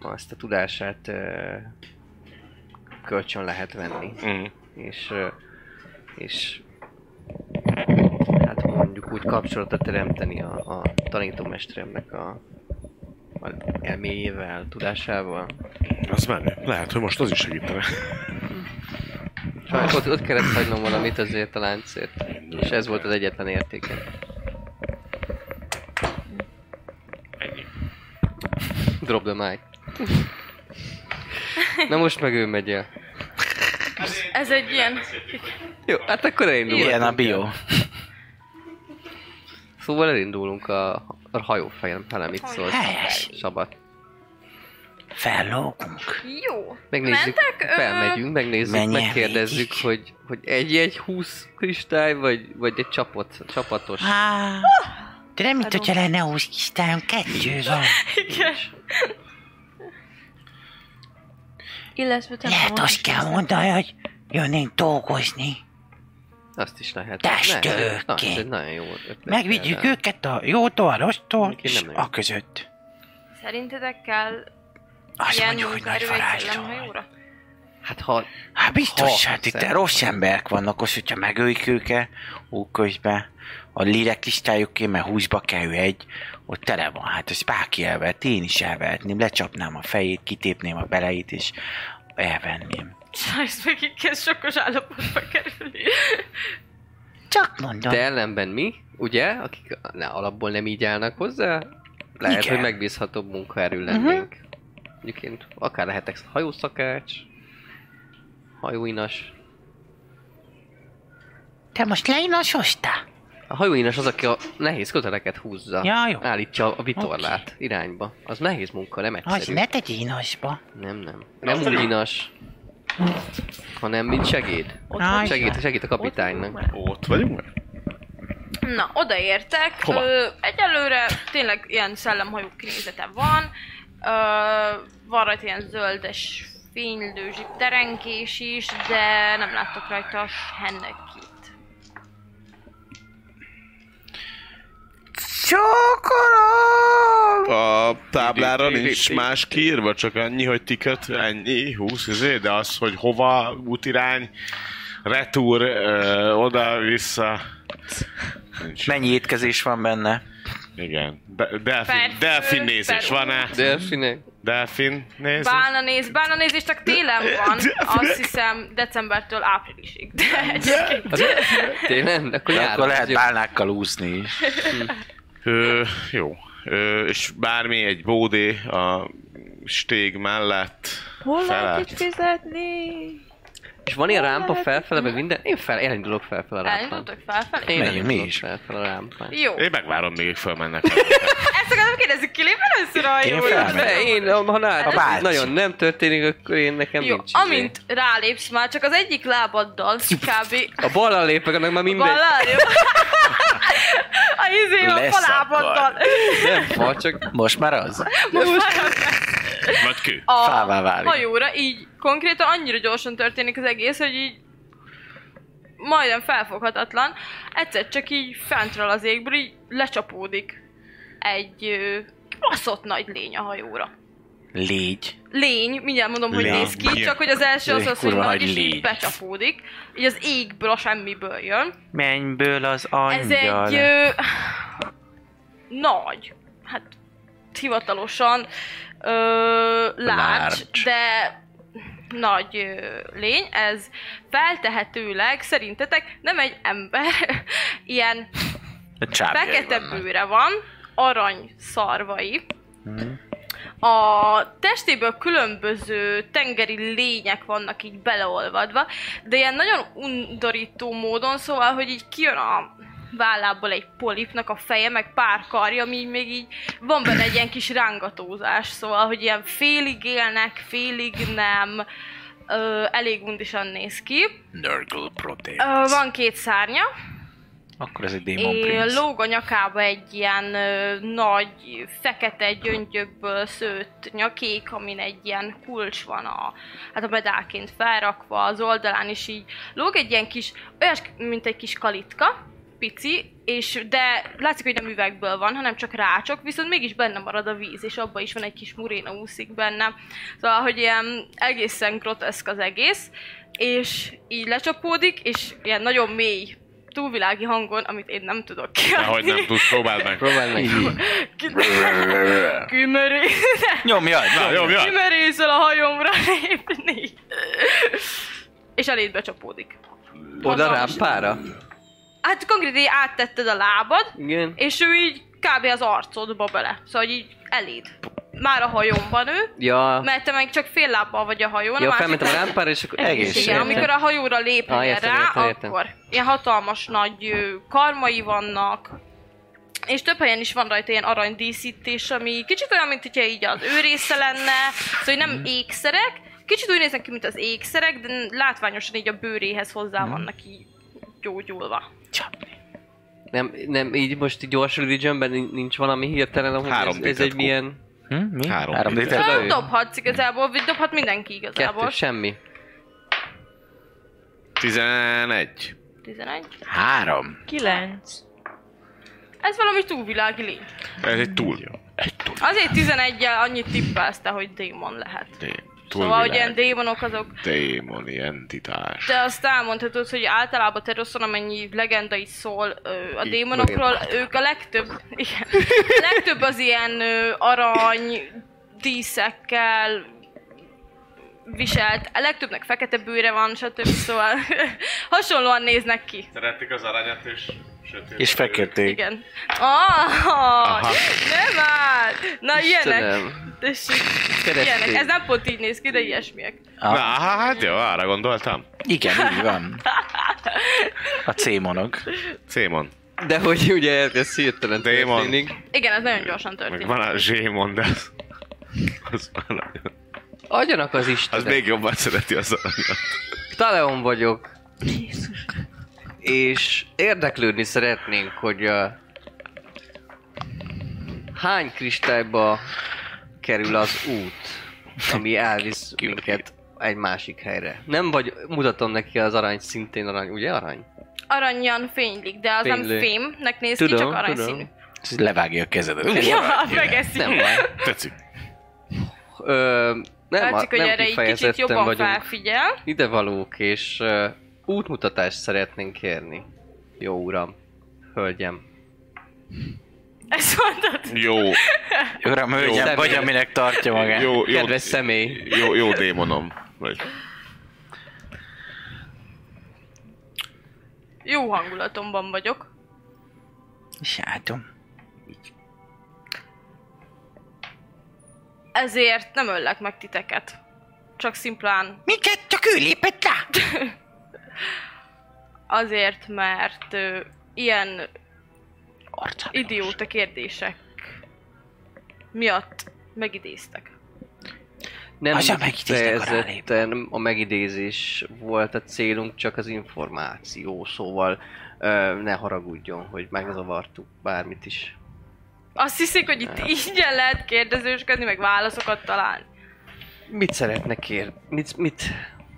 a, azt a tudását ö, kölcsön lehet venni.
Mm.
és, ö, és hát mondjuk úgy kapcsolatot teremteni a, a tanítómesteremnek a, a elméjével, tudásával.
Az menő. Lehet, hogy most az is segítene.
Csak ott, ott kellett hagynom valamit azért a láncért, és ez volt az egyetlen értéke.
Ennyi.
Drop the mic. Na most meg ő megy el.
Ez egy ilyen...
Jó, hát akkor elindulunk.
Ilyen a bio.
Szóval elindulunk a, a hajó fejem, hanem itt szól.
Helyes.
Szabad.
Fellógunk.
Jó.
Megnézzük,
Mentek? Ö,
felmegyünk, megnézzük,
menjen
megkérdezzük,
végig.
hogy, hogy egy-egy 20 kristály, vagy, vagy egy csapat, csapatos.
Á, de nem mint, hogyha lenne húsz kistályom, kettő van.
Igen.
Illetve te
Lehet azt kell mondani, hogy jönnénk dolgozni.
Azt is lehet.
Testőrként.
Na, ez egy nagyon jó ötlet.
Megvigyük
Erre.
őket a jótól, a rossztól,
Neki
és
nem jó.
a között.
Szerintetek kell
Azt
ilyen
mondjuk, hogy nagy
munkaerő egy
varázsló.
villámhajóra?
Hát ha...
Hát biztos,
Ha,
hát itt
szem.
rossz.
Rossz emberek vannak, és hogyha megölik őket, úgy közben a lélek listájuké, mert húszba kerül egy, ott tele van. Hát ezt bárki elvehet, én is elvehetném, lecsapnám a fejét, kitépném a beleit, és elvenném.
Sajsz megint kezd sokkos állapotba kerülni.
Csak mondom.
De ellenben mi, ugye, akik ne, alapból nem így állnak hozzá, lehet,
Igen.
hogy megbízhatóbb munkaerő lennénk.
Mhm.
Egyébként akár lehetek hajószakács, hajóinas.
Te most leinosoztál?
A hajóinas az, aki a nehéz köteleket húzza.
Ja, jó.
Állítja a vitorlát irányba. Az nehéz munka, nem
Az
egyszerű.
ne tegyél inosba.
Nem, nem. Nem úgy inas, hanem mint segéd.
Á,
vagy-
Segít, segít a
Ott
kapitánynak.
vagy már.
Ott vagyunk már?
Na, odaértek.
Hova?
Ö, egyelőre tényleg ilyen szellemhajó kinézete van. Ö, van rajta ilyen zöldes, fénylő zsipterenkés is, de nem láttok rajta sennekit.
A táblára nincs más kiírva, csak annyi, hogy tiket, ennyi, 20 izé, de az, hogy hova, útirány, retúr, ö, oda-vissza. Nincs.
Mennyi étkezés van benne?
Igen. De- delfin,
Perfő,
delfin nézés
perfő.
van-e?
Delfinek.
Delfin nézés?
Bálna néz, bálna nézés csak télen van,
de-
azt hiszem decembertől áprilisig. De egyébként
Tényleg? Akkor
De
jár.
akkor lehet
Jó.
bálnákkal úszni is.
Ö, jó. Ö, és bármi egy bódé a stég mellett
Hol
felállt.
lehet itt fizetni?
És van ilyen rámpa felfele, meg minden? Én fel, elindulok felfele a rámpán.
hát elindultok felfelé.
Én
Menjünk mi
elindulok
is.
felfele a rámpán.
Jó.
Én megvárom, még fölmennek.
Ezt akartam kérdezni, ki lép először a
Én
hajóra?
fel-
De én, ha
A
nálam
bácsi.
nagyon nem történik, akkor én nekem
Jó,
nincs. izé.
amint rálépsz már, csak az egyik lábaddal, kb.
A ballal lépek, annak már mindegy. (laughs)
Valami. A izé a falábaddal.
Nem fa, csak
Most már az.
Vagy kő.
A
Fává válik.
hajóra így konkrétan annyira gyorsan történik az egész, hogy így majdnem felfoghatatlan. Egyszer csak így fentről az égből így lecsapódik egy ö, baszott nagy lény a hajóra.
Légy.
lény, mindjárt mondom, hogy
Lény.
néz ki, csak hogy az első az
Lény,
az, hogy
kurva
valahogy
nagy
is így
lény.
becsapódik, így az égből, a semmiből jön.
Mennyből az
Ez
angyal?
egy ö, nagy, hát hivatalosan ö,
Large.
large, de nagy ö, lény, ez feltehetőleg szerintetek nem egy ember, (laughs) ilyen
Csábjai
Fekete
vannak.
bőre van, arany szarvai. A testéből különböző tengeri lények vannak így beleolvadva, de ilyen nagyon undorító módon, szóval, hogy így kijön a vállából egy polipnak a feje, meg pár karja, ami így még így van benne egy ilyen kis rángatózás, szóval, hogy ilyen félig élnek, félig nem, ö, elég undisan néz ki.
Nurgle Protein.
Ö, van két szárnya,
Akkor ez egy Demon
É,
Prince.
lóg a nyakába egy ilyen ö, nagy, fekete gyöngyökből szőtt nyakék, amin egy ilyen kulcs van a, hát a medálként felrakva, az oldalán is így lóg egy ilyen kis, olyas, mint egy kis kalitka, pici, és de látszik, hogy nem üvegből van, hanem csak rácsok, viszont mégis benne marad a víz, és abban is van egy kis muréna úszik benne. Szóval, hogy ilyen egészen groteszk az egész, és így lecsapódik, és ilyen nagyon mély túlvilági hangon, amit én nem tudok kiadni.
Dehogy (laughs) nem tudsz, próbáld meg.
próbáld meg.
Kimerő-
Nyomja,
Na,
(laughs)
jó, jó.
Kimerészel a hajomra lépni. És elédbe csapódik.
Oda
Hatalmas-
rámpára?
Hát konkrétan így áttetted a lábad,
Igen.
és ő így kb. az arcodba bele. Szóval hogy így eléd. már a hajómban ő,
Ja,
mert te meg csak fél lábbal vagy a hajón,
ja
a
felmentem a
másik-
rámpára, és akkor
Egész,
egész.
Igen,
értem.
amikor a hajóra lépnél
Ah, értem,
rá,
értem, értem.
akkor ilyen hatalmas nagy ö, karmai vannak, és több helyen is van rajta ilyen aranydíszítés, ami kicsit olyan, mint hogyha így az ő része lenne, szóval hogy nem
Mhm.
ékszerek, kicsit úgy néznek ki, mint az ékszerek, de látványosan így a bőréhez hozzá
Mhm.
vannak így gyógyulva.
Nem, nem, így most így gyors religionben nin- nincs valami hirtelen, ahol
Három
ez, ez
D-tet
egy
kó.
milyen
Hm? Mi?
Három
Három
liter.
liter.
Csoda
Hát
ő.
dobhatsz igazából, vagy dobhat mindenki
kettő,
igazából.
semmi.
11.
11.
Három.
Kilenc.
Ez valami túlvilági lény.
Ez egy túl. Egy túl.
Azért 11 el annyit tippelszte, hogy démon lehet. Szóval, hogy ilyen
Túlvilág.
démonok azok
Démoni entitás.
De azt elmondhatod, hogy általában Teroszon, amennyi legenda is szól ö, a démonokról, ők a legtöbb, igen, a legtöbb az ilyen ö, arany, díszekkel viselt, a legtöbbnek fekete bőre van, stb. Szóval (laughs) hasonlóan néznek ki.
Szeretik az aranyat és sötét.
És feketék.
Igen. Ah, nem már! Na ilyenek.
Istenem.
Tessék, ilyenek.
Keresztény.
Ez nem pont így néz ki, de ilyesmiek.
Na, hát jó, arra gondoltam.
Igen, így van. A C-monog.
Cémon.
De hogy ugye ez hirtelen
Démon.
történik.
Igen, ez nagyon gyorsan
Meg
történik.
van a Zsémon, de az... Az, már-
Adjanak az
az
Istenek.
még jobban szereti az aranyat.
Taleon vagyok. És érdeklődni szeretnénk, hogy uh, hány kristályba kerül az út, ami elvisz minket egy másik helyre. Nem vagy, mutatom neki az arany, szintén arany, ugye arany?
aranyan fénylik, de az
Fényli.
nem fémnek néz ki,
Tudom,
csak aranyszínű.
tudom.
Levágja a kezedet.
(laughs) Ja, megeszi.
Nem baj.
Tetszik.
Ö, nem,
Látszik, hogy
nem
erre egy kicsit
kifejezetten
jobban
vagyunk
felfigyel. (laughs)
idevalók, és uh, útmutatást szeretnénk kérni. Jó uram, hölgyem.
Ezt mondtad.
Jó,
Uram, hölgyem, vagy aminek tartja magát.
jó, jó,
Kedves személy.
jó, jó démonom. Vagy.
Jó hangulatomban vagyok.
Sátom.
Ezért nem öllek meg titeket. Csak szimplán
Minket csak ő lépett rá.
azért, mert ö, ilyen idióta kérdések miatt megidéztek.
Nem
Az a megidéznek
kifejezetten a megidézés volt a célunk, csak az információ, szóval ö, ne haragudjon, hogy megzavartuk bármit is.
Azt hiszik, hogy itt ingyen lehet kérdezősködni, meg válaszokat találni.
Mit szeretne kér? Mit, mit,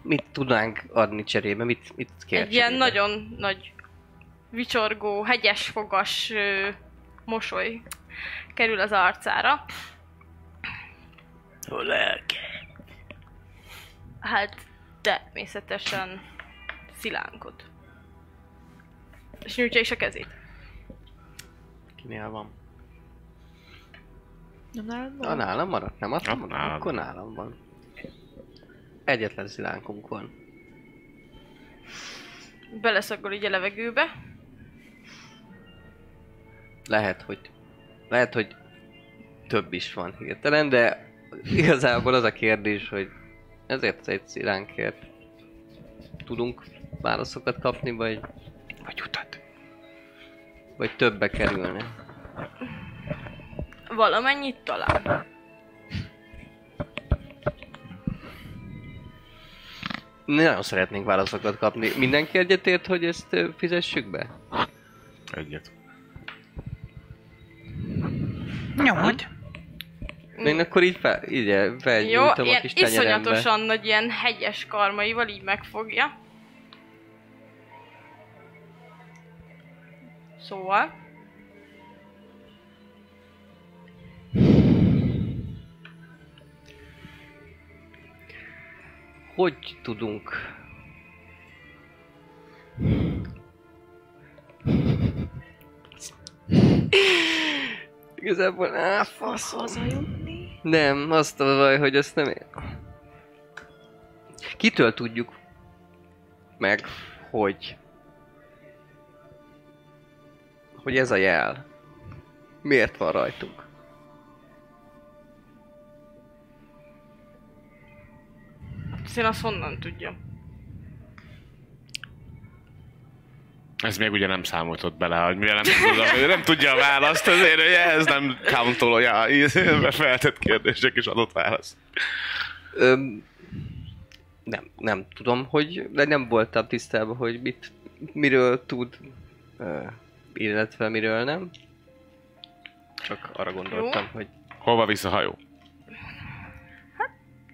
mit tudnánk adni cserébe? Mit, mit kér
Egy ilyen
cserébe?
nagyon nagy vicsorgó, hegyes fogas ö, mosoly kerül az arcára. Hát természetesen szilánkod. És nyújtja is a kezét.
Kinél van?
Nem nálad
A
van?
nálam maradt, nem adtam?
Ah, nálad.
Akkor nálam van. Egyetlen szilánkunk van.
Beleszaggol így a levegőbe.
Lehet, hogy... Lehet, hogy több is van hirtelen, de igazából az a kérdés, hogy ezért az egy szilánkért tudunk válaszokat kapni, vagy... Vagy utat. Vagy többe kerülne.
Valamennyit talán.
Nagyon szeretnénk válaszokat kapni. Mindenki egyetért, hogy ezt ö, fizessük be?
Egyet.
Nyomod.
Én akkor így fel, így
Jó,
felnyújtom a
ilyen
kis tenyerembe.
iszonyatosan nagy ilyen hegyes karmaival így megfogja. Szóval...
hogy tudunk Igazából, á, fasz,
Hazajutni?
nem, azt a baj, hogy ezt nem... Kitől tudjuk meg, hogy... Hogy ez a jel. Miért van rajtunk?
én azt honnan tudjam?
Ez még ugye nem számoltott bele, hogy mivel nem, (laughs) tudom, nem tudja a választ, ezért ugye ez nem countolja, mert feltett kérdések és adott választ.
Öm, nem, nem tudom, hogy de nem voltam tisztában, hogy mit, miről tud, ö, illetve miről nem. Csak arra gondoltam, hogy
Hova visz a hajó?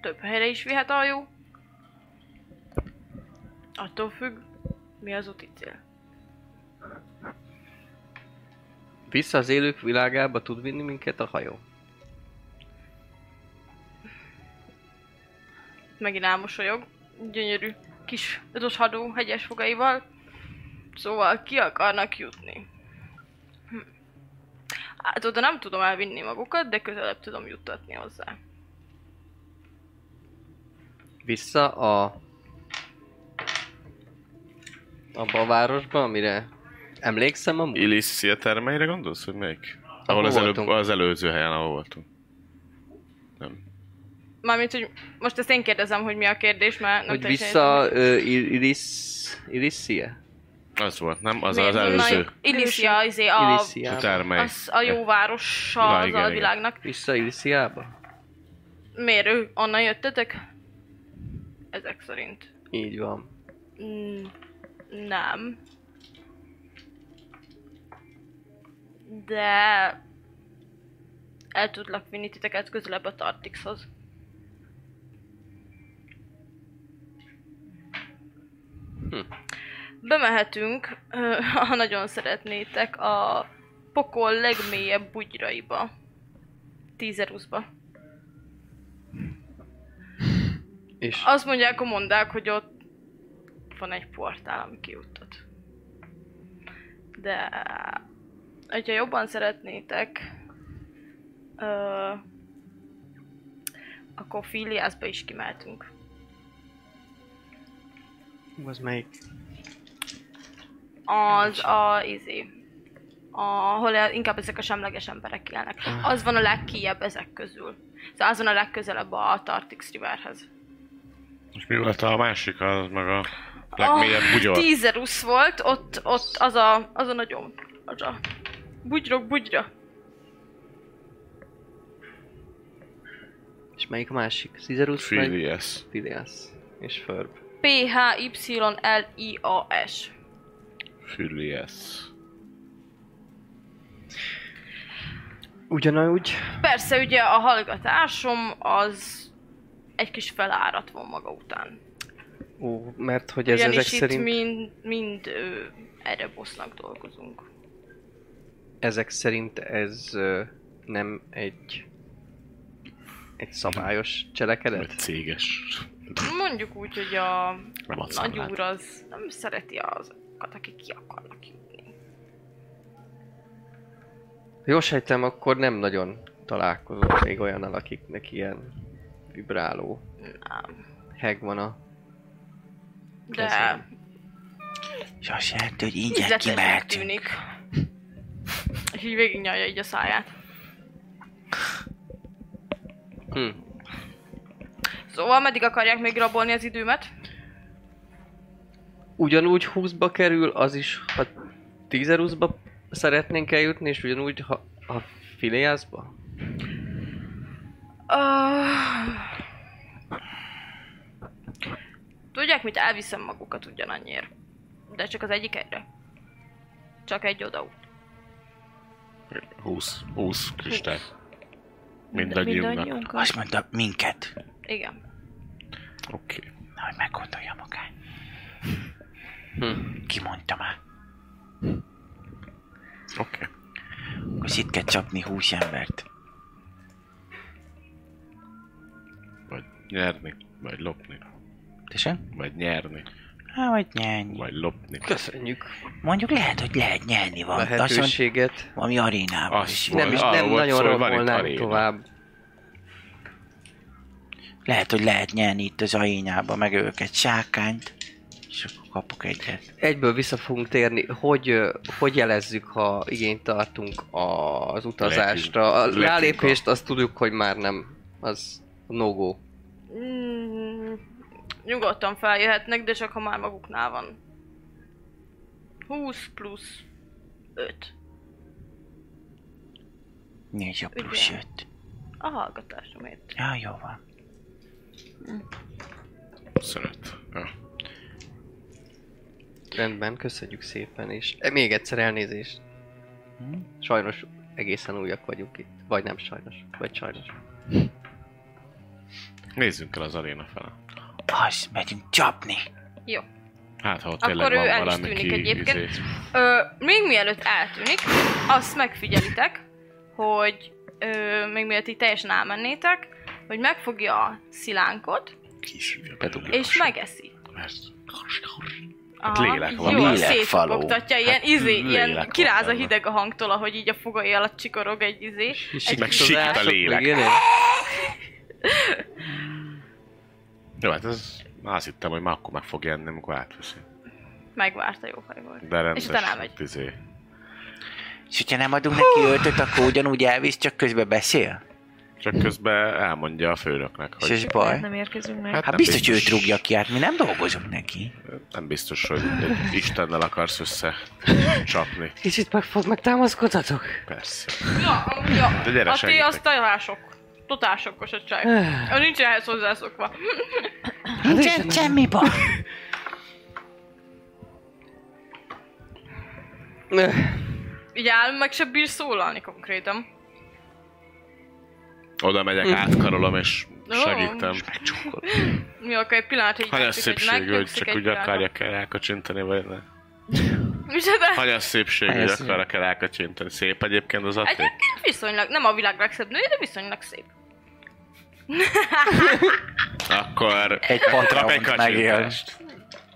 Több helyre is vihet a hajó. Attól függ, mi az úti cél.
vissza az élők világába tud vinni minket a hajó.
Megint elmosolyog, gyönyörű kis ötös hadó hegyes fogaival. Szóval ki akarnak jutni? Hm. Hát oda nem tudom elvinni magukat, de közelebb tudom juttatni hozzá.
Vissza a... Abba a városba, amire emlékszem amúgy.
Illicia termeire gondolsz, hogy melyik? Ahol az, előbb,
voltunk.
az előző helyen, ahol voltunk. Nem.
Mármint, hogy most ezt én kérdezem, hogy mi a kérdés, mert nem
hogy
teljesen
vissza
értem.
ö, Ir- Iris... Irisie?
Az volt, nem? Az
Miért
az
nem? Na,
előző.
Ilicia, izé, a,
A
Irisiába.
termely.
az a jó városa
Na,
az
igen, igen.
alvilágnak.
Vissza Irisiába?
Miért ő? Onnan jöttetek? Ezek szerint.
Így van.
Mm, nem. De el tudlak vinni titeket közelebb a Tartixhoz.
Hm.
Bemehetünk, (laughs) ö, ha nagyon szeretnétek, a pokol legmélyebb bugyraiba. Tízeruszba.
És
Azt mondják a mondák, hogy ott van egy portál, ami kiutat. De hogyha jobban szeretnétek, ö, akkor Filiászba is kimeltünk.
Hú, az melyik?
Az a izé, ahol inkább ezek a semleges emberek élnek. Az van a legkijebb ezek közül. Szóval az van a legközelebb a Tartix Riverhez.
És mi volt a másik, az meg a
Ah,
legmélyebb bugyor?
Tízerusz volt, ott, ott az a, az a nagyon, az a bugyrok bugyra.
És melyik a másik? Cizerus vagy
Filius.
Filias? És Ferb.
P-H-Y-L-I-A-S.
Filius.
Ugyanúgy.
Persze ugye a hallgatásom az egy kis felárat von maga után.
Ó, mert hogy ez
Ez Ugyanis
ezek
itt
szerint...
mind, mind ö, erre bosznak dolgozunk.
ezek szerint ez ö, nem egy egy szabályos
Vagy
cselekedet?
céges.
Mondjuk úgy, hogy a
Nem adsz
nagy
számlát.
úr az nem szereti azokat, akik ki akarnak jutni.
Ha jól sejtem, akkor nem nagyon találkozom még olyan akiknek ilyen vibráló
Nem.
heg van a...
De
Köszönöm.
És azt jelenti, hogy ingyen
ízletesnek
kimehetünk.
tűnik. És így végignyalja így a száját.
Hm.
Szóval meddig akarják még rabolni az időmet?
Ugyanúgy 20-ba kerül, az is, ha 10 ba szeretnénk eljutni, és ugyanúgy, ha, ha Filiászba?
Öh. Tudják mit? Elviszem magukat ugyanannyiért. De csak az egyik egyre. Csak egy oda.
20, 20 kristály. Mindannyiunknak.
Mindannyiunkat.
Azt mondta, minket.
Igen.
Oké. Okay.
Na, hogy meggondolja magát.
Hm.
Ki mondta már?
Oké. Okay.
Akkor szét kell csapni hús embert.
Vagy nyerni, vagy lopni,
Tessék?
vagy nyerni,
Hát,
Há, vagy nyerni.
vagy lopni.
Köszönjük
Mondjuk lehet, hogy lehet nyerni
a
valamit. Azt mondta,
lehetőséget.
valami arénában
Azt
is.
volt.
Nem is,
Arról
nem
volt
nagyon
szó, hogy van itt
rabolnánk
aréna.
tovább.
Lehet, hogy lehet nyerni itt az arénában, meg őket sákányt. És akkor kapok egyet.
Egyből vissza fogunk térni, hogy, ö, hogy jelezzük, ha igényt tartunk az utazásra. A
Lekünk- lekünk
rálépést azt tudjuk, hogy már nem. Az no-go.
Mm, Nyugodtan feljöhetnek, de csak ha már maguknál van. 20 plusz 5.
Négy jobb plusz
Ugye.
öt.
A hallgatásomért.
Ja, jó van.
Szeret. Ja.
Rendben, köszönjük szépen, és e, még egyszer elnézést. Sajnos egészen újak vagyunk itt. Vagy nem sajnos, vagy sajnos.
Nézzünk el az aréna fele.
Az, megyünk csapni.
Jó.
Hát, ha ott
Akkor
tényleg
ő
van
el is
valami
tűnik
ki,
egyébként.
Izé,
Ö, még mielőtt eltűnik, azt megfigyelitek, hogy ö, még mielőtt így teljesen elmennétek, hogy megfogja a szilánkot,
kisüljön
és megeszi.
Mert...
Aha,
lélek van.
Jól
Lélekfaló.
szétfogtatja, ilyen
Hát
izé, ilyen
lélek
kiráz a
van
hideg a hangtól, ahogy így a fogai alatt csikorog egy izé.
Meg sikta lélek.
ilyenek?
Jó, hát ez... Azt hittem, hogy már akkor meg fog enni, amikor átveszi.
Megvárta jó fej volt.
De rendes.
utána elmegy.
Izé.
És hogyha nem adunk neki ötöt, akkor ugyanúgy elvisz, csak közben beszél?
Csak közben elmondja a főnöknek,
És
hogy
ez
Baj.
baj?
Nem érkezünk meg.
Hát-
Hát,
Hát
nem
biztos, hogy
biztos.
őt rúgja ki, hát mi nem dolgozunk neki.
nem biztos, hogy egy Istennel akarsz össze csapni.
Kicsit meg, fog- meg támaszkodhatok?
Persze.
Ja, ja.
De gyere,
a ti
segítek.
az totál sok. Totál sokkos a
(sighs)
csaj. Ő Nincs ehhez hozzászokva.
Nincsen semmi baj.
Így áll, meg se bír szólalni konkrétan.
Oda
Hm.
megyek, átkarolom és
Ó.
segítem.
Mi akar egy pillanat, hogy
Hanyas
nyugszik,
szépség, hogy
megnyugszik
csak
egy
úgy
pillanatra.
akarják el elkacsintani, vagy ne.
Micsoda?
Hanyas szépség, hogy
Hanyas szép.
akarják el elkacsintani. Szép egyébként az Ati?
Egyébként viszonylag, nem a világ legszebb nője, de viszonylag szép.
Akkor
Egy
kap egy
patront megél.
kacsintást.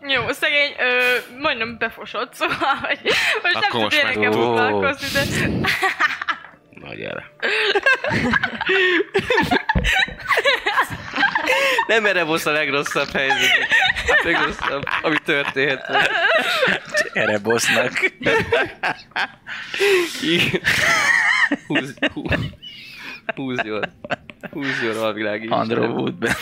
Jó, szegény, ö, majdnem befosott, szóval, hogy most
Hát Akkor
nem tud
most már
ilyenekkel
tudod.
foglalkozni, de...
Na gyere.
Nem erre volt a legrosszabb helyzet. A legrosszabb, ami történhet.
Erre bosznak.
Igen. Húz, hú, húz jól. Húz jól a világ
(laughs)
így.
Andrew Woodben.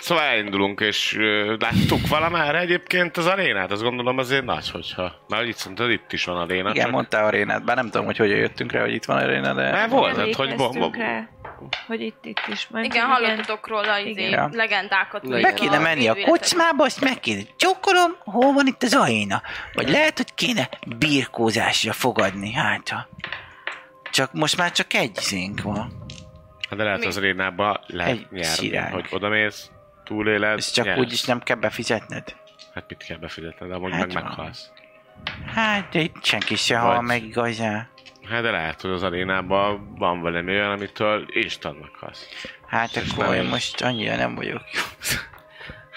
Szóval elindulunk, és ö, láttuk valamára egyébként az arénát, azt gondolom azért nagy, hogyha. Már hogy itt szerinted itt is van aréna,
Igen,
csak...
mondta arénát, bár nem tudom, hogy hogyan jöttünk rá, hogy itt van aréna, de...
Már volt, hát, hogy bo-
Emlékeztünk
bo-
rá, hogy itt, itt is. Majd
Igen, hallottatok róla izé,
Igen.
ja. legendákat.
Be
hogy
Be
Igen.
kéne
a
menni a
védületek-
kocsmába, azt meg kéne csókolom, hol van itt az aréna. Vagy lehet, hogy kéne birkózásra fogadni, hát ha. Csak most már csak egy zénk van.
Hát de lehet
Mi?
az arénába lehet
Egy
nyerni,
siránk.
hogy odamész, túléled,
Ezt csak
nyersz.
úgyis nem kell befizetned.
Hát mit kell befizetned, amúgy
Hát
meg
van.
meghalsz.
Hát, de itt senki se hal
Vagy-
meg igazán.
Hát de lehet, hogy az arénában van valami olyan, amitől instant meghalsz.
Hát akkor
nem
én
is.
most annyira nem vagyok jó.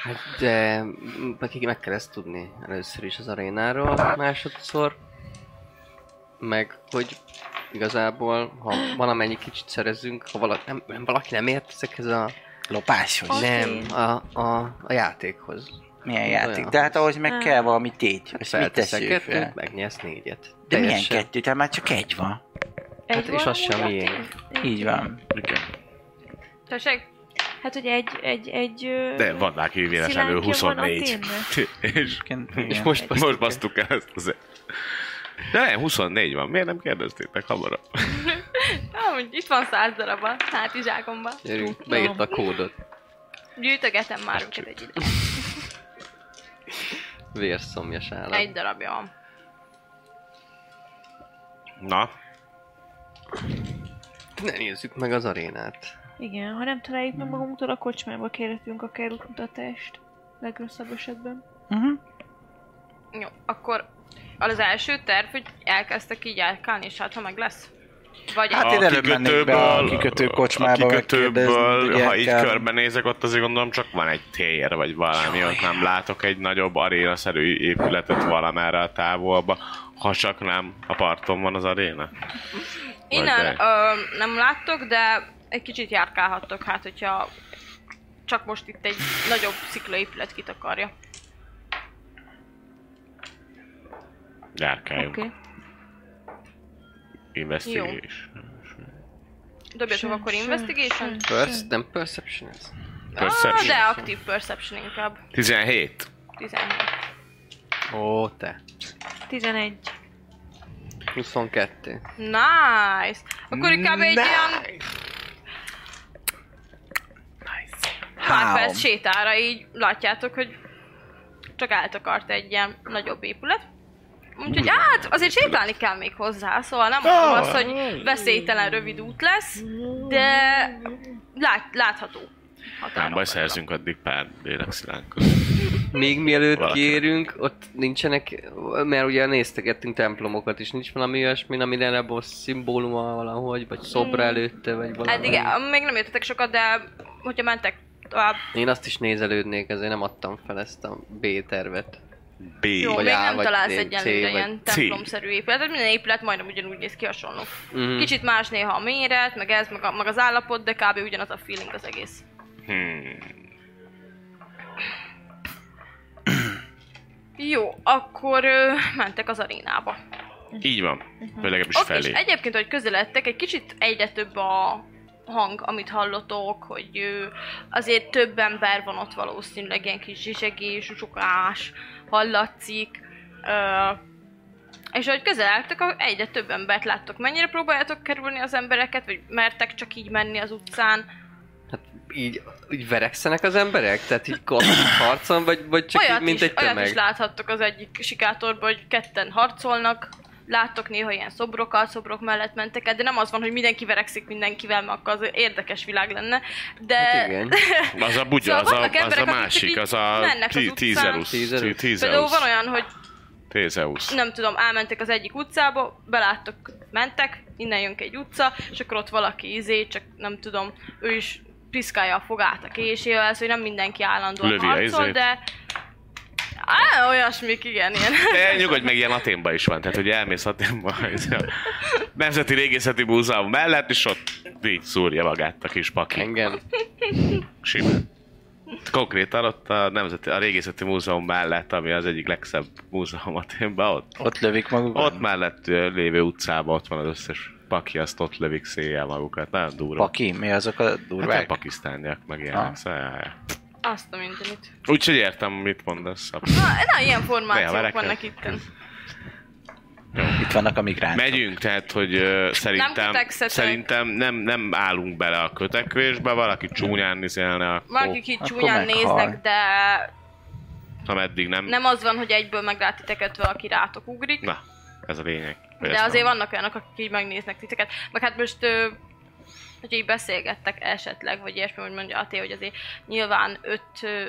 Hát de m- nekik meg kell ezt tudni először is az arénáról, másodszor. Meg hogy igazából, ha valamennyi kicsit szerezünk, ha valaki nem, nem, valaki nem ért ezekhez a...
Lopáshoz.
Oké.
Nem, a, a, a játékhoz.
Milyen
Olyan.
játék? De hát ahhoz meg
Nem.
kell valami tét. Ezt mit
Felteszek
teszünk
kettőt,
fel?
megnyersz négyet.
De milyen kettőt? Hát már csak egy van.
Hát és az sem ilyen.
Így van.
Tessék,
Hát, hogy egy, egy, egy... ö,
De van rá ki
szilánkja
véletlenül
van
24.
Athénnek.
(laughs) és, és
Igen.
most, most basztuk el ezt az de nem, 24 van. Miért nem kérdeztétek hamarabb?
amúgy itt van száz darab a hátizsákomban.
Gyerünk, beírt a kódot.
Gyűjtögetem
Hát
már őket egy ide.
Vérszomjas állam.
Egy darabja van.
Na,
Ne nézzük meg az arénát.
Igen, ha nem találjuk meg magunktól, a kocsmába kérhetünk akár útmutatást. Legrosszabb esetben.
Mhm.
Jó, akkor az első terv, hogy elkezdtek így elkálni, és hát ha meg lesz. Vagy
Hát én előbb mennék be a kikötő kocsmába
a kikötőből,
megkérdezni,
ha
hogy
így
el kell.
körbenézek, ott azért gondolom csak van egy tér, vagy valami, ott nem látok egy nagyobb arénaszerű épületet valamerre a távolba, ha csak nem a parton van az aréna.
Innen
be.
ö, nem láttok, de egy kicsit járkálhattok, hát hogyha csak most itt egy nagyobb sziklaépület kitakarja.
Járkáljunk.
Oké.
Okay. Investigation.
Dobjatok akkor investigation?
Perc, nem perception ez.
Ah, de
Perception.
active perception inkább.
17.
17.
Ó, te.
11.
22.
Nice! Akkor inkább egy olyan pár
Három.
perc sétára így látjátok, hogy csak eltakart egy ilyen nagyobb épület. Úgyhogy hát azért sétálni kell még hozzá, szóval nem mondom azt, hogy veszélytelen rövid út lesz, de lát, látható.
Nem
határon.
baj, szerzünk addig pár lélekszilánk.
Még mielőtt
Valaki.
kérünk, ott nincsenek, mert ugye néztegettünk templomokat is, nincs valami olyasmi, amire a boss szimbóluma valahogy, vagy szobra
Hmm.
előtte, vagy valami.
Eddig még nem jöttetek sokat, de hogyha mentek tovább,
Én azt is nézelődnék, ezért nem adtam fel ezt a B-tervet.
B.
jó,
Vagy
még
A,
nem
vagy
találsz
D,
egyenlőre
C, vagy
ilyen
C.
templomszerű épületet, minden épület majdnem ugyanúgy néz ki hasonló.
Mhm.
Kicsit más néha a méret, meg ez, meg, a, meg az állapot, de kb. ugyanaz a feeling az egész.
Hmm.
Jó, akkor ö, mentek az arénába.
Így van. Vagy legalábbis
Mhm. Oké, és
felé.
egyébként, hogy közeledtek, egy kicsit egyre több a hang, amit hallotok, hogy ö, azért több ember van ott valószínűleg, ilyen kis zsizsegés, zsukás, hallatszik. Ö, és ahogy közeledtek, a- egyre több embert láttok. Mennyire próbáljátok kerülni az embereket, vagy mertek csak így menni az utcán?
Hát így, így verekszenek az emberek? Tehát így klasszik
(laughs)
harcon, vagy, vagy csak
olyat
így, mint
is,
egy tömeg?
Olyat is láthattok az egyik sikátorban, hogy ketten harcolnak, láttok néha ilyen szobrokat, szobrok mellett mentek el, de nem az van, hogy mindenki verekszik mindenkivel, mert akkor az érdekes világ lenne, de...
Hát igen.
Az a bugya,
Szóval
az a,
vannak
az
emberek,
a
akik
másik,
így
az a
mennek az
tí-
utcán.
Tízeus.
Tízeus.
Tí-
Például
Tízeus.
van olyan, hogy
Tízeus.
nem tudom, elmentek az egyik utcába, beláttok, mentek, innen jön ki egy utca, és akkor ott valaki izé, csak nem tudom, ő is piszkálja a fogát a késével, szóval nem mindenki állandóan
Lövi a
harcol,
izét.
de... Á, olyasmik, igen, ilyen. (laughs)
De nyugodj meg, ilyen Aténban is van, tehát hogy elmész Aténba, ez a Nemzeti Régészeti Múzeum mellett, és ott így szúrja magát a kis paki.
Engem.
Simán. Konkrétan ott a, Nemzeti, a Régészeti Múzeum mellett, ami az egyik legszebb múzeum Aténban, ott,
Ott lövik magukat.
ott mellett ö, lévő utcában ott van az összes paki, azt ott lövik széjjel magukat. Nagyon durva.
Paki, mi azok a
Hát nem
durvák?
pakisztániak, meg ilyenek.
Ah.
Szóval, jaj, jaj.
Azt a mindenit.
Úgyhogy értem, mit mondasz.
Na, na ilyen
Ne,
formációk
verek
vannak
nem.
itt.
Itt vannak a migránsok.
Megyünk, tehát, hogy ö, szerintem,
Hát kötekszetek.
szerintem nem, nem állunk bele a kötekvésbe, valaki csúnyán izélne,
Vannak,
akkor,
akik így
akkor
csúnyán
meghal. Hm.
néznek, de
ameddig nem...
nem az van, hogy egyből meglát titeket valaki rátok
Hm,
ugrik.
Na, ez a lényeg. hogy
de
ezt
azért
nem-
vannak olyanok, akik így megnéznek titeket. Meg hát most, ö, hogy így beszélgettek esetleg, vagy ilyesmi, hogy mondja Até, hogy azért nyilván öt ö,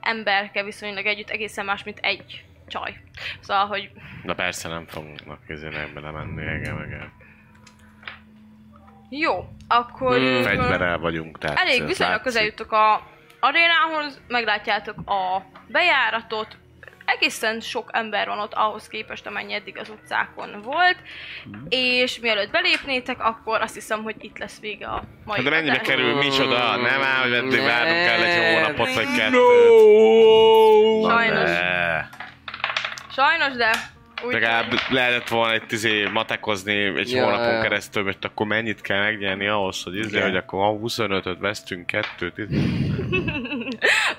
emberke viszonylag együtt egészen más, mint egy csaj. Szóval, hogy
Na persze nem fognak ezért nem belemenni, igen, igen.
jó, akkor...
Hm,
ö,
Fegyverrel vagyunk, tehát...
Elég
ez
viszonylag
Hát, látszik.
közel jutok a arénához, meglátjátok a bejáratot, egészen sok ember van ott ahhoz képest, amennyi eddig az utcákon volt,
Hmm.
és mielőtt belépnétek, akkor azt hiszem, hogy itt lesz vége a mai
Hát de mennyibe
adás.
kerül, micsoda? Nem áll, hogy eddig várnunk kell egy hónapot, vagy kettőt. Na
Sajnos.
ne.
Sajnos, de úgy
Legalább lehetett volna egy izé matekozni egy
Ja,
hónapon
ja.
keresztül, hogy akkor mennyit kell megnyerni ahhoz, hogy izé,
Igen.
hogy akkor ha 25-öt vesztünk, kettőt, izé.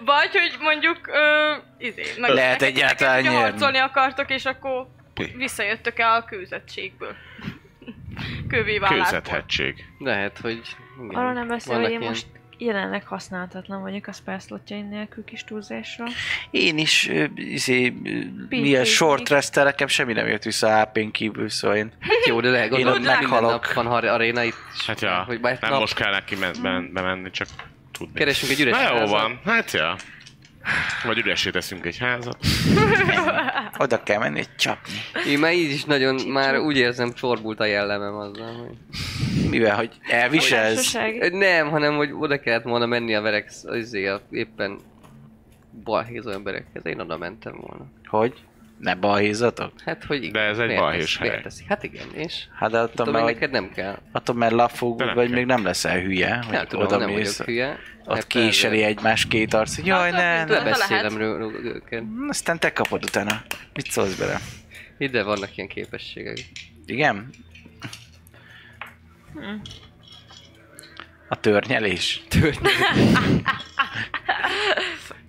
Vagy, hogy mondjuk, ö, izé, meg
Lehet egyáltalán
hogyha
nyerni.
harcolni akartok, és akkor
Pi.
visszajöttök el a (laughs) kőzettségből. Kővé válásból.
kőzethetség.
Lehet, hogy... Igen.
Arról nem beszél,
Vannak
hogy én
ilyen-
most jelenleg használhatatlan vagyok a spell slotjaim nélkül kis túlzásra.
Én is, ö, izé, ö, mi a
Pintézni.
short rest nekem semmi nem jött vissza a HP-n kívül, szóval én...
Jó, de lehet,
Én
gondolom,
ott
minden
meghalok.
nap van har- aréna itt. is.
Hát ja,
Hogy
nem
már nap-
most kell neki men- ben- bemenni, csak tudni.
Keresünk egy üres
Na jó
házat.
van, hát ja. Vagy üresé teszünk egy házat.
Oda kell menni, egy csapni.
Én már így is nagyon, már úgy érzem, csorbult a jellemem azzal, hogy...
Mivel, hogy elviselsz.
Társaság.
Nem, hanem hogy oda kellett volna menni a verek, azért a éppen balhézó emberekhez, én oda mentem volna.
Hogy? Ne balhézatok?
Hát, hogy igen.
De ez egy
miért
balhés
teszi-
hely.
miért teszi? Hát igen, és?
Hát de attól
Tudom,
már,
hogy
hogy,
neked nem kell.
attól már lafog,
De nem
vagy
kell.
még nem leszel hülye,
Nem
hogy
tudom,
oda
nem vagyok
mész.
hülye.
Ott
Hát
késeli
persze.
egymás két arc, hogy jaj,
Hát,
ne,
nem
ne
tudom.
beszélj.
Beszélem ró- ró- őket.
Aztán te kapod utána. Mit szólsz bele?
Ide vannak ilyen képességek.
Igen? A törnyelés.
Tör...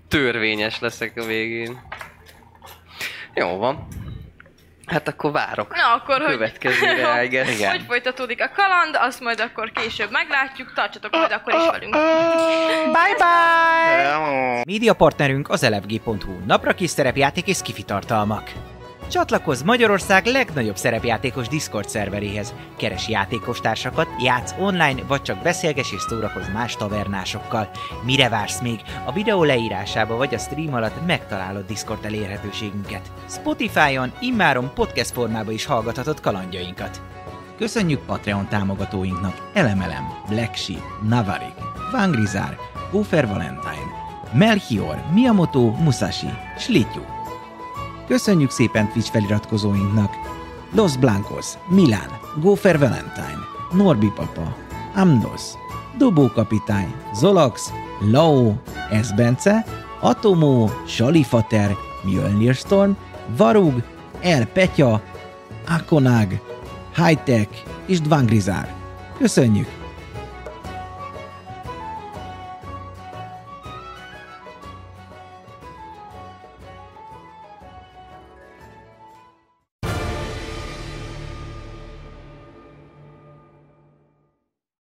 Törvényes leszek a végén. Jó van. Hát akkor várok.
Na akkor, hogy... (laughs)
Következőre, I guess.
Igen.
Hogy folytatódik a kaland, azt majd akkor később meglátjuk, tartsatok majd akkor is velünk.
Média partnerünk az elefg.hu, napra kis szerepjáték és skifi tartalmak. Csatlakozz Magyarország legnagyobb szerepjátékos Discord szerveréhez. Keres játékostársakat, játsz online, vagy csak beszélges és szórakozz más tavernásokkal. Mire vársz még? A videó leírásába vagy a stream alatt megtalálod Discord elérhetőségünket. Spotify-on immáron podcast formában is hallgathatod kalandjainkat. Köszönjük Patreon támogatóinknak Elemelem, Black Sheep, Navarik, Vangrizár, Gófer Valentine, Melchior, Miyamoto, Musashi, Slityu. Köszönjük szépen Twitch feliratkozóinknak! Los Blancos, Milán, Gófer Valentine, Norbi Papa, Amnos, Dobó Kapitány, Zolax, Lao, Esbence, Atomó, Salifater, Mjölnir Storm, Varug, El Petya, Akonag, Hightech és Dvangrizár. Köszönjük!